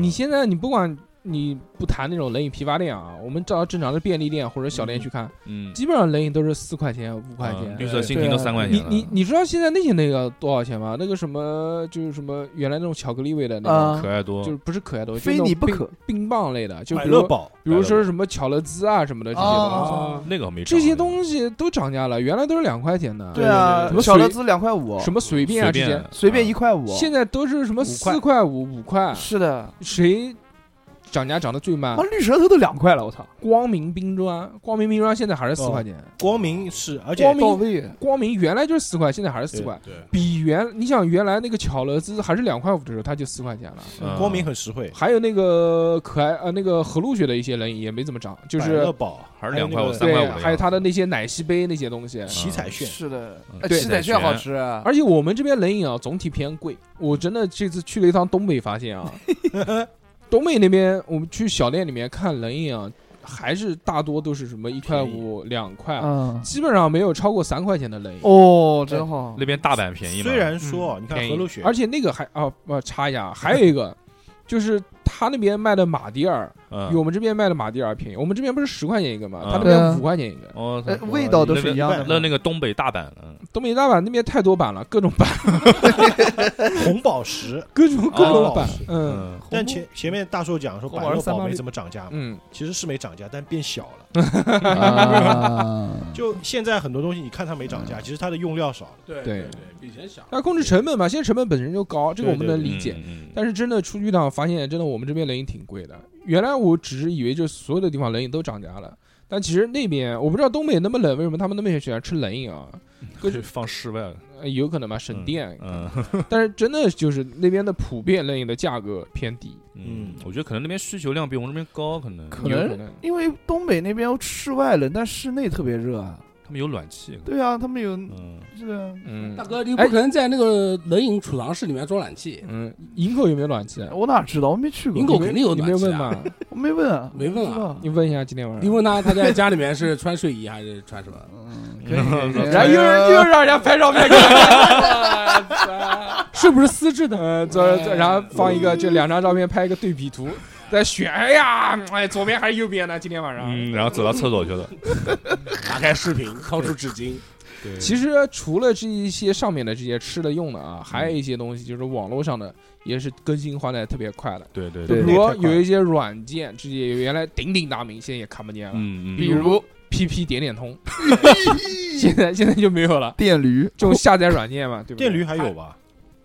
[SPEAKER 2] 你现在你不管你不谈那种冷饮批发店啊，我们到正常的便利店啊或者小店去看，
[SPEAKER 4] 嗯，
[SPEAKER 2] 基本上冷饮都是四块钱、五块
[SPEAKER 4] 嗯
[SPEAKER 2] 钱。
[SPEAKER 4] 绿色蜻蜓
[SPEAKER 3] 对
[SPEAKER 4] 都
[SPEAKER 3] 啊
[SPEAKER 4] 三块钱
[SPEAKER 2] 你
[SPEAKER 4] 了，
[SPEAKER 2] 你你知道现在那些那个多少钱吗？那个什么就是什么原来那种巧克力味的那种，
[SPEAKER 3] 啊
[SPEAKER 4] 可，爱多
[SPEAKER 2] 就是不是可爱多，
[SPEAKER 3] 非
[SPEAKER 2] 就是那
[SPEAKER 3] 你
[SPEAKER 2] 种
[SPEAKER 3] 不
[SPEAKER 2] 冰
[SPEAKER 3] 可
[SPEAKER 2] 冰棒类的，就
[SPEAKER 7] 百
[SPEAKER 2] 比
[SPEAKER 7] 乐
[SPEAKER 2] 如
[SPEAKER 7] 宝
[SPEAKER 2] 比如说什么巧乐兹啊什么的这些东
[SPEAKER 6] 哦
[SPEAKER 2] 西，
[SPEAKER 3] 啊，
[SPEAKER 4] 那个没
[SPEAKER 2] 这些
[SPEAKER 4] 涨
[SPEAKER 2] 东西都涨价了，原来都是两块钱的，
[SPEAKER 3] 对啊
[SPEAKER 2] 对对，对
[SPEAKER 3] 小乐兹两块五，
[SPEAKER 2] 什么随便啊
[SPEAKER 4] 随
[SPEAKER 2] 这些
[SPEAKER 4] 便，
[SPEAKER 3] 随便一块五，
[SPEAKER 2] 现在都是什么
[SPEAKER 7] 五块
[SPEAKER 2] 四块五、五块，
[SPEAKER 3] 是的，
[SPEAKER 2] 谁涨价涨得最慢
[SPEAKER 3] 妈？绿舌头都两块了，我操，
[SPEAKER 2] 光明冰砖，光明冰砖现在还是
[SPEAKER 7] 哦
[SPEAKER 2] 四块钱。
[SPEAKER 7] 光明是，而且
[SPEAKER 2] 光
[SPEAKER 3] 到
[SPEAKER 2] 明
[SPEAKER 3] 位，
[SPEAKER 2] 光明原来就是四块，现在还是四块。
[SPEAKER 6] 对，
[SPEAKER 2] 比原你想原来那个巧乐兹还是两块五的时候，它就四块钱了。
[SPEAKER 4] 嗯
[SPEAKER 7] 光明很实惠，
[SPEAKER 2] 还有那个可爱呃那个和路雪的一些人也没怎么涨，就
[SPEAKER 7] 百乐
[SPEAKER 2] 是
[SPEAKER 7] 宝
[SPEAKER 4] 还是
[SPEAKER 7] 有
[SPEAKER 4] 2
[SPEAKER 7] 那
[SPEAKER 4] 块
[SPEAKER 7] 个
[SPEAKER 4] 53块嗯
[SPEAKER 2] 对，
[SPEAKER 4] 的
[SPEAKER 2] 还有它的那些奶昔杯那些东西。
[SPEAKER 7] 七彩炫，
[SPEAKER 3] 是的，哎
[SPEAKER 2] 对
[SPEAKER 3] 七彩炫好吃，啊而
[SPEAKER 2] 而且我们这边冷饮啊，总体偏贵。我真的这次去了一趟东北，发现啊，东北那边我们去小店里面看冷饮啊，还是大多都是什么一块五、两块，
[SPEAKER 3] 嗯，
[SPEAKER 2] 基本上没有超过三块钱的冷饮。
[SPEAKER 3] 哦，真好，
[SPEAKER 4] 那边大阪便宜嘛，
[SPEAKER 7] 虽然说你看
[SPEAKER 2] 便宜
[SPEAKER 7] 和路雪，
[SPEAKER 2] 而且那个还啊，我插一下啊，还有一个就是他那边卖的马迭尔比
[SPEAKER 4] 有
[SPEAKER 2] 我们这边卖的马迭尔便宜。我们这边不是十块钱一个嘛，
[SPEAKER 4] 嗯
[SPEAKER 2] 他那
[SPEAKER 3] 对啊
[SPEAKER 2] 边五块钱一个。
[SPEAKER 4] 哦，
[SPEAKER 3] 呃味道都是一样
[SPEAKER 7] 那
[SPEAKER 3] 的
[SPEAKER 7] 个
[SPEAKER 4] 那那个东北大阪，嗯，
[SPEAKER 2] 东北大阪那边太多版了，各种版，
[SPEAKER 7] 红宝石，
[SPEAKER 2] 各种各种版
[SPEAKER 7] 哦是，
[SPEAKER 2] 嗯
[SPEAKER 7] 但前前面大叔讲说
[SPEAKER 2] 红
[SPEAKER 7] 百
[SPEAKER 2] 宝石
[SPEAKER 7] 乐
[SPEAKER 2] 三
[SPEAKER 7] 宝
[SPEAKER 2] 八
[SPEAKER 7] 没
[SPEAKER 2] 六
[SPEAKER 7] 怎么涨价嘛，
[SPEAKER 2] 嗯，
[SPEAKER 7] 其实是没涨价，但变小了。
[SPEAKER 3] 啊
[SPEAKER 7] 就现在很多东西，你看它没涨价，其实它的用料少了。
[SPEAKER 6] 对
[SPEAKER 2] 对
[SPEAKER 6] 对，比以前小。
[SPEAKER 2] 要控制成本嘛，现在成本本身就高，这个我们
[SPEAKER 7] 对对
[SPEAKER 2] 能
[SPEAKER 7] 对
[SPEAKER 2] 理解。
[SPEAKER 4] 嗯嗯
[SPEAKER 2] 但是真的出去一趟，发现真的我们这边冷饮挺贵的。原来我只是以为就所有的地方冷饮都涨价了，但其实那边我不知道东北那么冷，为什么他们那么喜欢吃冷饮啊？
[SPEAKER 4] 可以嗯放室外了，
[SPEAKER 2] 呃有可能吧，省电。
[SPEAKER 4] 嗯
[SPEAKER 2] 但是真的就是那边的普遍冷饮的价格偏低，
[SPEAKER 4] 嗯，我觉得可能那边需求量比我们这边高，可能
[SPEAKER 3] 可
[SPEAKER 2] 有
[SPEAKER 3] 能
[SPEAKER 2] 可能。
[SPEAKER 3] 因为东北那边室外冷，但室内特别热啊。
[SPEAKER 4] 他们有暖气，
[SPEAKER 3] 对啊，他们有
[SPEAKER 4] 嗯，
[SPEAKER 3] 是啊，
[SPEAKER 2] 嗯
[SPEAKER 6] 大哥，你不可能在那个冷饮储藏室里面装暖气，
[SPEAKER 2] 嗯，营口有没有暖气啊？
[SPEAKER 3] 我哪知道？我没去过
[SPEAKER 6] 营，口肯定有
[SPEAKER 2] 你没有
[SPEAKER 6] 暖气
[SPEAKER 2] 问
[SPEAKER 6] 啊。
[SPEAKER 2] 吗？
[SPEAKER 3] 我没问啊，
[SPEAKER 6] 没问啊
[SPEAKER 3] 不知道
[SPEAKER 2] 你问一下今天晚
[SPEAKER 6] 你
[SPEAKER 2] 上。
[SPEAKER 6] 问他，他在家里面是穿睡衣还是穿什么？
[SPEAKER 3] 可以可以可以
[SPEAKER 2] 然后又是又是让人家拍照片给我，是不是丝质的？呃，这这然后放一个，就两张照片拍一个对比图，再选。哎呀，哎，左边还是右边呢？今天晚上，
[SPEAKER 4] 嗯，然后走到厕所去了，
[SPEAKER 6] 打开视频，掏出纸巾。
[SPEAKER 4] 对
[SPEAKER 2] 其实除了这一些上面的这些吃的用的啊，还有一些东西就是网络上的，也是更新换代特别快的。
[SPEAKER 4] 对对
[SPEAKER 2] 比
[SPEAKER 3] 对
[SPEAKER 2] 如
[SPEAKER 3] 那
[SPEAKER 7] 太快
[SPEAKER 2] 有一些软件，这些原来鼎鼎大名，现在也看不见了。
[SPEAKER 4] 嗯
[SPEAKER 2] 比
[SPEAKER 4] 嗯，
[SPEAKER 2] 如 PP 点点通，现在现在就没有了。
[SPEAKER 3] 电驴
[SPEAKER 2] 这种下载软件嘛，对不对？
[SPEAKER 7] 电驴还有吧？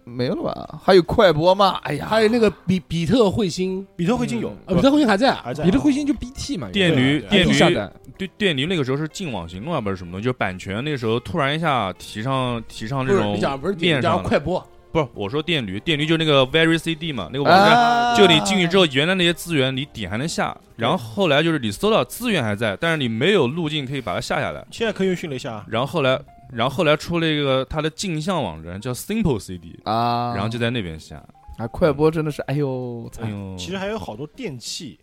[SPEAKER 3] 没了吧？还有快播吗？哎呀，
[SPEAKER 6] 还有那个比比特彗星，
[SPEAKER 7] 比特彗星有，
[SPEAKER 6] 啊，比特彗星还在啊
[SPEAKER 7] 还。在
[SPEAKER 2] 彼得彗星就 BT 嘛，
[SPEAKER 4] 电驴
[SPEAKER 7] 对
[SPEAKER 4] 电
[SPEAKER 2] 电下
[SPEAKER 4] 驴
[SPEAKER 2] 载，
[SPEAKER 4] 对电驴那个时候是净网行动啊，不是什么东西，就是版权那时候突然一下提上提上
[SPEAKER 6] 不
[SPEAKER 4] 这
[SPEAKER 6] 是
[SPEAKER 4] 种
[SPEAKER 6] 你讲不是
[SPEAKER 4] 面
[SPEAKER 6] 你
[SPEAKER 4] 上
[SPEAKER 6] 讲
[SPEAKER 4] 的，
[SPEAKER 6] 快播，
[SPEAKER 4] 不是我说电驴，电驴就是那个 Very CD 嘛，那个网站
[SPEAKER 3] 啊，
[SPEAKER 4] 就你进去之后，原来那些资源你点还能下，然后后来就是你搜到资源还在，但是你没有路径可以把它下下来。
[SPEAKER 7] 现在可以训了一下，
[SPEAKER 4] 然后后来，然后后来出了一个它的镜像网站叫 Simple CD，
[SPEAKER 3] 啊，
[SPEAKER 4] 然后就在那边下。
[SPEAKER 3] 啊，快播真的是，哎呦，
[SPEAKER 4] 哎呦，
[SPEAKER 7] 其实还有好多电器，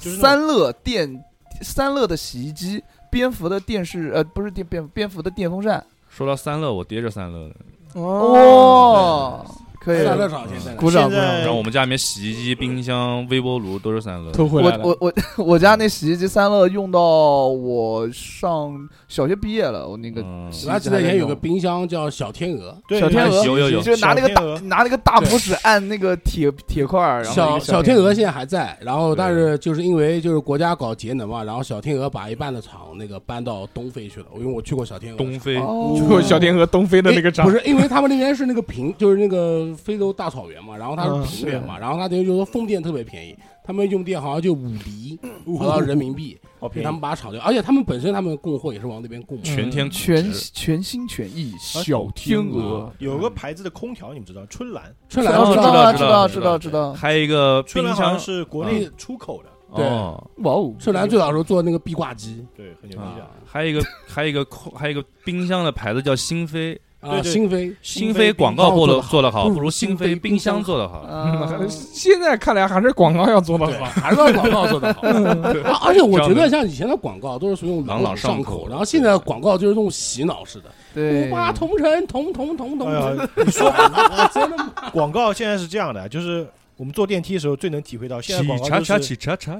[SPEAKER 7] 就是那
[SPEAKER 3] 三乐电三乐的洗衣机，蝙蝠的电视呃不是电蝙蝙蝠的电风扇
[SPEAKER 4] 说到三乐，我爹是三乐的，
[SPEAKER 3] 哦，可以
[SPEAKER 6] 快，乐场现在。
[SPEAKER 3] 鼓掌鼓掌
[SPEAKER 7] 现在
[SPEAKER 6] 哎
[SPEAKER 4] 然后我们家里面洗衣机、冰箱、微波炉都是三乐的。
[SPEAKER 2] 偷回来
[SPEAKER 3] 我
[SPEAKER 2] 了。
[SPEAKER 3] 我我我家那洗衣机三乐用到我上小学毕业了，我那个
[SPEAKER 4] 嗯
[SPEAKER 3] 洗衣机
[SPEAKER 6] 他
[SPEAKER 3] 还
[SPEAKER 6] 现在也有个
[SPEAKER 3] 用
[SPEAKER 6] 冰箱叫小天鹅，
[SPEAKER 7] 对
[SPEAKER 3] 小天鹅
[SPEAKER 4] 有有有
[SPEAKER 3] 就拿那个
[SPEAKER 7] 小天
[SPEAKER 3] 大
[SPEAKER 7] 鹅
[SPEAKER 3] 拿那个大拇指按那个铁铁块儿，然后那
[SPEAKER 6] 小
[SPEAKER 3] 个
[SPEAKER 6] 小天
[SPEAKER 3] 天
[SPEAKER 6] 鹅现在还在，然后
[SPEAKER 4] 对
[SPEAKER 6] 但是就是因为就是国家搞节能嘛，然后小天鹅把一半的厂那个搬到东非去了，因为我去过小天鹅。
[SPEAKER 4] 东非，
[SPEAKER 3] 哦
[SPEAKER 2] 去过小天鹅东非的那个
[SPEAKER 6] 不
[SPEAKER 2] 厂，
[SPEAKER 6] 是因为他们那边是那个平，就是那个非洲大草原嘛，然后它是平原嘛，然后它等于就是说风电特别便宜，他们用电好像就五厘五到人民币，
[SPEAKER 7] 哦，
[SPEAKER 6] 给
[SPEAKER 7] 便
[SPEAKER 6] 他
[SPEAKER 7] 宜
[SPEAKER 6] 们把它炒掉，而且他们本身他们供货也是往那边供嘛，
[SPEAKER 4] 全天估值
[SPEAKER 3] 全全心全意小天鹅，
[SPEAKER 7] 有个牌子的空调，你们知道春兰，
[SPEAKER 6] 春
[SPEAKER 4] 哦
[SPEAKER 6] 兰
[SPEAKER 4] 知
[SPEAKER 3] 知
[SPEAKER 4] 道
[SPEAKER 3] 啊
[SPEAKER 4] 知
[SPEAKER 3] 知
[SPEAKER 4] 道
[SPEAKER 3] 知道知道，
[SPEAKER 4] 还有一个
[SPEAKER 7] 春
[SPEAKER 4] 冰
[SPEAKER 7] 兰好
[SPEAKER 4] 箱
[SPEAKER 7] 像是国内出口的，
[SPEAKER 6] 对
[SPEAKER 4] 哦，
[SPEAKER 3] 哇哦，
[SPEAKER 6] 春兰最早时候做那个壁挂机
[SPEAKER 7] 对，很牛逼的。
[SPEAKER 4] 还有一个还有一个空还有一个冰箱的牌子叫新飞，
[SPEAKER 6] 啊，
[SPEAKER 7] 对对
[SPEAKER 6] 新飞
[SPEAKER 4] 新
[SPEAKER 7] 飞
[SPEAKER 4] 飞广告
[SPEAKER 6] 冰箱
[SPEAKER 4] 做的
[SPEAKER 6] 做得好
[SPEAKER 4] 做的好，
[SPEAKER 6] 不
[SPEAKER 4] 不
[SPEAKER 6] 如
[SPEAKER 4] 如新
[SPEAKER 6] 新
[SPEAKER 4] 飞
[SPEAKER 6] 飞
[SPEAKER 4] 冰
[SPEAKER 6] 冰
[SPEAKER 4] 箱
[SPEAKER 6] 箱
[SPEAKER 4] 做的好。
[SPEAKER 3] 啊
[SPEAKER 2] 嗯现在看来还是广告要做得好。
[SPEAKER 6] 还是要广告做的好。啊而且我觉得像以前的广告都是属于那种
[SPEAKER 4] 朗朗上
[SPEAKER 6] 上
[SPEAKER 4] 口
[SPEAKER 6] 然后现在的广告就是那种洗脑式的，
[SPEAKER 3] 对，
[SPEAKER 6] 五八同城同同同同
[SPEAKER 7] 哎
[SPEAKER 6] 城。
[SPEAKER 7] 呀，
[SPEAKER 6] 你说我真的吗
[SPEAKER 7] 广告现在是这样的，就是我们坐电梯的时候最能体会到，现在广告就是
[SPEAKER 4] 查查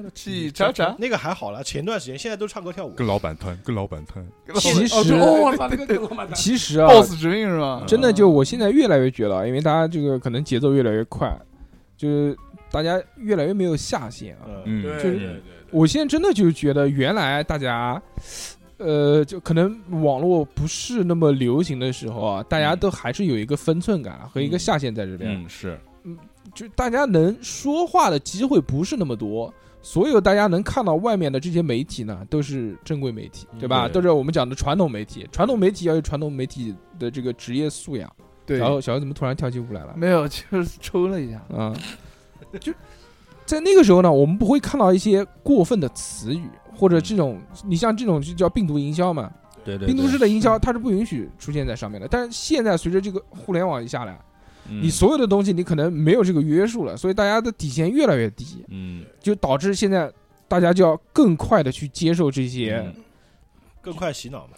[SPEAKER 4] 的，
[SPEAKER 3] 起查查，
[SPEAKER 7] 那个还好了，前段时间现在都唱歌跳舞，
[SPEAKER 4] 跟老板谈，跟老板谈。
[SPEAKER 2] 其
[SPEAKER 6] 哦
[SPEAKER 2] 实，
[SPEAKER 6] 哦，我操，那个老板娘
[SPEAKER 2] 其实啊，
[SPEAKER 3] boss 指令是吧？嗯
[SPEAKER 2] 真的就我现在越来越觉得啊，因为大家这个可能节奏越来越快，就是大家越来越没有下限啊。
[SPEAKER 4] 嗯，
[SPEAKER 7] 嗯，
[SPEAKER 2] 就
[SPEAKER 6] 对
[SPEAKER 2] 是
[SPEAKER 6] 对
[SPEAKER 2] 我现在真的就觉得，原来大家，呃，就可能网络不是那么流行的时候啊，大家都还是有一个分寸感和一个下限在这边，
[SPEAKER 4] 嗯是，
[SPEAKER 2] 就大家能说话的机会不是那么多。所有大家能看到外面的这些媒体呢，都是正规媒体，对吧？
[SPEAKER 4] 嗯对
[SPEAKER 2] 都是我们讲的传统媒体。传统媒体要有传统媒体的这个职业素养。
[SPEAKER 3] 对
[SPEAKER 2] 然后小欧怎么突然跳起舞来了？
[SPEAKER 3] 没有，就是抽了一下，
[SPEAKER 2] 啊，就在那个时候呢，我们不会看到一些过分的词语，或者这种你像这种就叫病毒营销嘛，
[SPEAKER 4] 对对
[SPEAKER 2] 病毒式的营销它是不允许出现在上面的。但是现在随着这个互联网一下来，
[SPEAKER 4] 嗯
[SPEAKER 2] 你所有的东西你可能没有这个约束了，所以大家的底线越来越低，
[SPEAKER 4] 嗯
[SPEAKER 2] 就导致现在大家就要更快的去接受这些，
[SPEAKER 7] 更快洗脑嘛。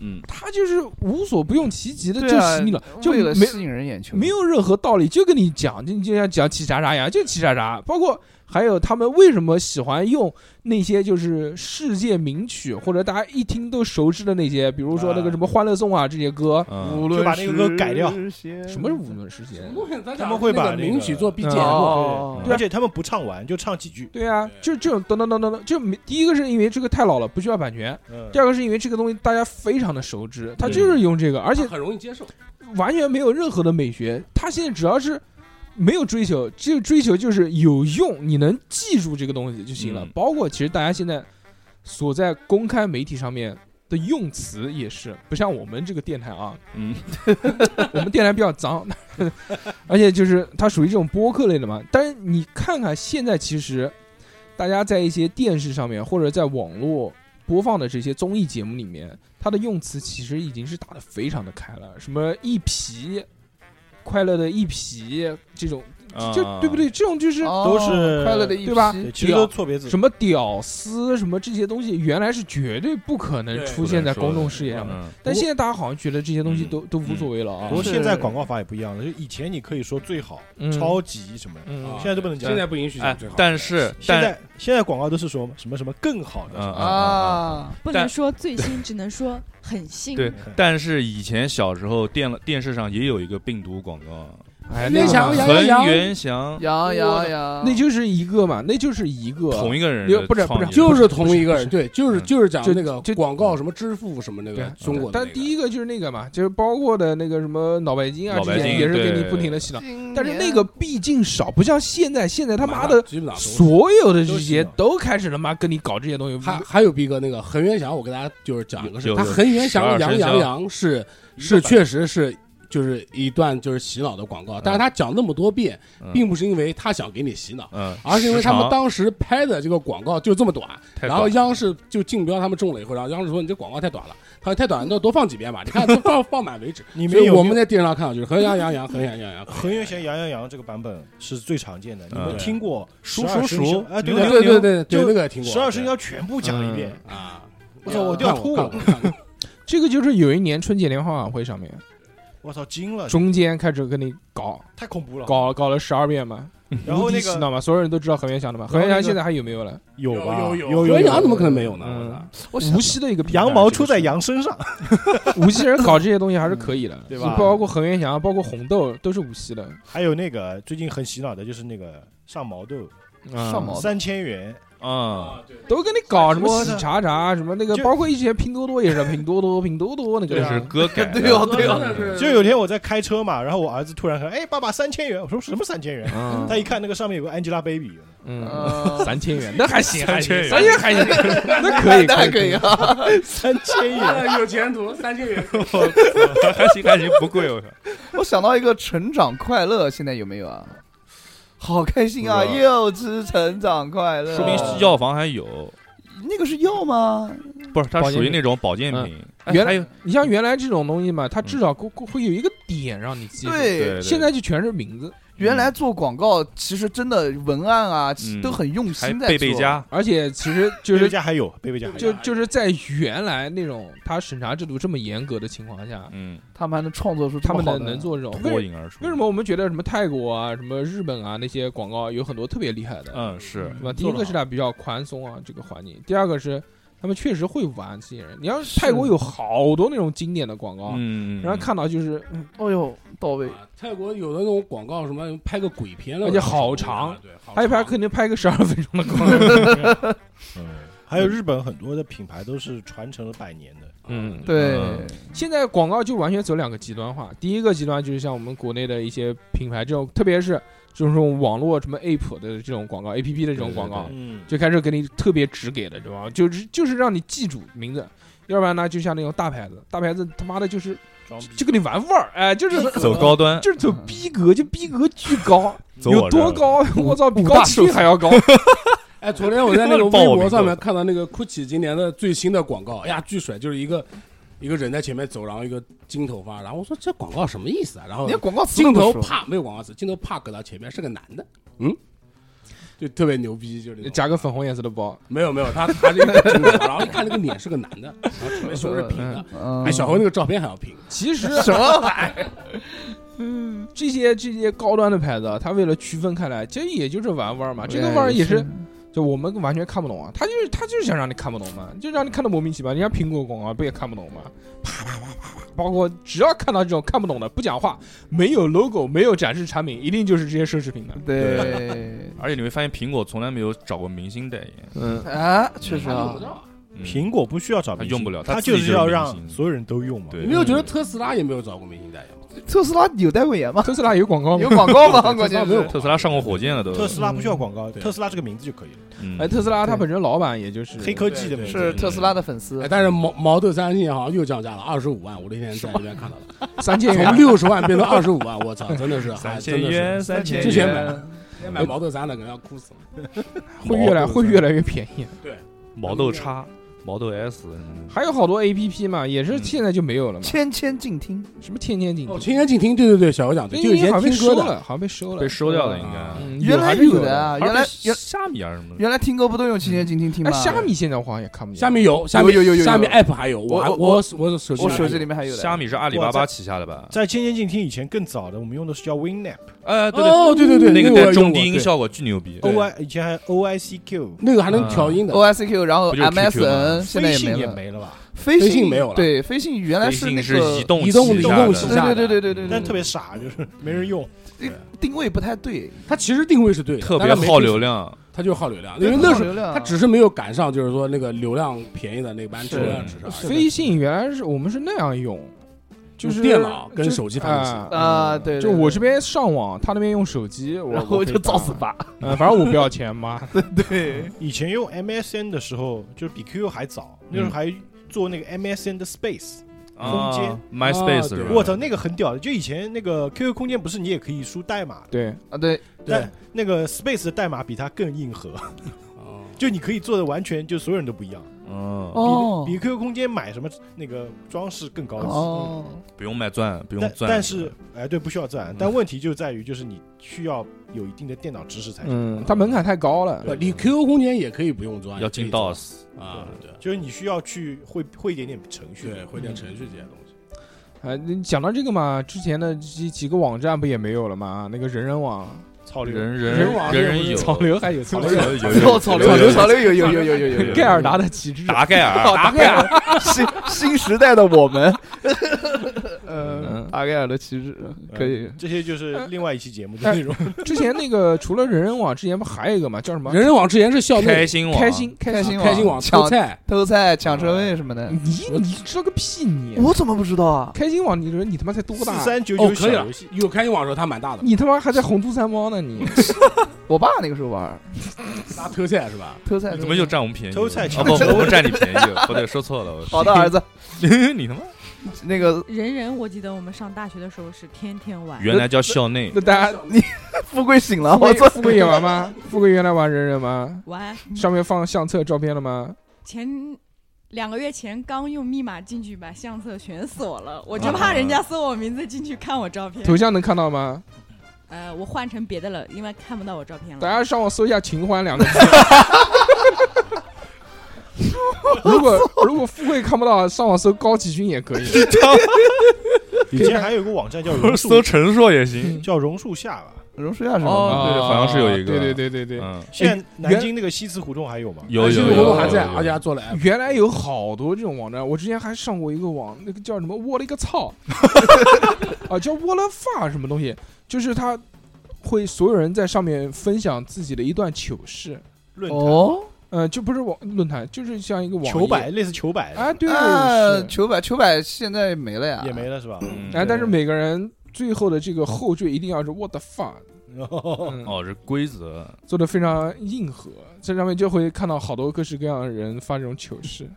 [SPEAKER 4] 嗯
[SPEAKER 2] 它就是无所不用其极的就
[SPEAKER 3] 对啊
[SPEAKER 2] 洗你了， 就
[SPEAKER 3] 为了
[SPEAKER 2] 没
[SPEAKER 3] 吸引人眼球，
[SPEAKER 2] 没有任何道理，就跟你讲，就你就像讲起啥啥一样，就起啥啥。包括还有他们为什么喜欢用那些就是世界名曲，或者大家一听都熟知的那些，比如说那个什么《欢乐颂》啊这些歌，
[SPEAKER 4] 嗯，
[SPEAKER 3] 无论
[SPEAKER 7] 就把那个歌改掉
[SPEAKER 2] 什么是无论世界？
[SPEAKER 6] 对，
[SPEAKER 7] 他们会把
[SPEAKER 6] 那个嗯
[SPEAKER 7] 那个
[SPEAKER 6] 名曲做 BGM，
[SPEAKER 3] 哦
[SPEAKER 2] 啊
[SPEAKER 7] 而且他们不唱完就唱几句，
[SPEAKER 2] 对啊，就这种等等等等等，就没第一个是因为这个太老了，不需要版权；
[SPEAKER 7] 嗯
[SPEAKER 2] 第，二个是因为这个东西大家非常的熟知，他就是用这个，而
[SPEAKER 6] 而
[SPEAKER 2] 且
[SPEAKER 6] 很容易接受。
[SPEAKER 2] 完全没有任何的美学。他现在只要是没有追求，这个追求就是有用，你能记住这个东西就行了。
[SPEAKER 4] 嗯
[SPEAKER 2] 包括其实大家现在所在公开媒体上面的用词也是，不像我们这个电台啊，
[SPEAKER 4] 嗯，
[SPEAKER 2] 我们电台比较脏， 而且就是它属于这种播客类的嘛。但是你看看现在其实大家在一些电视上面或者在网络播放的这些综艺节目里面，它的用词其实已经是打得非常的开了，什么一皮。快乐的一皮这种，就
[SPEAKER 4] 啊
[SPEAKER 2] 对不
[SPEAKER 4] 嗯
[SPEAKER 2] 对？？这种就是
[SPEAKER 6] 哦
[SPEAKER 3] 都
[SPEAKER 7] 是
[SPEAKER 3] 哦快乐的一批
[SPEAKER 2] 对吧
[SPEAKER 7] 对，其实都是错别字
[SPEAKER 2] 什。么屌丝，什么这些东西，原来是绝对不可能
[SPEAKER 6] 对
[SPEAKER 2] 出现在
[SPEAKER 4] 不能
[SPEAKER 2] 公众
[SPEAKER 4] 说
[SPEAKER 2] 视野上面。
[SPEAKER 4] 嗯
[SPEAKER 2] 但现在大家好像觉得这些东西
[SPEAKER 4] 嗯
[SPEAKER 2] 都都无所谓了啊
[SPEAKER 7] 不。过
[SPEAKER 3] 是
[SPEAKER 7] 现在广告法也不一样了，就以前你可以说最好、
[SPEAKER 2] 嗯
[SPEAKER 7] 超级什么，
[SPEAKER 2] 嗯
[SPEAKER 7] 现在都不能讲
[SPEAKER 6] 现在不允许
[SPEAKER 4] 哎
[SPEAKER 6] 讲最好。，
[SPEAKER 4] 但是
[SPEAKER 7] 现
[SPEAKER 4] 但
[SPEAKER 7] 在现在广告都是说什么什么更好的，
[SPEAKER 4] 嗯啊，
[SPEAKER 3] 啊，
[SPEAKER 5] 不
[SPEAKER 4] 但
[SPEAKER 5] 能说最新，只能说很新。
[SPEAKER 4] 对，但是以前小时候电电视上也有一个病毒广告，
[SPEAKER 2] 哎，
[SPEAKER 6] 那
[SPEAKER 2] 个
[SPEAKER 6] 想
[SPEAKER 2] 嘛
[SPEAKER 6] 杨
[SPEAKER 4] 恒
[SPEAKER 6] 洋
[SPEAKER 4] 源祥
[SPEAKER 3] 羊羊羊，
[SPEAKER 2] 那就是一个嘛，那就是一个
[SPEAKER 4] 同一个人
[SPEAKER 2] 又
[SPEAKER 4] 的
[SPEAKER 2] 不是
[SPEAKER 4] 创
[SPEAKER 2] 不
[SPEAKER 4] 意
[SPEAKER 2] 是
[SPEAKER 6] 就是同一个人，
[SPEAKER 2] 不
[SPEAKER 6] 对，就是
[SPEAKER 4] 嗯
[SPEAKER 6] 就是讲
[SPEAKER 2] 就
[SPEAKER 6] 那个
[SPEAKER 2] 就
[SPEAKER 6] 广告什么支付什么那个
[SPEAKER 2] 对
[SPEAKER 6] 中国的那个。
[SPEAKER 2] 但第一个就是那个嘛，就是包括的那个什么脑白金啊，
[SPEAKER 4] 脑白
[SPEAKER 2] 这些
[SPEAKER 4] 金
[SPEAKER 2] 也是给你
[SPEAKER 4] 对
[SPEAKER 2] 不停的洗脑。
[SPEAKER 3] 今年
[SPEAKER 2] 但是那个毕竟少，不像现在，现在他妈的
[SPEAKER 6] 基本上都是
[SPEAKER 2] 所有的这些
[SPEAKER 7] 都洗脑
[SPEAKER 2] 都开始他妈跟你搞这些东西。
[SPEAKER 6] 还还有逼哥那个恒源祥，我跟大家就是讲一个事
[SPEAKER 4] 有，
[SPEAKER 6] 他
[SPEAKER 4] 有
[SPEAKER 6] 恒源祥
[SPEAKER 4] 12
[SPEAKER 6] 杨
[SPEAKER 4] 生肖
[SPEAKER 6] 洋洋是是确实是就是一段就是洗脑的广告，但是他讲那么多遍，
[SPEAKER 4] 嗯
[SPEAKER 6] 并不是因为他想给你洗脑。
[SPEAKER 4] 嗯，
[SPEAKER 6] 而是因为他们
[SPEAKER 4] 时长
[SPEAKER 6] 当时拍的这个广告就这么短，
[SPEAKER 4] 太
[SPEAKER 6] 然后
[SPEAKER 4] 短
[SPEAKER 6] 央视就竞标他们中了以后，然后央视说你这广告太短了，他说太短，那多放几遍吧，你看都放 放满为止。
[SPEAKER 7] 你
[SPEAKER 6] 所
[SPEAKER 7] 们
[SPEAKER 6] 以
[SPEAKER 7] 有
[SPEAKER 6] 我
[SPEAKER 7] 没
[SPEAKER 6] 们
[SPEAKER 7] 有
[SPEAKER 6] 在电视上看到就是恒源杨洋，恒源杨洋，
[SPEAKER 7] 恒源祥羊羊羊这个版本是最常见的，你们
[SPEAKER 4] 嗯
[SPEAKER 7] 听过
[SPEAKER 4] 数
[SPEAKER 7] 12
[SPEAKER 4] 数
[SPEAKER 7] 生肖
[SPEAKER 4] 数
[SPEAKER 7] 啊？对
[SPEAKER 4] 牛
[SPEAKER 7] 的
[SPEAKER 4] 牛
[SPEAKER 6] 对对对对，
[SPEAKER 7] 就
[SPEAKER 6] 那个也听过。
[SPEAKER 7] 啊十二生肖全部讲一遍，
[SPEAKER 6] 对啊，
[SPEAKER 7] 我操我都要吐
[SPEAKER 6] 看
[SPEAKER 7] 了
[SPEAKER 6] 过看过看 过
[SPEAKER 2] 这个就是有一年春节联欢晚会上面，
[SPEAKER 7] 我操惊了，
[SPEAKER 2] 中间开始跟你搞
[SPEAKER 7] 太恐怖了。
[SPEAKER 2] 搞搞了十二遍嘛，
[SPEAKER 7] 然后
[SPEAKER 2] 无敌
[SPEAKER 7] 那
[SPEAKER 2] 洗
[SPEAKER 7] 个
[SPEAKER 2] 脑嘛，所有人都知道恒源祥的嘛。恒
[SPEAKER 7] 然后那个
[SPEAKER 2] 源祥现在还有没有了？
[SPEAKER 7] 有吧？有
[SPEAKER 6] 有有
[SPEAKER 7] 有
[SPEAKER 6] 恒
[SPEAKER 7] 有
[SPEAKER 6] 阳怎么可能没有呢？
[SPEAKER 2] 嗯
[SPEAKER 6] 我操！
[SPEAKER 3] 我想
[SPEAKER 2] 无锡的一个品牌
[SPEAKER 7] 羊毛出在羊身上，
[SPEAKER 2] 无锡人搞这些东西还是可以的，
[SPEAKER 7] 对吧
[SPEAKER 2] 包括恒源祥，包括红豆都是无锡的。
[SPEAKER 7] 还有那个最近很洗脑的就是那个上毛豆
[SPEAKER 2] 啊
[SPEAKER 3] 上毛豆
[SPEAKER 7] 三千元，
[SPEAKER 4] 啊，
[SPEAKER 2] 都跟你搞什么
[SPEAKER 3] 我
[SPEAKER 2] 喜
[SPEAKER 3] 的
[SPEAKER 2] 茶茶什么那个，
[SPEAKER 7] 就
[SPEAKER 2] 包括以前拼多多也是 拼多多拼多多那个
[SPEAKER 4] 这是歌改 的，
[SPEAKER 3] 对哦 对哦
[SPEAKER 7] 就有天我在开车嘛，然后我儿子突然说：“哎，爸爸三千元。”我说：“什么三千元？”
[SPEAKER 2] 嗯
[SPEAKER 7] 他一看那个上面有个 Angelababy，
[SPEAKER 2] 嗯，
[SPEAKER 3] 呃
[SPEAKER 2] 三千元那还行，还行，
[SPEAKER 4] 三
[SPEAKER 2] 三千元 还行，那可以，
[SPEAKER 3] 那还可以啊，
[SPEAKER 7] 三千 元，
[SPEAKER 8] 有前途，三千 元。
[SPEAKER 4] 还行还行，不贵， 我靠，
[SPEAKER 3] 我想到一个成长快乐，现在有没有啊？好开心啊！
[SPEAKER 4] 不知
[SPEAKER 3] 又吃成长快乐，
[SPEAKER 4] 说明药房还有，
[SPEAKER 3] 那个是药吗？
[SPEAKER 4] 不是它
[SPEAKER 2] 保健
[SPEAKER 4] 属于
[SPEAKER 2] 品
[SPEAKER 4] 那种保健品，哎
[SPEAKER 2] 嗯原
[SPEAKER 4] 还
[SPEAKER 2] 来
[SPEAKER 4] 有
[SPEAKER 2] 你像原来这种东西嘛，它至少会会有一个点让你记住。
[SPEAKER 3] 对，
[SPEAKER 4] 对，对
[SPEAKER 2] 现在就全是名字，
[SPEAKER 3] 原来做广告其实真的文案啊，其实都很用
[SPEAKER 4] 还
[SPEAKER 3] 心在做。
[SPEAKER 4] 贝贝佳，
[SPEAKER 2] 而且其实就
[SPEAKER 7] 贝贝
[SPEAKER 2] 是
[SPEAKER 7] 家还有，贝贝家还有
[SPEAKER 2] 就就是在原来那种他审查制度这么严格的情况下，
[SPEAKER 4] 嗯，
[SPEAKER 3] 他们还能创作出这
[SPEAKER 2] 他
[SPEAKER 3] 么
[SPEAKER 2] 们
[SPEAKER 3] 好
[SPEAKER 2] 能
[SPEAKER 3] 的
[SPEAKER 2] 能做这种
[SPEAKER 4] 脱
[SPEAKER 2] 哦为
[SPEAKER 4] 颖而出。
[SPEAKER 2] 为什么我们觉得什么泰国啊、什么日本啊那些广告有很多特别厉害的？
[SPEAKER 4] 嗯，是
[SPEAKER 2] 对吧？第一个是它比较宽松啊，这个环境；第二个是他们确实会玩这些人。你要是泰国有好多那种经典的广告，
[SPEAKER 4] 嗯，
[SPEAKER 2] 哦然后看到就是
[SPEAKER 3] 哦呦，到位！
[SPEAKER 6] 啊泰国有的那种广告，什么拍个鬼片了，
[SPEAKER 2] 而且好长
[SPEAKER 6] 对，
[SPEAKER 2] 还有
[SPEAKER 6] 拍
[SPEAKER 2] 拍肯定拍个十二分钟的广告。
[SPEAKER 7] 嗯还有日本很多的品牌都是传承了百年的，
[SPEAKER 6] 啊
[SPEAKER 2] 嗯，
[SPEAKER 3] 对，
[SPEAKER 4] 嗯
[SPEAKER 2] 现在广告就完全走两个极端化，第一个极端就是像我们国内的一些品牌这种，特别是这种网络什么 app 的这种广告，app 的这种广告，
[SPEAKER 7] 嗯，
[SPEAKER 2] 就开始给你特别直给的，对吧？就是就是让你记住名字。要不然呢，就像那种大牌子，大牌子他妈的就是
[SPEAKER 7] 装逼
[SPEAKER 2] 就跟你玩味儿，哎，就是
[SPEAKER 4] 走高端，
[SPEAKER 2] 就是走逼格，就逼格巨高，
[SPEAKER 4] 走
[SPEAKER 2] 有
[SPEAKER 4] 我这儿
[SPEAKER 2] 多
[SPEAKER 4] 了？
[SPEAKER 2] 高？我操，比高清还要高。
[SPEAKER 6] 哎，昨天我在那个
[SPEAKER 4] 报
[SPEAKER 6] 微
[SPEAKER 4] 名
[SPEAKER 6] 博上
[SPEAKER 4] 的
[SPEAKER 6] 面看到那个 GUCCI 今年的最新的广告，哎呀，巨帅，就是一个一个人在前面走，然后一个金头发，然后我说这广告什么意思啊？然后
[SPEAKER 3] 连广告词都
[SPEAKER 6] 镜
[SPEAKER 3] 不
[SPEAKER 6] 头
[SPEAKER 3] 说
[SPEAKER 6] 啪没有广告词，镜头啪搁到前面是个男的，嗯，就特别牛逼，就是那种
[SPEAKER 2] 加个粉红颜色的包，
[SPEAKER 6] 没有没有，他他这个镜头，然后一看那个脸是个男的，然后前面胸是平的，
[SPEAKER 3] 嗯
[SPEAKER 6] 哎，小侯那个照片还要平，
[SPEAKER 2] 其实 嗯
[SPEAKER 3] 什么玩 意儿？
[SPEAKER 2] 这些这些高端的牌子啊，它为了区分开来，其实也就是玩玩嘛。啊这个玩儿也是，就我们完全看不懂啊。他就是他就是想让你看不懂嘛，就让你看得莫名其妙。人家苹果广告不也看不懂吗？啪啪啪啪啪，包括只要看到这种看不懂的，不讲话，没有 logo，没有展示产品，一定就是这些奢侈品的。
[SPEAKER 3] 对
[SPEAKER 4] 而且你会发现，苹果从来没有找过明星代言，
[SPEAKER 2] 嗯，
[SPEAKER 3] 啊，确实啊，
[SPEAKER 4] 嗯
[SPEAKER 7] 苹果不需要找明星，
[SPEAKER 4] 它用不了它
[SPEAKER 7] 它
[SPEAKER 4] 自己就是
[SPEAKER 7] 是要
[SPEAKER 4] 明星
[SPEAKER 7] 让所有人都用嘛。
[SPEAKER 4] 对
[SPEAKER 6] 你没有觉得特斯拉也没有找过明星代言吗？
[SPEAKER 3] 特斯拉有带过眼吗？
[SPEAKER 2] 特斯拉有广告
[SPEAKER 3] 有
[SPEAKER 2] 吗？
[SPEAKER 3] 广告 吗？关键
[SPEAKER 6] 没有
[SPEAKER 3] 是
[SPEAKER 4] 特斯拉上过火箭了都。
[SPEAKER 7] 特斯拉不需要广告，
[SPEAKER 6] 对
[SPEAKER 7] 特斯拉这个名字就可以了，
[SPEAKER 4] 嗯
[SPEAKER 2] 哎，特斯拉它本身老板也就是
[SPEAKER 7] 黑科技的名字。
[SPEAKER 3] 是特斯拉的粉丝
[SPEAKER 6] 哎，，但是毛毛豆三星好像又降价了，二十五万，我那天在那边看到了。
[SPEAKER 2] 三千
[SPEAKER 6] 从
[SPEAKER 2] 元，
[SPEAKER 6] 六十万变成二十五万，我操，真的是，
[SPEAKER 4] 三
[SPEAKER 6] 哎
[SPEAKER 4] 千
[SPEAKER 6] 真的是
[SPEAKER 4] 元，三千
[SPEAKER 6] 之前买
[SPEAKER 4] 元，
[SPEAKER 6] 的哎买毛豆三的可能要哭死了。
[SPEAKER 2] 会越来会越来越便宜。
[SPEAKER 4] 毛豆叉、毛豆 S 嗯什 么的。
[SPEAKER 2] 还有好多 A P P 嘛，也是
[SPEAKER 4] 嗯
[SPEAKER 2] 现在就没有了嘛，
[SPEAKER 3] 千千静听，
[SPEAKER 2] 什么天天顶
[SPEAKER 6] 哦，，天天静听，对对对，小何讲对，就
[SPEAKER 2] 因
[SPEAKER 6] 以
[SPEAKER 2] 为
[SPEAKER 6] 前
[SPEAKER 2] 好像被
[SPEAKER 6] 听
[SPEAKER 2] 收
[SPEAKER 6] 歌的，
[SPEAKER 2] 了，好像被收了，
[SPEAKER 4] 被收掉了应
[SPEAKER 6] 啊
[SPEAKER 4] 该。
[SPEAKER 2] 嗯，
[SPEAKER 3] 原来
[SPEAKER 2] 有
[SPEAKER 3] 有的
[SPEAKER 2] 的。
[SPEAKER 3] 啊，原来
[SPEAKER 4] 还
[SPEAKER 3] 原
[SPEAKER 4] 是虾米啊什么的，
[SPEAKER 3] 原来听歌不都用千千静听听吗
[SPEAKER 2] 哎，？虾米现在我好像也看不见，
[SPEAKER 6] 下面有，下面
[SPEAKER 3] 有有有有
[SPEAKER 6] 下面 app 还有，我还
[SPEAKER 3] 我
[SPEAKER 6] 我我手机
[SPEAKER 3] 我手机里面还有的
[SPEAKER 4] 虾米是阿里巴巴旗下的吧？
[SPEAKER 7] 在千千静听以前更早的，我们用的是叫 WinNap
[SPEAKER 4] 哎，对对，
[SPEAKER 6] 哦，对对对，
[SPEAKER 4] 那
[SPEAKER 6] 那
[SPEAKER 4] 个
[SPEAKER 6] 我
[SPEAKER 4] 带
[SPEAKER 6] 也
[SPEAKER 4] 中
[SPEAKER 6] 用
[SPEAKER 4] 低
[SPEAKER 6] 过
[SPEAKER 4] 音，效果巨牛逼。
[SPEAKER 6] 对
[SPEAKER 7] O I，以前还 O I C Q，
[SPEAKER 6] 对那个还
[SPEAKER 4] 嗯
[SPEAKER 6] 能调音的。
[SPEAKER 4] 哦
[SPEAKER 3] O S Q，然后
[SPEAKER 4] 不就是 QQ 吗
[SPEAKER 3] MSN 现在
[SPEAKER 7] 飞
[SPEAKER 3] 也没
[SPEAKER 7] 信也
[SPEAKER 3] 了，
[SPEAKER 7] 没了吧？
[SPEAKER 3] 飞
[SPEAKER 6] 飞信没有了
[SPEAKER 3] 对，飞信原来
[SPEAKER 4] 微
[SPEAKER 3] 是
[SPEAKER 4] 信
[SPEAKER 3] 那
[SPEAKER 4] 是
[SPEAKER 3] 个
[SPEAKER 4] 移动
[SPEAKER 6] 移动
[SPEAKER 4] 旗
[SPEAKER 6] 移
[SPEAKER 4] 下
[SPEAKER 6] 动
[SPEAKER 4] 的
[SPEAKER 6] 旗
[SPEAKER 3] 对
[SPEAKER 6] 下的
[SPEAKER 3] 对对对对对，
[SPEAKER 7] 但特别傻，就是没人用。
[SPEAKER 3] 定位不太对，
[SPEAKER 6] 它其实定位是对的，
[SPEAKER 4] 特
[SPEAKER 6] 但
[SPEAKER 4] 别
[SPEAKER 6] 它没
[SPEAKER 4] 耗
[SPEAKER 6] 定
[SPEAKER 4] 流
[SPEAKER 6] 位，
[SPEAKER 4] 量。
[SPEAKER 6] 它就是耗流量，因为那时候
[SPEAKER 3] 流量
[SPEAKER 6] 它只是没有赶上，就是说那个流量便宜的那班车辆只是而已。
[SPEAKER 2] 啊飞信原来是我们是那样用，就
[SPEAKER 6] 用
[SPEAKER 2] 是
[SPEAKER 6] 电脑跟
[SPEAKER 2] 就
[SPEAKER 6] 手机发信息
[SPEAKER 2] 啊
[SPEAKER 3] 啊，对，
[SPEAKER 2] 就
[SPEAKER 3] 对
[SPEAKER 2] 我这，边上网，他那边用手机，我
[SPEAKER 3] 对然后
[SPEAKER 2] 我
[SPEAKER 3] 就造死
[SPEAKER 2] 吧。
[SPEAKER 3] 吧，
[SPEAKER 2] 嗯，反正我不要钱嘛。
[SPEAKER 3] 对，
[SPEAKER 7] 以前用 MSN 的时候，就是比 QQ 还早，那时候还做那个 MSN 的 Space，
[SPEAKER 4] 啊
[SPEAKER 7] 空间
[SPEAKER 4] ，MySpace
[SPEAKER 6] 啊
[SPEAKER 4] 是
[SPEAKER 6] 对
[SPEAKER 4] 吧？
[SPEAKER 7] 我操，那个很屌的。就以前那个 QQ 空间不是你也可以输代码的，
[SPEAKER 2] 对，
[SPEAKER 3] 啊对，
[SPEAKER 7] 但那个 Space 的代码比它更硬核，
[SPEAKER 6] 哦
[SPEAKER 7] 就你可以做的完全就所有人都不一样，
[SPEAKER 4] 嗯，
[SPEAKER 3] 哦
[SPEAKER 7] 比比 QQ 空间买什么那个装饰更高级。嗯
[SPEAKER 3] 哦，
[SPEAKER 4] 不用卖钻，不用
[SPEAKER 7] 但
[SPEAKER 4] 钻。
[SPEAKER 7] 但是，哎，对，不需要钻，但问题就在于，就是你需要有一定的电脑知识才行，
[SPEAKER 2] 嗯，它门槛太高了
[SPEAKER 6] 不，。你 QQ 空间也可以不用装，
[SPEAKER 4] 要
[SPEAKER 6] 也可以
[SPEAKER 4] 进嗯
[SPEAKER 6] 装
[SPEAKER 4] DOS，
[SPEAKER 6] 啊，对
[SPEAKER 7] 就是你需要去会会一点点程序。
[SPEAKER 6] 对，会点程序这些东西。
[SPEAKER 2] 呃 哎，你讲到这个嘛，之前的几几个网站不也没有了嘛？那个人人网，
[SPEAKER 7] 草榴，
[SPEAKER 4] 人
[SPEAKER 2] 人
[SPEAKER 4] 人
[SPEAKER 2] 网
[SPEAKER 4] 人人有
[SPEAKER 2] 草榴还有
[SPEAKER 7] 草
[SPEAKER 2] 榴，
[SPEAKER 7] 榴
[SPEAKER 3] 草
[SPEAKER 4] 有
[SPEAKER 3] 草榴
[SPEAKER 4] 有啊
[SPEAKER 3] 草榴有有有有有有有
[SPEAKER 2] 盖尔达的 旗帜，啊
[SPEAKER 4] 达盖尔，
[SPEAKER 3] 达盖尔，新新时代的我们，呃
[SPEAKER 4] 嗯，
[SPEAKER 3] 达盖尔的旗帜可以，
[SPEAKER 7] 嗯这些就是另外一期节目的内容。
[SPEAKER 2] 之前那个除了人人网之前不还有一个嘛，叫什么？
[SPEAKER 6] 人人网之前是校
[SPEAKER 4] 嗯开
[SPEAKER 6] 内
[SPEAKER 4] 心网，
[SPEAKER 2] 开心
[SPEAKER 3] 开心
[SPEAKER 6] 开心网
[SPEAKER 3] 抢
[SPEAKER 6] 偷菜，
[SPEAKER 3] 偷菜、抢车位什么的。
[SPEAKER 2] 你你知道个屁你！
[SPEAKER 3] 我怎么不知道啊？
[SPEAKER 2] 开心网，你说你他妈才多
[SPEAKER 7] 四
[SPEAKER 2] 大？啊
[SPEAKER 7] 三九
[SPEAKER 6] 哦
[SPEAKER 7] 九
[SPEAKER 6] 可
[SPEAKER 7] 小
[SPEAKER 6] 以了
[SPEAKER 7] 游戏，，
[SPEAKER 6] 有开心网的时候他蛮大 的，
[SPEAKER 2] 你他妈还在红都三猫呢你！
[SPEAKER 3] 我爸那个时候玩儿
[SPEAKER 6] 拿偷菜是吧？
[SPEAKER 3] 偷菜，
[SPEAKER 4] 怎么又占我们便宜了？
[SPEAKER 7] 偷菜
[SPEAKER 4] 啊不，我们占你便宜了，不对，说错了，我
[SPEAKER 3] 好的儿子，
[SPEAKER 4] 你他妈
[SPEAKER 3] 那个
[SPEAKER 8] 人人，我记得我们上大学的时候是天天玩，
[SPEAKER 4] 原来叫校内，
[SPEAKER 2] 那大家
[SPEAKER 3] 富贵醒了，
[SPEAKER 2] 富
[SPEAKER 3] 啊我
[SPEAKER 2] 贵
[SPEAKER 3] 操！
[SPEAKER 2] 富贵也玩吗？富贵原来玩人人吗？
[SPEAKER 8] 玩嗯
[SPEAKER 2] 上面放相册照片了吗？
[SPEAKER 8] 前两个月前刚用密码进去把相册全锁了，我
[SPEAKER 2] 啊
[SPEAKER 8] 就怕人家搜我名字进去看我照片。
[SPEAKER 2] 头像能看到吗？
[SPEAKER 8] 呃，我换成别的了，因为看不到我照片
[SPEAKER 5] 嗯
[SPEAKER 8] 了。
[SPEAKER 2] 大家上网搜一下“秦欢”两个 字。如果如果富贵看不到，上网搜高启军也 可以。
[SPEAKER 7] 以前还有个网站叫榕树
[SPEAKER 4] 搜，陈硕也行。
[SPEAKER 7] 叫榕树下吧。
[SPEAKER 3] 榕树下什么
[SPEAKER 4] 哦
[SPEAKER 3] 的，
[SPEAKER 4] 对对好像是有一个
[SPEAKER 2] 嗯啊对对对对对，
[SPEAKER 4] 嗯，
[SPEAKER 7] 现在南京那个西祠胡同还有吗？
[SPEAKER 4] 有有
[SPEAKER 6] 西
[SPEAKER 4] 有
[SPEAKER 6] 湖
[SPEAKER 4] 有
[SPEAKER 6] 路
[SPEAKER 4] 有，
[SPEAKER 6] 还在，
[SPEAKER 4] 有
[SPEAKER 6] 而且还 做了哎 app。
[SPEAKER 2] 原来有好多这种网站，我之前还上过一个网，那个叫什么“我了个 操”，啊，叫“我了发”什么东西，就是他会所有人在上面分享自己的一段糗事，
[SPEAKER 7] 论坛
[SPEAKER 3] 哦，
[SPEAKER 2] 呃，就不是网论坛，就是像一个网页
[SPEAKER 7] 球百，类似球百
[SPEAKER 2] 啊，对，
[SPEAKER 3] 啊，
[SPEAKER 2] 是
[SPEAKER 3] 九百九百现在没了呀，
[SPEAKER 7] 也没了是吧？
[SPEAKER 4] 嗯
[SPEAKER 2] 哎，但是
[SPEAKER 7] 对
[SPEAKER 2] 每个人最后的这个后缀一定要是 “what the fuck”，嗯
[SPEAKER 4] 哦，这规则
[SPEAKER 2] 做的非常硬核，在上面就会看到好多各式各样的人发这种糗事。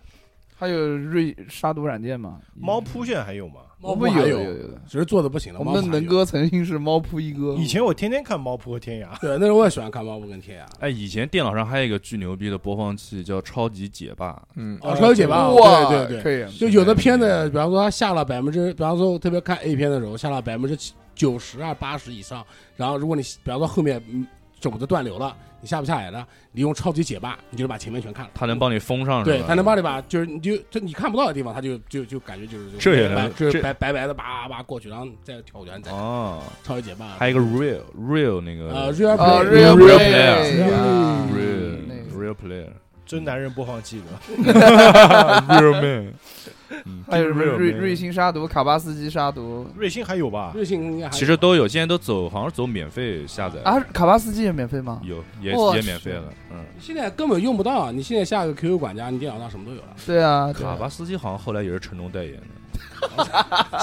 [SPEAKER 3] 还有瑞杀毒软件嘛？
[SPEAKER 7] 猫扑现在还有吗？
[SPEAKER 6] 猫
[SPEAKER 3] 不
[SPEAKER 6] 扑还
[SPEAKER 3] 有有有的。
[SPEAKER 6] 只是做的不行了。
[SPEAKER 3] 我
[SPEAKER 6] 猫
[SPEAKER 3] 们
[SPEAKER 6] 扑
[SPEAKER 3] 的
[SPEAKER 6] 还
[SPEAKER 3] 能
[SPEAKER 6] 有
[SPEAKER 3] 哥曾经是猫扑一哥，
[SPEAKER 7] 以前我天天看猫扑和天涯，
[SPEAKER 6] 对，那时候我也喜欢看猫扑跟啊天涯。
[SPEAKER 4] 哎，以前电脑上还有一个巨牛逼的播放器叫《超级解霸》，
[SPEAKER 2] 嗯，
[SPEAKER 6] 哦，超级解吧，
[SPEAKER 3] 哇，
[SPEAKER 6] 对对对，
[SPEAKER 3] 可以，
[SPEAKER 6] 就有的片子，比方说它下了百分之，比方说特别看 A 片的时候，下了百分之九十啊八十以上，然后如果你比方说后面嗯肘子断流了，你下不下来了，你用超级解霸，你就能把前面全看了。
[SPEAKER 4] 它能帮你封上，
[SPEAKER 6] 对
[SPEAKER 4] 是，吧
[SPEAKER 6] 它能帮你把就是你就就你看不到的地方，它就就就感觉就是
[SPEAKER 4] 这也能
[SPEAKER 6] 白就是
[SPEAKER 4] 这
[SPEAKER 6] 白白白的叭叭过去，然后再跳转再
[SPEAKER 4] 哦，
[SPEAKER 6] 超级解霸。
[SPEAKER 4] 还有一个 Real Real 那个
[SPEAKER 6] 呃，Real
[SPEAKER 3] 啊
[SPEAKER 6] Play，
[SPEAKER 3] ，Real
[SPEAKER 4] Real
[SPEAKER 3] Play，
[SPEAKER 6] Player
[SPEAKER 3] 啊
[SPEAKER 4] Real
[SPEAKER 3] 那个
[SPEAKER 4] Real Player
[SPEAKER 7] 真男人播放器的。
[SPEAKER 4] Real Man，嗯
[SPEAKER 3] 还有什么
[SPEAKER 4] Real
[SPEAKER 3] 瑞
[SPEAKER 4] Man
[SPEAKER 3] 瑞星杀毒、卡巴斯基杀毒
[SPEAKER 7] 瑞幸还有吧？
[SPEAKER 6] 瑞幸应该 还
[SPEAKER 4] 其实都有，现在都走，好像是走免费下载
[SPEAKER 3] 啊？卡巴斯基也免费吗？
[SPEAKER 4] 有也
[SPEAKER 3] 我
[SPEAKER 4] 也
[SPEAKER 3] 去
[SPEAKER 4] 免费了，嗯。
[SPEAKER 6] 现在根本用不到，你现在下个 QQ 管家，你电脑上什么都有了。
[SPEAKER 3] 对啊，对
[SPEAKER 4] 卡
[SPEAKER 3] 啊
[SPEAKER 4] 巴斯基好像后来也是成龙代言的，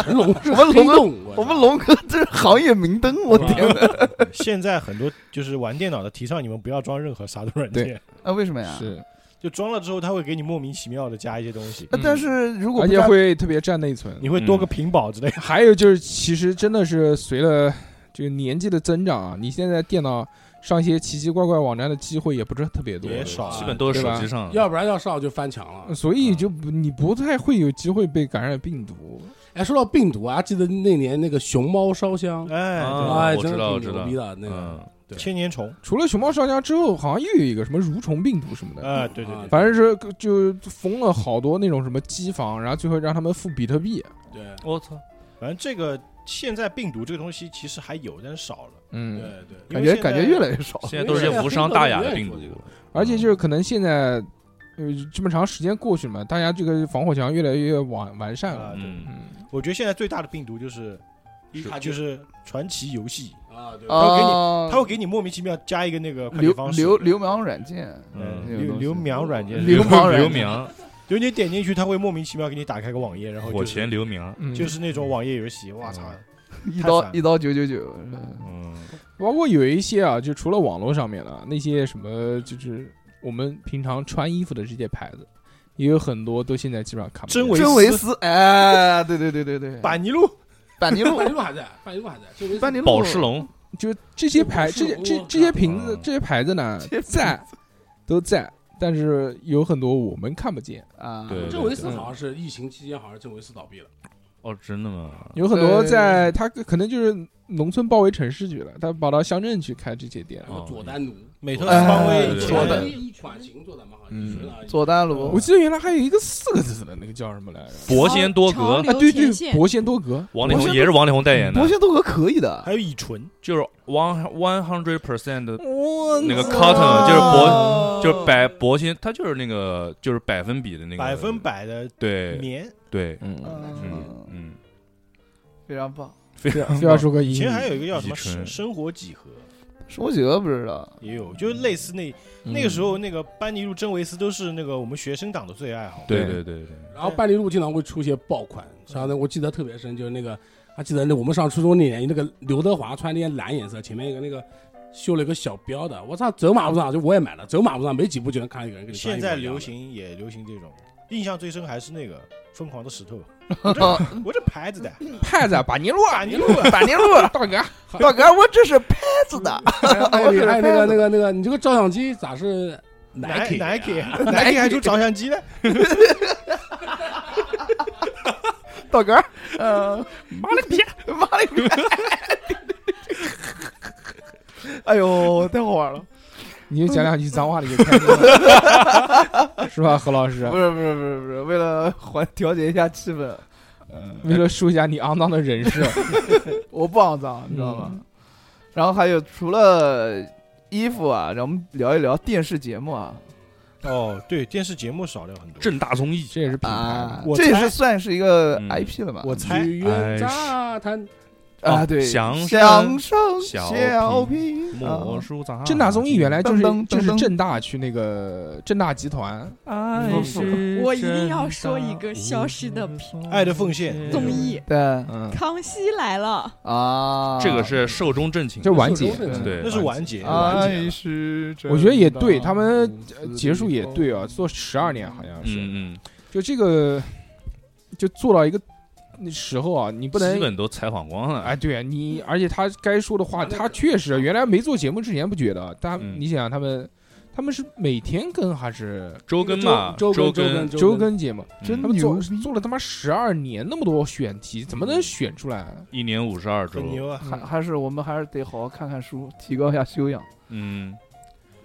[SPEAKER 6] 成龙是
[SPEAKER 3] 我们
[SPEAKER 6] 黑
[SPEAKER 3] 龙哥
[SPEAKER 6] 洞，
[SPEAKER 3] 我们龙哥这是行业明灯，我天哪！
[SPEAKER 7] 现在很多就是玩电脑的提倡你们不要装任何杀毒软件，
[SPEAKER 3] 啊，为什么呀？
[SPEAKER 2] 是，
[SPEAKER 7] 就装了之后他会给你莫名其妙的加一些东西，
[SPEAKER 3] 啊但是如果
[SPEAKER 2] 嗯而
[SPEAKER 3] 不
[SPEAKER 2] 且
[SPEAKER 3] 加
[SPEAKER 2] 会特别占内存。
[SPEAKER 7] 你会多个屏保之类的。
[SPEAKER 2] 还有就是，其实真的是随了这个年纪的增长啊，你现在电脑上一些奇奇怪怪网站的机会也不是特别多，
[SPEAKER 7] 也少啊
[SPEAKER 4] 基本都是手
[SPEAKER 2] 对
[SPEAKER 4] 机
[SPEAKER 2] 吧
[SPEAKER 4] 上。
[SPEAKER 6] 要不然要上就翻墙了。
[SPEAKER 2] 所以就不你不太会有机会被感染病毒。
[SPEAKER 6] 哎，说到病毒啊，记得那年那个熊猫烧香，
[SPEAKER 7] 哎，
[SPEAKER 4] 啊
[SPEAKER 6] 哎，
[SPEAKER 4] 我
[SPEAKER 6] 真
[SPEAKER 4] 知道
[SPEAKER 6] 的
[SPEAKER 4] 我
[SPEAKER 6] 挺
[SPEAKER 4] 知
[SPEAKER 6] 牛
[SPEAKER 4] 道
[SPEAKER 6] 逼的那个。
[SPEAKER 4] 嗯，
[SPEAKER 7] 对千年虫，
[SPEAKER 2] 除了熊猫烧香之后，好像又有一个什么蠕虫病毒什么的，
[SPEAKER 7] 哎，对对
[SPEAKER 6] 啊
[SPEAKER 7] 对，
[SPEAKER 2] 反正是就封了好多那种什么机房，然后最后让他们付比特币。
[SPEAKER 6] 对
[SPEAKER 4] 我操，
[SPEAKER 7] 反正这个现在病毒这个东西其实还有，但是少了。
[SPEAKER 6] 对
[SPEAKER 2] 嗯，
[SPEAKER 6] 对，
[SPEAKER 7] 因
[SPEAKER 3] 感
[SPEAKER 7] 为
[SPEAKER 3] 觉
[SPEAKER 7] 现在
[SPEAKER 3] 感觉越来越少，
[SPEAKER 4] 现在都是些无伤大雅的病毒。
[SPEAKER 2] 而且就是可能现在。呃，这么长时间过去了嘛，大家这个防火墙越来越完完善了。
[SPEAKER 7] 啊，对
[SPEAKER 4] 嗯，
[SPEAKER 2] 嗯，
[SPEAKER 7] 我觉得现在最大的病毒就是一
[SPEAKER 6] 是
[SPEAKER 7] 就是传奇游戏，
[SPEAKER 6] 啊，对，
[SPEAKER 7] 会给你
[SPEAKER 3] 啊
[SPEAKER 7] 它会给你莫名其妙加一个那个快捷
[SPEAKER 3] 流
[SPEAKER 7] 方式，
[SPEAKER 3] 流流氓软件，
[SPEAKER 7] 嗯
[SPEAKER 3] 那个
[SPEAKER 7] 流
[SPEAKER 3] 东西
[SPEAKER 7] 流氓软件，
[SPEAKER 3] 流氓人
[SPEAKER 4] 嗯流氓，
[SPEAKER 7] 就你点进去，它会莫名其妙给你打开个网页，然后
[SPEAKER 4] 火
[SPEAKER 7] 哦就
[SPEAKER 4] 前
[SPEAKER 7] 是
[SPEAKER 4] 流氓，
[SPEAKER 2] 嗯
[SPEAKER 7] 就是那种网页游戏，哇操！
[SPEAKER 3] 一
[SPEAKER 7] 太
[SPEAKER 3] 刀
[SPEAKER 7] 惨
[SPEAKER 3] 一刀九九九，
[SPEAKER 4] 嗯，
[SPEAKER 2] 包括有一些啊，就除了网络上面的那些什么，就是我们平常穿衣服的这些牌子，也有很多都现在基本上看不见
[SPEAKER 7] 真维
[SPEAKER 3] 真维斯，哎，对对对对 对，
[SPEAKER 7] 板泥路，
[SPEAKER 3] 板泥路
[SPEAKER 6] 半，路还在，半路还在，这回
[SPEAKER 3] 板泥路，
[SPEAKER 4] 宝石龙，
[SPEAKER 2] 就这些牌，
[SPEAKER 6] 是
[SPEAKER 2] 这些
[SPEAKER 6] 我
[SPEAKER 2] 这
[SPEAKER 6] 靠
[SPEAKER 2] 这些瓶子
[SPEAKER 4] 嗯，
[SPEAKER 2] 这些牌子呢
[SPEAKER 3] 这些瓶子
[SPEAKER 2] 在，都在，但是有很多我们看不见，
[SPEAKER 3] 啊，
[SPEAKER 4] 对
[SPEAKER 6] 郑维斯好像是疫情期间，好像郑维斯倒闭了。
[SPEAKER 4] 哦，真的吗？
[SPEAKER 2] 有很多
[SPEAKER 3] 对
[SPEAKER 2] 在它可能就是农村包围城市去了，他跑到乡镇去开这些店。
[SPEAKER 4] 哦
[SPEAKER 6] 佐丹奴，
[SPEAKER 7] 美特
[SPEAKER 6] 特
[SPEAKER 7] 斯
[SPEAKER 6] 斯
[SPEAKER 7] 邦
[SPEAKER 3] 邦
[SPEAKER 7] 威
[SPEAKER 3] 威
[SPEAKER 4] 以前
[SPEAKER 6] 佐
[SPEAKER 4] 佐
[SPEAKER 6] 丹
[SPEAKER 4] 丹
[SPEAKER 6] 款型做的蛮好，
[SPEAKER 4] 嗯
[SPEAKER 3] 佐丹炉
[SPEAKER 2] 我记得原来还有一个四个字的那个叫什么来着？
[SPEAKER 4] 博仙多
[SPEAKER 8] 潮
[SPEAKER 4] 格，
[SPEAKER 8] 流
[SPEAKER 2] 啊，对对
[SPEAKER 8] 前，线
[SPEAKER 2] 博仙多格，
[SPEAKER 4] 王力宏也是王力宏代言的
[SPEAKER 3] 博，仙多格可以的
[SPEAKER 7] 还，有乙醇，
[SPEAKER 4] 就是 one one hundred percent 的，
[SPEAKER 2] 我
[SPEAKER 4] 那个
[SPEAKER 2] 操
[SPEAKER 4] cotton，就是
[SPEAKER 2] 哦
[SPEAKER 3] 博
[SPEAKER 4] 就是百博仙，它就是那个就是百分比的那个
[SPEAKER 7] 百分，百的
[SPEAKER 4] 对
[SPEAKER 7] 棉。
[SPEAKER 4] 对，
[SPEAKER 2] 嗯，
[SPEAKER 4] 嗯
[SPEAKER 3] 嗯，
[SPEAKER 4] 嗯，
[SPEAKER 3] 非常棒。
[SPEAKER 4] 非
[SPEAKER 2] 非
[SPEAKER 4] 常
[SPEAKER 2] 要非要说个英
[SPEAKER 7] 以
[SPEAKER 2] 语，
[SPEAKER 7] 前还有一个叫什么
[SPEAKER 4] 乙醇
[SPEAKER 7] 生生活几何，
[SPEAKER 3] 生活几何不知道，
[SPEAKER 7] 也有，就是类似那
[SPEAKER 2] 嗯
[SPEAKER 7] 那个时候那个班尼路、真维斯都是那个我们学生党的最爱好。
[SPEAKER 4] 对对对对，
[SPEAKER 6] 然后半里路经常会出一些爆款，像那我记得特别深，就是那个，还记得那我们上初中那年，那个刘德华穿那件蓝颜色，前面一个那个绣了一个小标的，我操，走马路上就我也买了，走马路上没几步就能看到有人跟你
[SPEAKER 7] 现
[SPEAKER 6] 穿一模一
[SPEAKER 7] 在
[SPEAKER 6] 样的
[SPEAKER 7] 流行也流行这种，印象最深还是那个疯狂的石头，我这牌子的，
[SPEAKER 2] 派子把尼路
[SPEAKER 7] 把尼路
[SPEAKER 3] 板栗路，
[SPEAKER 2] 大哥，
[SPEAKER 3] 大哥，我这是拍子的，
[SPEAKER 6] 还有还有那个那个那个，你这个照相机咋是 Nike
[SPEAKER 7] Nike
[SPEAKER 6] 的呀
[SPEAKER 7] Nike 还出照相机呢，
[SPEAKER 3] 大哥，嗯，妈了个逼， 妈了个逼，哎呦，太好玩了！
[SPEAKER 2] 你就讲两句脏话你就开心了， 是吧，何老师
[SPEAKER 3] 不？是不是不是不是，为了缓调节一下气氛，
[SPEAKER 2] 为了说一下你肮脏的人设，
[SPEAKER 3] 我不肮脏，你知道吗？然后还有除了衣服啊，让我们聊一聊电视节目啊
[SPEAKER 7] 哦，对，电视节目少了很多。
[SPEAKER 4] 正大综艺，
[SPEAKER 2] 这也是 品牌
[SPEAKER 3] 啊
[SPEAKER 7] 我，
[SPEAKER 3] 这也
[SPEAKER 7] 猜
[SPEAKER 3] 是算是一个
[SPEAKER 4] 嗯
[SPEAKER 3] IP 了吧？
[SPEAKER 7] 我猜
[SPEAKER 6] 去
[SPEAKER 4] 哎
[SPEAKER 6] 云炸滩，
[SPEAKER 3] 啊，
[SPEAKER 4] 哦
[SPEAKER 3] 对，
[SPEAKER 4] 相
[SPEAKER 3] 相声
[SPEAKER 4] 小
[SPEAKER 3] 小啊
[SPEAKER 4] 品
[SPEAKER 3] 品
[SPEAKER 4] 魔术杂
[SPEAKER 2] 正哦大综艺原来就是
[SPEAKER 3] 噔噔
[SPEAKER 2] 就
[SPEAKER 3] 噔
[SPEAKER 2] 是
[SPEAKER 3] 噔
[SPEAKER 2] 正大去那个正大集团，
[SPEAKER 4] 爱是
[SPEAKER 8] 我一定要说一个消失的品
[SPEAKER 7] 爱的奉献
[SPEAKER 8] 综艺，
[SPEAKER 3] 对
[SPEAKER 2] 嗯，
[SPEAKER 8] 《康熙来了
[SPEAKER 3] 啊，
[SPEAKER 4] 这个是寿终正寝，
[SPEAKER 2] 这完结，
[SPEAKER 6] 是
[SPEAKER 2] 嗯
[SPEAKER 4] 对，
[SPEAKER 7] 那是完结，完结
[SPEAKER 3] 爱是真的
[SPEAKER 2] 我觉得也对，他们呃结束也对
[SPEAKER 3] 嗯
[SPEAKER 2] 啊，做十二年好像是，
[SPEAKER 4] 嗯嗯，
[SPEAKER 2] 就这个就做到一个时候啊，你不
[SPEAKER 4] 基
[SPEAKER 2] 能
[SPEAKER 4] 本都采访光了，
[SPEAKER 2] 哎，
[SPEAKER 4] 哎，
[SPEAKER 2] 对啊，你而且他该说的话，他确实啊原来没做节目之前不觉得，啊但
[SPEAKER 4] 嗯
[SPEAKER 2] 你想想他们，他们是每天更还是
[SPEAKER 4] 周更嘛，
[SPEAKER 6] 周
[SPEAKER 4] 周
[SPEAKER 6] 更
[SPEAKER 4] 更，嗯
[SPEAKER 2] 周更节目？
[SPEAKER 4] 真
[SPEAKER 2] 他们做
[SPEAKER 3] 牛逼
[SPEAKER 2] 做了他妈十二年，那么多选题，怎么能选出来？啊
[SPEAKER 4] 一年五十二周
[SPEAKER 7] 很，牛啊！
[SPEAKER 3] 嗯还还是我们还是得好好看看书，提高一下修养。
[SPEAKER 4] 嗯，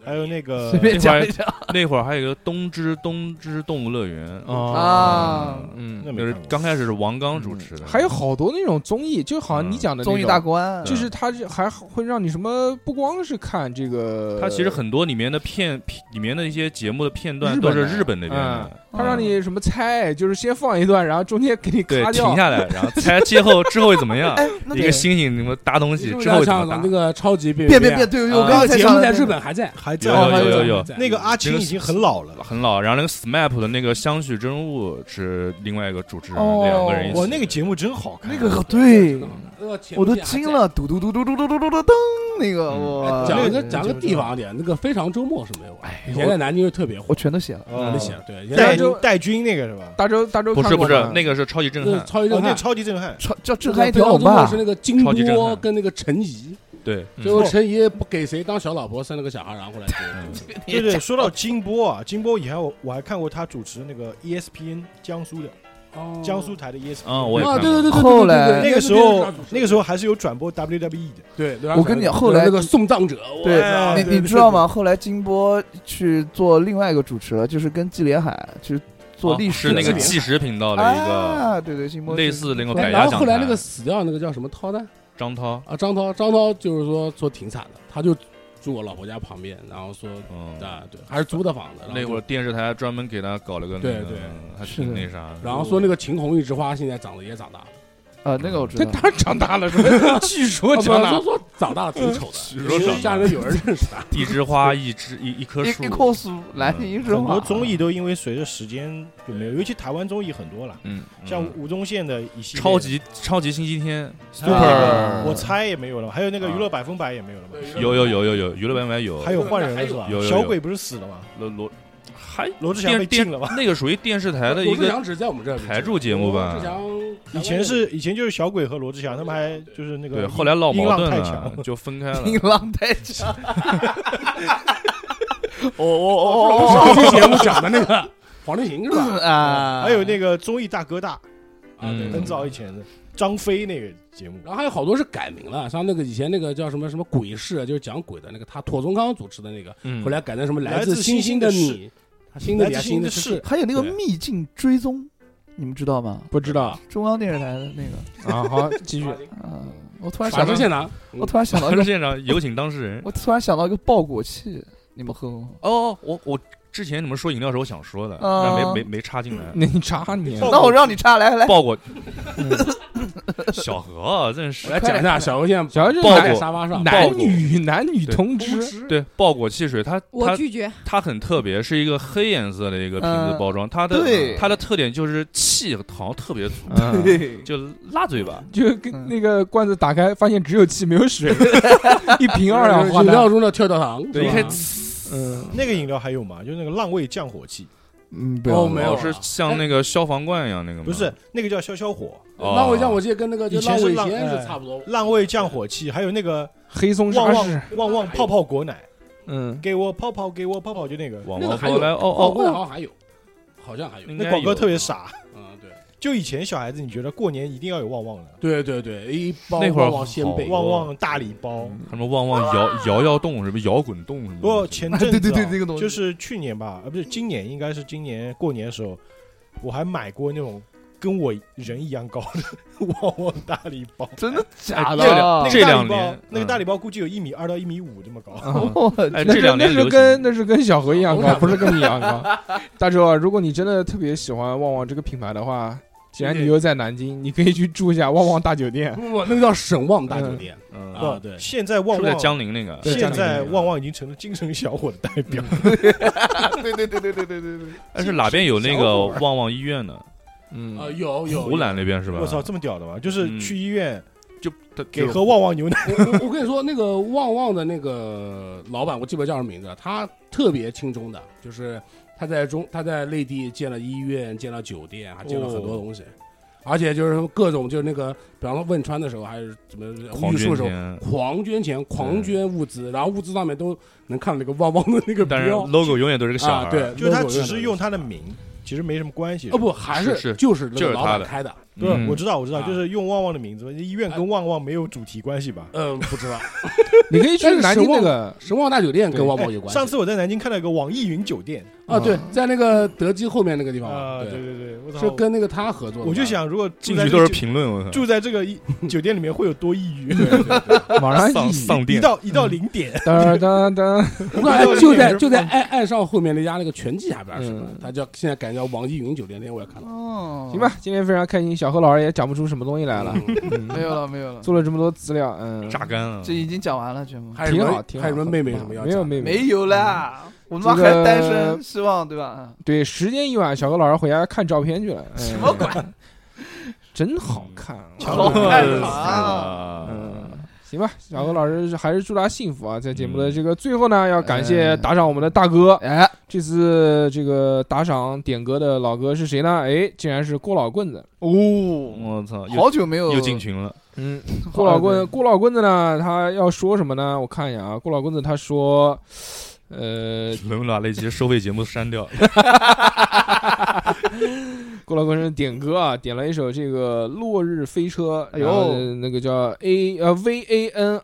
[SPEAKER 7] 还有那个
[SPEAKER 3] 随便讲一讲
[SPEAKER 4] 那会儿还有一个东芝东芝动物乐园，
[SPEAKER 2] 哦
[SPEAKER 3] 啊，
[SPEAKER 7] 那
[SPEAKER 2] 嗯，
[SPEAKER 4] 就
[SPEAKER 7] 没
[SPEAKER 4] 是
[SPEAKER 7] 看过
[SPEAKER 4] 刚开始是王刚主持的，
[SPEAKER 2] 还有好多那种综艺，就好像你讲的那种
[SPEAKER 3] 综艺大，观
[SPEAKER 4] 嗯
[SPEAKER 2] 就是他是还会让你什么，不光是看这个，
[SPEAKER 4] 他其实很多里面的片，里面的一些节目的片段
[SPEAKER 2] 日
[SPEAKER 4] 都
[SPEAKER 2] 本
[SPEAKER 4] 是
[SPEAKER 2] 的
[SPEAKER 4] 日本那边的，
[SPEAKER 2] 他让你什么猜，就是先放一段，然后中间给你
[SPEAKER 4] 对
[SPEAKER 2] 卡，掉
[SPEAKER 4] 停，下来，然后猜之后之后会怎么样？
[SPEAKER 3] 那
[SPEAKER 4] 一个星星什么搭东西
[SPEAKER 6] 你
[SPEAKER 4] 之后怎
[SPEAKER 6] 就像
[SPEAKER 4] 么搭
[SPEAKER 6] 像那？个超级变
[SPEAKER 3] 变变变，，对，对我
[SPEAKER 4] 啊
[SPEAKER 3] 刚
[SPEAKER 6] 那
[SPEAKER 3] 刚
[SPEAKER 6] 个
[SPEAKER 3] 才
[SPEAKER 6] 节
[SPEAKER 3] 想
[SPEAKER 6] 目
[SPEAKER 3] 到
[SPEAKER 6] 在
[SPEAKER 3] 这
[SPEAKER 6] 日
[SPEAKER 3] 个
[SPEAKER 6] 本还在，
[SPEAKER 7] 还在
[SPEAKER 4] 有
[SPEAKER 7] 哦还
[SPEAKER 4] 有有
[SPEAKER 7] 在
[SPEAKER 4] 有
[SPEAKER 7] 那个阿青已经很老了，
[SPEAKER 4] 很老，然后那个 SMAP 的那个相许真悟是另外一个主持人，
[SPEAKER 3] 哦
[SPEAKER 4] 两个人一起。
[SPEAKER 7] 哇，那个节目真好看，哦
[SPEAKER 3] 那个对，
[SPEAKER 6] 那个前
[SPEAKER 3] 我都
[SPEAKER 6] 面还在
[SPEAKER 3] 惊。了，嘟嘟嘟嘟嘟嘟嘟嘟嘟噔，呃那个
[SPEAKER 4] 嗯
[SPEAKER 3] 我
[SPEAKER 6] 讲
[SPEAKER 7] 那
[SPEAKER 6] 一哎个
[SPEAKER 7] 个
[SPEAKER 6] 讲个地方啊点，那个非常周末是没有的，以前
[SPEAKER 3] 我
[SPEAKER 6] 在南京就特别火
[SPEAKER 3] 我，全都写了，
[SPEAKER 7] 哦
[SPEAKER 6] 那写对，以前
[SPEAKER 7] 戴
[SPEAKER 2] 然后
[SPEAKER 7] 戴军那个是吧？
[SPEAKER 2] 大周大周
[SPEAKER 4] 不是
[SPEAKER 2] 看
[SPEAKER 4] 不
[SPEAKER 2] 过
[SPEAKER 4] 是
[SPEAKER 2] 吗，
[SPEAKER 4] 那个是超级震
[SPEAKER 6] 那
[SPEAKER 4] 撼，
[SPEAKER 6] 超级
[SPEAKER 7] 哦
[SPEAKER 6] 震，
[SPEAKER 7] 那
[SPEAKER 6] 撼，
[SPEAKER 7] 超级震撼，
[SPEAKER 3] 超叫震撼一条
[SPEAKER 6] 非常
[SPEAKER 3] 龙
[SPEAKER 6] 周末
[SPEAKER 3] 吧
[SPEAKER 6] 是？那个金
[SPEAKER 4] 超级震
[SPEAKER 6] 波
[SPEAKER 4] 撼
[SPEAKER 6] 跟那个陈怡，
[SPEAKER 4] 对，嗯
[SPEAKER 6] 最后陈怡不给谁当小老婆，生了个小孩，然后后来就
[SPEAKER 7] 对对。说到金波啊，金波以前我我还看过他主持那个 E ESPN 江苏的
[SPEAKER 6] 哦
[SPEAKER 7] 江苏台的 E ESPN，
[SPEAKER 4] 啊我也
[SPEAKER 6] 啊，
[SPEAKER 4] 看
[SPEAKER 6] 对
[SPEAKER 4] 过
[SPEAKER 6] 对对对对，
[SPEAKER 3] 后来
[SPEAKER 4] 哎
[SPEAKER 6] 对对对
[SPEAKER 7] 那个时候那个时
[SPEAKER 6] 候
[SPEAKER 7] 候还是有转播 WWE 的，
[SPEAKER 6] 对，对
[SPEAKER 3] 我跟你讲后来
[SPEAKER 6] 那个送葬者，我
[SPEAKER 3] 对
[SPEAKER 6] 操
[SPEAKER 7] 哎
[SPEAKER 3] 你你知道吗？后来金波去做另外一个主持了，就是跟季连海去做
[SPEAKER 4] 啊
[SPEAKER 3] 历史
[SPEAKER 4] 是
[SPEAKER 3] 的
[SPEAKER 4] 那个
[SPEAKER 3] 纪
[SPEAKER 4] 纪实频道的一个
[SPEAKER 3] 啊，对对，金波
[SPEAKER 4] 类似那
[SPEAKER 3] 那
[SPEAKER 4] 个
[SPEAKER 6] 哎
[SPEAKER 4] 百
[SPEAKER 6] 然
[SPEAKER 4] 家
[SPEAKER 6] 后后
[SPEAKER 4] 讲
[SPEAKER 6] 来那个
[SPEAKER 4] 坛，
[SPEAKER 6] 死掉那个叫什么涛呢？
[SPEAKER 4] 张涛，
[SPEAKER 6] 啊，张涛，张涛就是说说挺惨的，他就住我老婆家旁边，然后说
[SPEAKER 4] 嗯，
[SPEAKER 6] 啊，对，还是租的房子，然后
[SPEAKER 4] 那会儿电视台专门给他搞了个那个
[SPEAKER 6] 对对
[SPEAKER 4] 还
[SPEAKER 3] 是
[SPEAKER 4] 挺
[SPEAKER 3] 的
[SPEAKER 4] 那啥的。
[SPEAKER 6] 然后说那个秦红一枝花现在长得也长大了，
[SPEAKER 3] 啊，那个我知
[SPEAKER 2] 这
[SPEAKER 3] 道。
[SPEAKER 2] 当然长大了，是 吧据说
[SPEAKER 6] 啊不
[SPEAKER 2] 长大
[SPEAKER 6] 说
[SPEAKER 2] 了，
[SPEAKER 6] 说长大了挺丑的，
[SPEAKER 4] 说长大了
[SPEAKER 6] 下面有人认识他，
[SPEAKER 4] 一枝花，一枝一一棵
[SPEAKER 3] 一
[SPEAKER 4] 树
[SPEAKER 3] 一，棵树，南京一枝
[SPEAKER 7] 很
[SPEAKER 3] 花
[SPEAKER 7] 多。综艺都因为随着时间就没有，尤其台湾综艺很多了，
[SPEAKER 4] 嗯，
[SPEAKER 7] 像
[SPEAKER 4] 嗯
[SPEAKER 7] 吴宗宪的一系列
[SPEAKER 4] 超级超级星期天
[SPEAKER 7] 啊
[SPEAKER 4] Super，
[SPEAKER 7] 我猜也没有了，还有那个
[SPEAKER 4] 啊
[SPEAKER 7] 娱乐百分百也没有了吧？
[SPEAKER 4] 有有有有有娱乐版本有，
[SPEAKER 7] 还有换人了是吧？
[SPEAKER 4] 有有有
[SPEAKER 7] 小鬼不是死了吗？
[SPEAKER 4] 罗罗还
[SPEAKER 7] 罗志祥被
[SPEAKER 4] 电
[SPEAKER 7] 禁
[SPEAKER 4] 电
[SPEAKER 7] 了吧？
[SPEAKER 4] 那个属于电视台的一
[SPEAKER 6] 罗志
[SPEAKER 4] 个
[SPEAKER 6] 祥只在我们这儿
[SPEAKER 4] 台柱节目吧
[SPEAKER 6] 罗志祥
[SPEAKER 7] 以前是以前就是小鬼和罗志祥，他们还就是那个
[SPEAKER 4] 对，后来闹
[SPEAKER 7] 音
[SPEAKER 4] 矛
[SPEAKER 7] 浪
[SPEAKER 4] 盾
[SPEAKER 7] 太强
[SPEAKER 4] 了，就分开了。
[SPEAKER 3] 音浪太强，我我我
[SPEAKER 6] 上
[SPEAKER 7] 哦
[SPEAKER 6] 期节目讲的 那个黄立行是吧？
[SPEAKER 3] 啊！
[SPEAKER 4] 哎
[SPEAKER 7] 还有那个综艺大哥大，
[SPEAKER 6] 啊，对
[SPEAKER 4] 嗯
[SPEAKER 7] 很早以前的，张飞那个节目，
[SPEAKER 6] 然后还有好多是改名了，像那个以前那个叫什么什么鬼市，就是讲鬼的那个，他妥宗康主持的那个，
[SPEAKER 4] 嗯
[SPEAKER 6] 后来改成什么
[SPEAKER 7] 来
[SPEAKER 6] 自
[SPEAKER 7] 自
[SPEAKER 6] 星
[SPEAKER 7] 星星
[SPEAKER 6] 星的
[SPEAKER 7] 的
[SPEAKER 6] 你，新的
[SPEAKER 7] 来
[SPEAKER 6] 你啊
[SPEAKER 7] 自
[SPEAKER 6] 新
[SPEAKER 7] 星
[SPEAKER 6] 的
[SPEAKER 7] 的
[SPEAKER 6] 是
[SPEAKER 7] 是，
[SPEAKER 3] 还有那个
[SPEAKER 6] 对
[SPEAKER 3] 秘境追踪，你们知道吗？
[SPEAKER 2] 不知道
[SPEAKER 3] 中央电视台的那个，
[SPEAKER 2] 啊。好，继续。
[SPEAKER 3] 嗯，我突然
[SPEAKER 6] 法
[SPEAKER 3] 想
[SPEAKER 6] 制
[SPEAKER 3] 到，
[SPEAKER 6] 现场，
[SPEAKER 3] 我突然想到
[SPEAKER 4] 还
[SPEAKER 3] 一
[SPEAKER 4] 是
[SPEAKER 3] 个，
[SPEAKER 4] 现场有请当事人。
[SPEAKER 3] 我突然想到一个爆果器，你们喝过吗？
[SPEAKER 4] 哦，我我之前你们说饮料的时候想说的，
[SPEAKER 3] 啊
[SPEAKER 4] 但没没没插进来。
[SPEAKER 2] 那你查你
[SPEAKER 7] 爆
[SPEAKER 3] 那我让你插，来来，
[SPEAKER 4] 爆果，小何啊真
[SPEAKER 6] 我
[SPEAKER 4] 是
[SPEAKER 6] 来讲一下小欧现在
[SPEAKER 2] 小何就是
[SPEAKER 6] 抱
[SPEAKER 2] 男
[SPEAKER 6] 在沙发上，
[SPEAKER 4] 爆
[SPEAKER 2] 男
[SPEAKER 4] 过
[SPEAKER 2] 女男女
[SPEAKER 4] 对
[SPEAKER 2] 通
[SPEAKER 7] 公
[SPEAKER 2] 吃，
[SPEAKER 7] 知
[SPEAKER 4] 对爆果汽水，它
[SPEAKER 8] 我
[SPEAKER 4] 它
[SPEAKER 8] 拒绝。
[SPEAKER 4] 它很特别，是一个黑颜色的一个瓶子
[SPEAKER 3] 嗯
[SPEAKER 4] 包装，它的
[SPEAKER 3] 对
[SPEAKER 4] 它的特点就是气好像特别足，
[SPEAKER 2] 嗯，
[SPEAKER 3] 对，
[SPEAKER 4] 就辣嘴巴。
[SPEAKER 2] 就跟
[SPEAKER 3] 嗯
[SPEAKER 2] 那个罐子打开，发现只有气没有 水，一瓶二氧化
[SPEAKER 6] 饮料
[SPEAKER 2] 碳。
[SPEAKER 6] 中的跳跳糖，
[SPEAKER 4] 对，一
[SPEAKER 6] 是吧
[SPEAKER 4] 开
[SPEAKER 2] 嗯
[SPEAKER 7] 那个饮料还有吗？就是那个浪味降火器，
[SPEAKER 2] 嗯，不
[SPEAKER 6] 哦
[SPEAKER 2] 要
[SPEAKER 6] 没
[SPEAKER 2] 了
[SPEAKER 6] 有
[SPEAKER 4] 哦
[SPEAKER 6] 啊
[SPEAKER 4] 是像那个消防罐一样那个吗？
[SPEAKER 7] 不是那个叫消消火，
[SPEAKER 4] 哦
[SPEAKER 6] 浪尾酱，我记得跟那个就
[SPEAKER 7] 以前
[SPEAKER 6] 浪
[SPEAKER 7] 是
[SPEAKER 6] 尾
[SPEAKER 7] 浪
[SPEAKER 6] 仙是
[SPEAKER 7] 哎
[SPEAKER 6] 差不多，
[SPEAKER 7] 浪味降火器，
[SPEAKER 4] 嗯
[SPEAKER 7] 还有那个
[SPEAKER 2] 黑松
[SPEAKER 7] 旺
[SPEAKER 2] 沙
[SPEAKER 7] 旺
[SPEAKER 2] 士。
[SPEAKER 7] 旺旺泡泡果奶，
[SPEAKER 2] 嗯，
[SPEAKER 7] 给我泡泡，给我泡泡，就那个，
[SPEAKER 4] 往
[SPEAKER 6] 那个
[SPEAKER 4] 往
[SPEAKER 6] 还有
[SPEAKER 4] 后来哦哦
[SPEAKER 6] 好
[SPEAKER 4] 哦，
[SPEAKER 6] 像还有，好像还有，
[SPEAKER 4] 应该
[SPEAKER 7] 那广告
[SPEAKER 4] 有
[SPEAKER 7] 特别傻。
[SPEAKER 6] 嗯对
[SPEAKER 7] 就以前小孩子，你觉得过年一定要有旺旺的，
[SPEAKER 6] 对对对，一包
[SPEAKER 4] 那会儿
[SPEAKER 6] 旺旺仙贝
[SPEAKER 4] 对好，
[SPEAKER 7] 旺旺大礼包。
[SPEAKER 4] 什么旺旺摇摇摇动什么摇滚动什么的。
[SPEAKER 7] 不过前阵子、啊
[SPEAKER 3] 对对对这个东西
[SPEAKER 7] 就是去年吧，啊不是今年，应该是今年过年的时候，我还买过那种跟我人一样高的 旺旺大礼包。
[SPEAKER 3] 真的假
[SPEAKER 4] 哎这两
[SPEAKER 3] 的？
[SPEAKER 7] 那
[SPEAKER 4] 这两年
[SPEAKER 7] 个大礼包那个
[SPEAKER 4] 嗯
[SPEAKER 7] 大礼包估计有一米二到一米五这么高。
[SPEAKER 2] 嗯
[SPEAKER 3] 我
[SPEAKER 2] 那
[SPEAKER 4] 哎，这
[SPEAKER 2] 是
[SPEAKER 4] 两
[SPEAKER 2] 那
[SPEAKER 4] 年流
[SPEAKER 2] 是
[SPEAKER 4] 行
[SPEAKER 2] 跟哦那是跟小何一样
[SPEAKER 6] 我
[SPEAKER 2] 高，
[SPEAKER 6] 俩
[SPEAKER 2] 不是跟你一样 高。大周啊，如果你真的特别喜欢旺旺这个品牌的话，既然你又在南京，你可以去住一下旺旺大酒店。
[SPEAKER 6] 不不，那个叫沈旺大酒店，
[SPEAKER 4] 嗯
[SPEAKER 6] 啊
[SPEAKER 7] 哇
[SPEAKER 6] 对
[SPEAKER 7] 现在旺
[SPEAKER 4] 是不是在
[SPEAKER 7] 旺
[SPEAKER 4] 江陵那啊个？
[SPEAKER 2] 对江
[SPEAKER 7] 现
[SPEAKER 2] 陵
[SPEAKER 7] 在
[SPEAKER 2] 那个
[SPEAKER 7] 旺旺已经成了精神小伙的代表。
[SPEAKER 3] 对对对对对对对对，
[SPEAKER 4] 但是哪边有那个旺旺医院呢？
[SPEAKER 6] 啊
[SPEAKER 2] 嗯，
[SPEAKER 6] 有有
[SPEAKER 4] 湖南那边是吧？
[SPEAKER 7] 我操，这么屌的吗？就是
[SPEAKER 4] 嗯
[SPEAKER 7] 去医院
[SPEAKER 4] 就他
[SPEAKER 7] 给喝旺旺牛 奶，
[SPEAKER 6] 我我我跟你说，那个旺旺的那个老板，我记不得叫什么名字了，他特别轻松的，就是他在中他在内地建了医院，建了酒店，还建了很
[SPEAKER 4] 哦
[SPEAKER 6] 多东西，而且就是说各种就是那个，比方说汶川的时候，还是怎么
[SPEAKER 4] 狂
[SPEAKER 6] 玉树
[SPEAKER 4] 捐
[SPEAKER 6] 的时候，
[SPEAKER 4] 钱，
[SPEAKER 6] 狂捐钱，狂捐物资，然后物资上面都能看到那个旺旺的那个
[SPEAKER 4] 但是
[SPEAKER 6] 标
[SPEAKER 4] logo 永远都是个小孩
[SPEAKER 6] 啊，
[SPEAKER 4] 儿。
[SPEAKER 6] 对，
[SPEAKER 7] 就是他
[SPEAKER 6] logo
[SPEAKER 7] 只是用他的名，其实没什么关系
[SPEAKER 6] 哦。不，还
[SPEAKER 4] 是是
[SPEAKER 6] 就是那
[SPEAKER 4] 就
[SPEAKER 6] 个
[SPEAKER 4] 是
[SPEAKER 6] 老
[SPEAKER 4] 他
[SPEAKER 6] 板
[SPEAKER 4] 的
[SPEAKER 6] 开的，
[SPEAKER 7] 不是
[SPEAKER 4] 嗯，
[SPEAKER 7] 我知道，我知道，
[SPEAKER 6] 啊
[SPEAKER 7] 就是用旺旺的名字，医院跟旺旺没有主题关系吧？
[SPEAKER 6] 嗯，不知道
[SPEAKER 2] 你可以去
[SPEAKER 6] 但是
[SPEAKER 2] 南京
[SPEAKER 6] 沈
[SPEAKER 2] 那
[SPEAKER 6] 旺
[SPEAKER 2] 个
[SPEAKER 6] 神旺大酒店跟旺旺有
[SPEAKER 7] 哎
[SPEAKER 6] 关系。
[SPEAKER 7] 上次我在南京看到一个网易云酒店
[SPEAKER 6] 啊，对，在那个德基后面那个地方
[SPEAKER 7] 啊，
[SPEAKER 6] 嘛，
[SPEAKER 7] 对对对，我操
[SPEAKER 6] 是跟那个他合作的吧。
[SPEAKER 7] 我就想，如果住
[SPEAKER 4] 进
[SPEAKER 7] 在
[SPEAKER 4] 去
[SPEAKER 7] 这
[SPEAKER 4] 都
[SPEAKER 7] 个
[SPEAKER 4] 是
[SPEAKER 7] 酒
[SPEAKER 4] 评论，我操，
[SPEAKER 7] 住在这个一酒店里面会有多抑郁？
[SPEAKER 2] 网上
[SPEAKER 4] 丧
[SPEAKER 2] 一
[SPEAKER 4] 丧
[SPEAKER 7] 一
[SPEAKER 4] 店。
[SPEAKER 7] 到一到零点，
[SPEAKER 2] 哒哒哒，
[SPEAKER 6] 我感觉哎就在就
[SPEAKER 7] 嗯
[SPEAKER 6] 在爱爱上后面那家那个拳击还不知道是什么
[SPEAKER 2] 嗯，
[SPEAKER 6] 他叫现在改叫网易云酒店，那天我也看了。
[SPEAKER 3] 哦，
[SPEAKER 2] 行吧，，今天非常开心，小何老师也讲不出什么东西来了，嗯
[SPEAKER 3] 没有了没有了，
[SPEAKER 2] 做了这么多资料，嗯，
[SPEAKER 4] 榨干了
[SPEAKER 3] 这，已经讲完了全部，
[SPEAKER 6] 还有什
[SPEAKER 2] 挺好，
[SPEAKER 6] 么
[SPEAKER 2] 挺好。
[SPEAKER 6] 还有什么妹妹
[SPEAKER 2] 很
[SPEAKER 6] 什么
[SPEAKER 2] 棒
[SPEAKER 6] 要
[SPEAKER 2] 没有
[SPEAKER 6] 讲
[SPEAKER 2] 妹妹，
[SPEAKER 3] 没有啦，我
[SPEAKER 2] 这
[SPEAKER 3] 妈
[SPEAKER 2] 个
[SPEAKER 3] 还单身，希望对吧？啊
[SPEAKER 2] 对，时间一晚，小何老师回家看照片去了。什么鬼？ 真好看啊，
[SPEAKER 3] 好看啊！
[SPEAKER 2] 嗯，行吧，小何老师还是祝他幸福啊！在节目的这个最后呢，要感谢打赏我们的大哥。
[SPEAKER 3] 哎，
[SPEAKER 2] 这次这个打赏点歌的老哥是谁呢？哎，竟然是郭老棍子。
[SPEAKER 3] 哦，
[SPEAKER 4] 我操，又
[SPEAKER 3] 好久没有
[SPEAKER 4] 又进群了。
[SPEAKER 2] 嗯，
[SPEAKER 3] 好
[SPEAKER 2] 郭老棍，郭老棍子呢，他要说什么呢？我看一下啊，郭老棍子他说，呃，
[SPEAKER 4] 能不能把那期收费节目删掉？
[SPEAKER 2] 郭老棍子点歌啊，点了一首这个《落日飞车》，
[SPEAKER 3] 哎呦
[SPEAKER 2] 然后那个叫 A 呃 V A N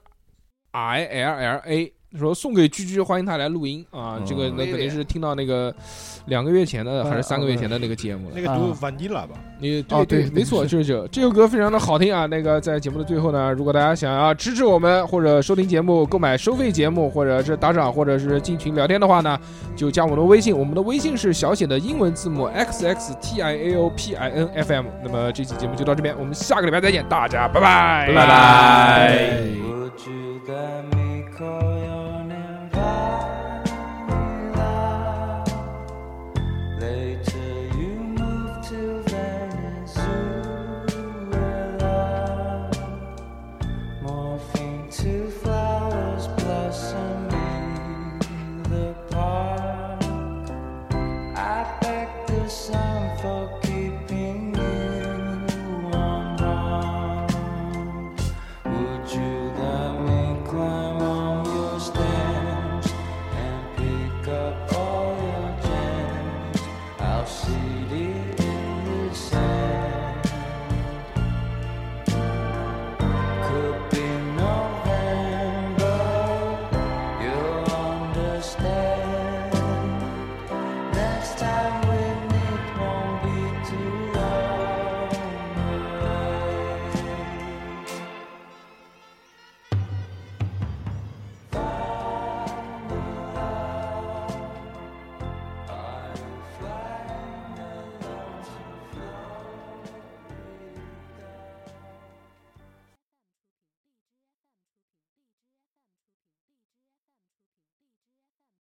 [SPEAKER 2] I L L A。说送给居居，欢迎他来录音啊！
[SPEAKER 4] 嗯
[SPEAKER 2] 这
[SPEAKER 3] 哦
[SPEAKER 2] 个那肯定是听到那个两个月前的
[SPEAKER 3] 哎
[SPEAKER 2] 还是三个月前的那个节目了
[SPEAKER 7] 那。个读 vanilla 吧，
[SPEAKER 2] 你
[SPEAKER 3] 哦
[SPEAKER 2] 对，
[SPEAKER 3] 对
[SPEAKER 2] 没错，就是这这首歌非常的好听啊。那个在节目的最后呢，如果大家想要支持我们或者收听节目、购买收费节目，或者是打赏，或者是进群聊天的话呢，就加我们的微信，我们的微信是小写的英文字母 x x t i a o p i n f m。那么这期节目就到这边，我们下个礼拜再见，大家拜拜，
[SPEAKER 4] 拜拜。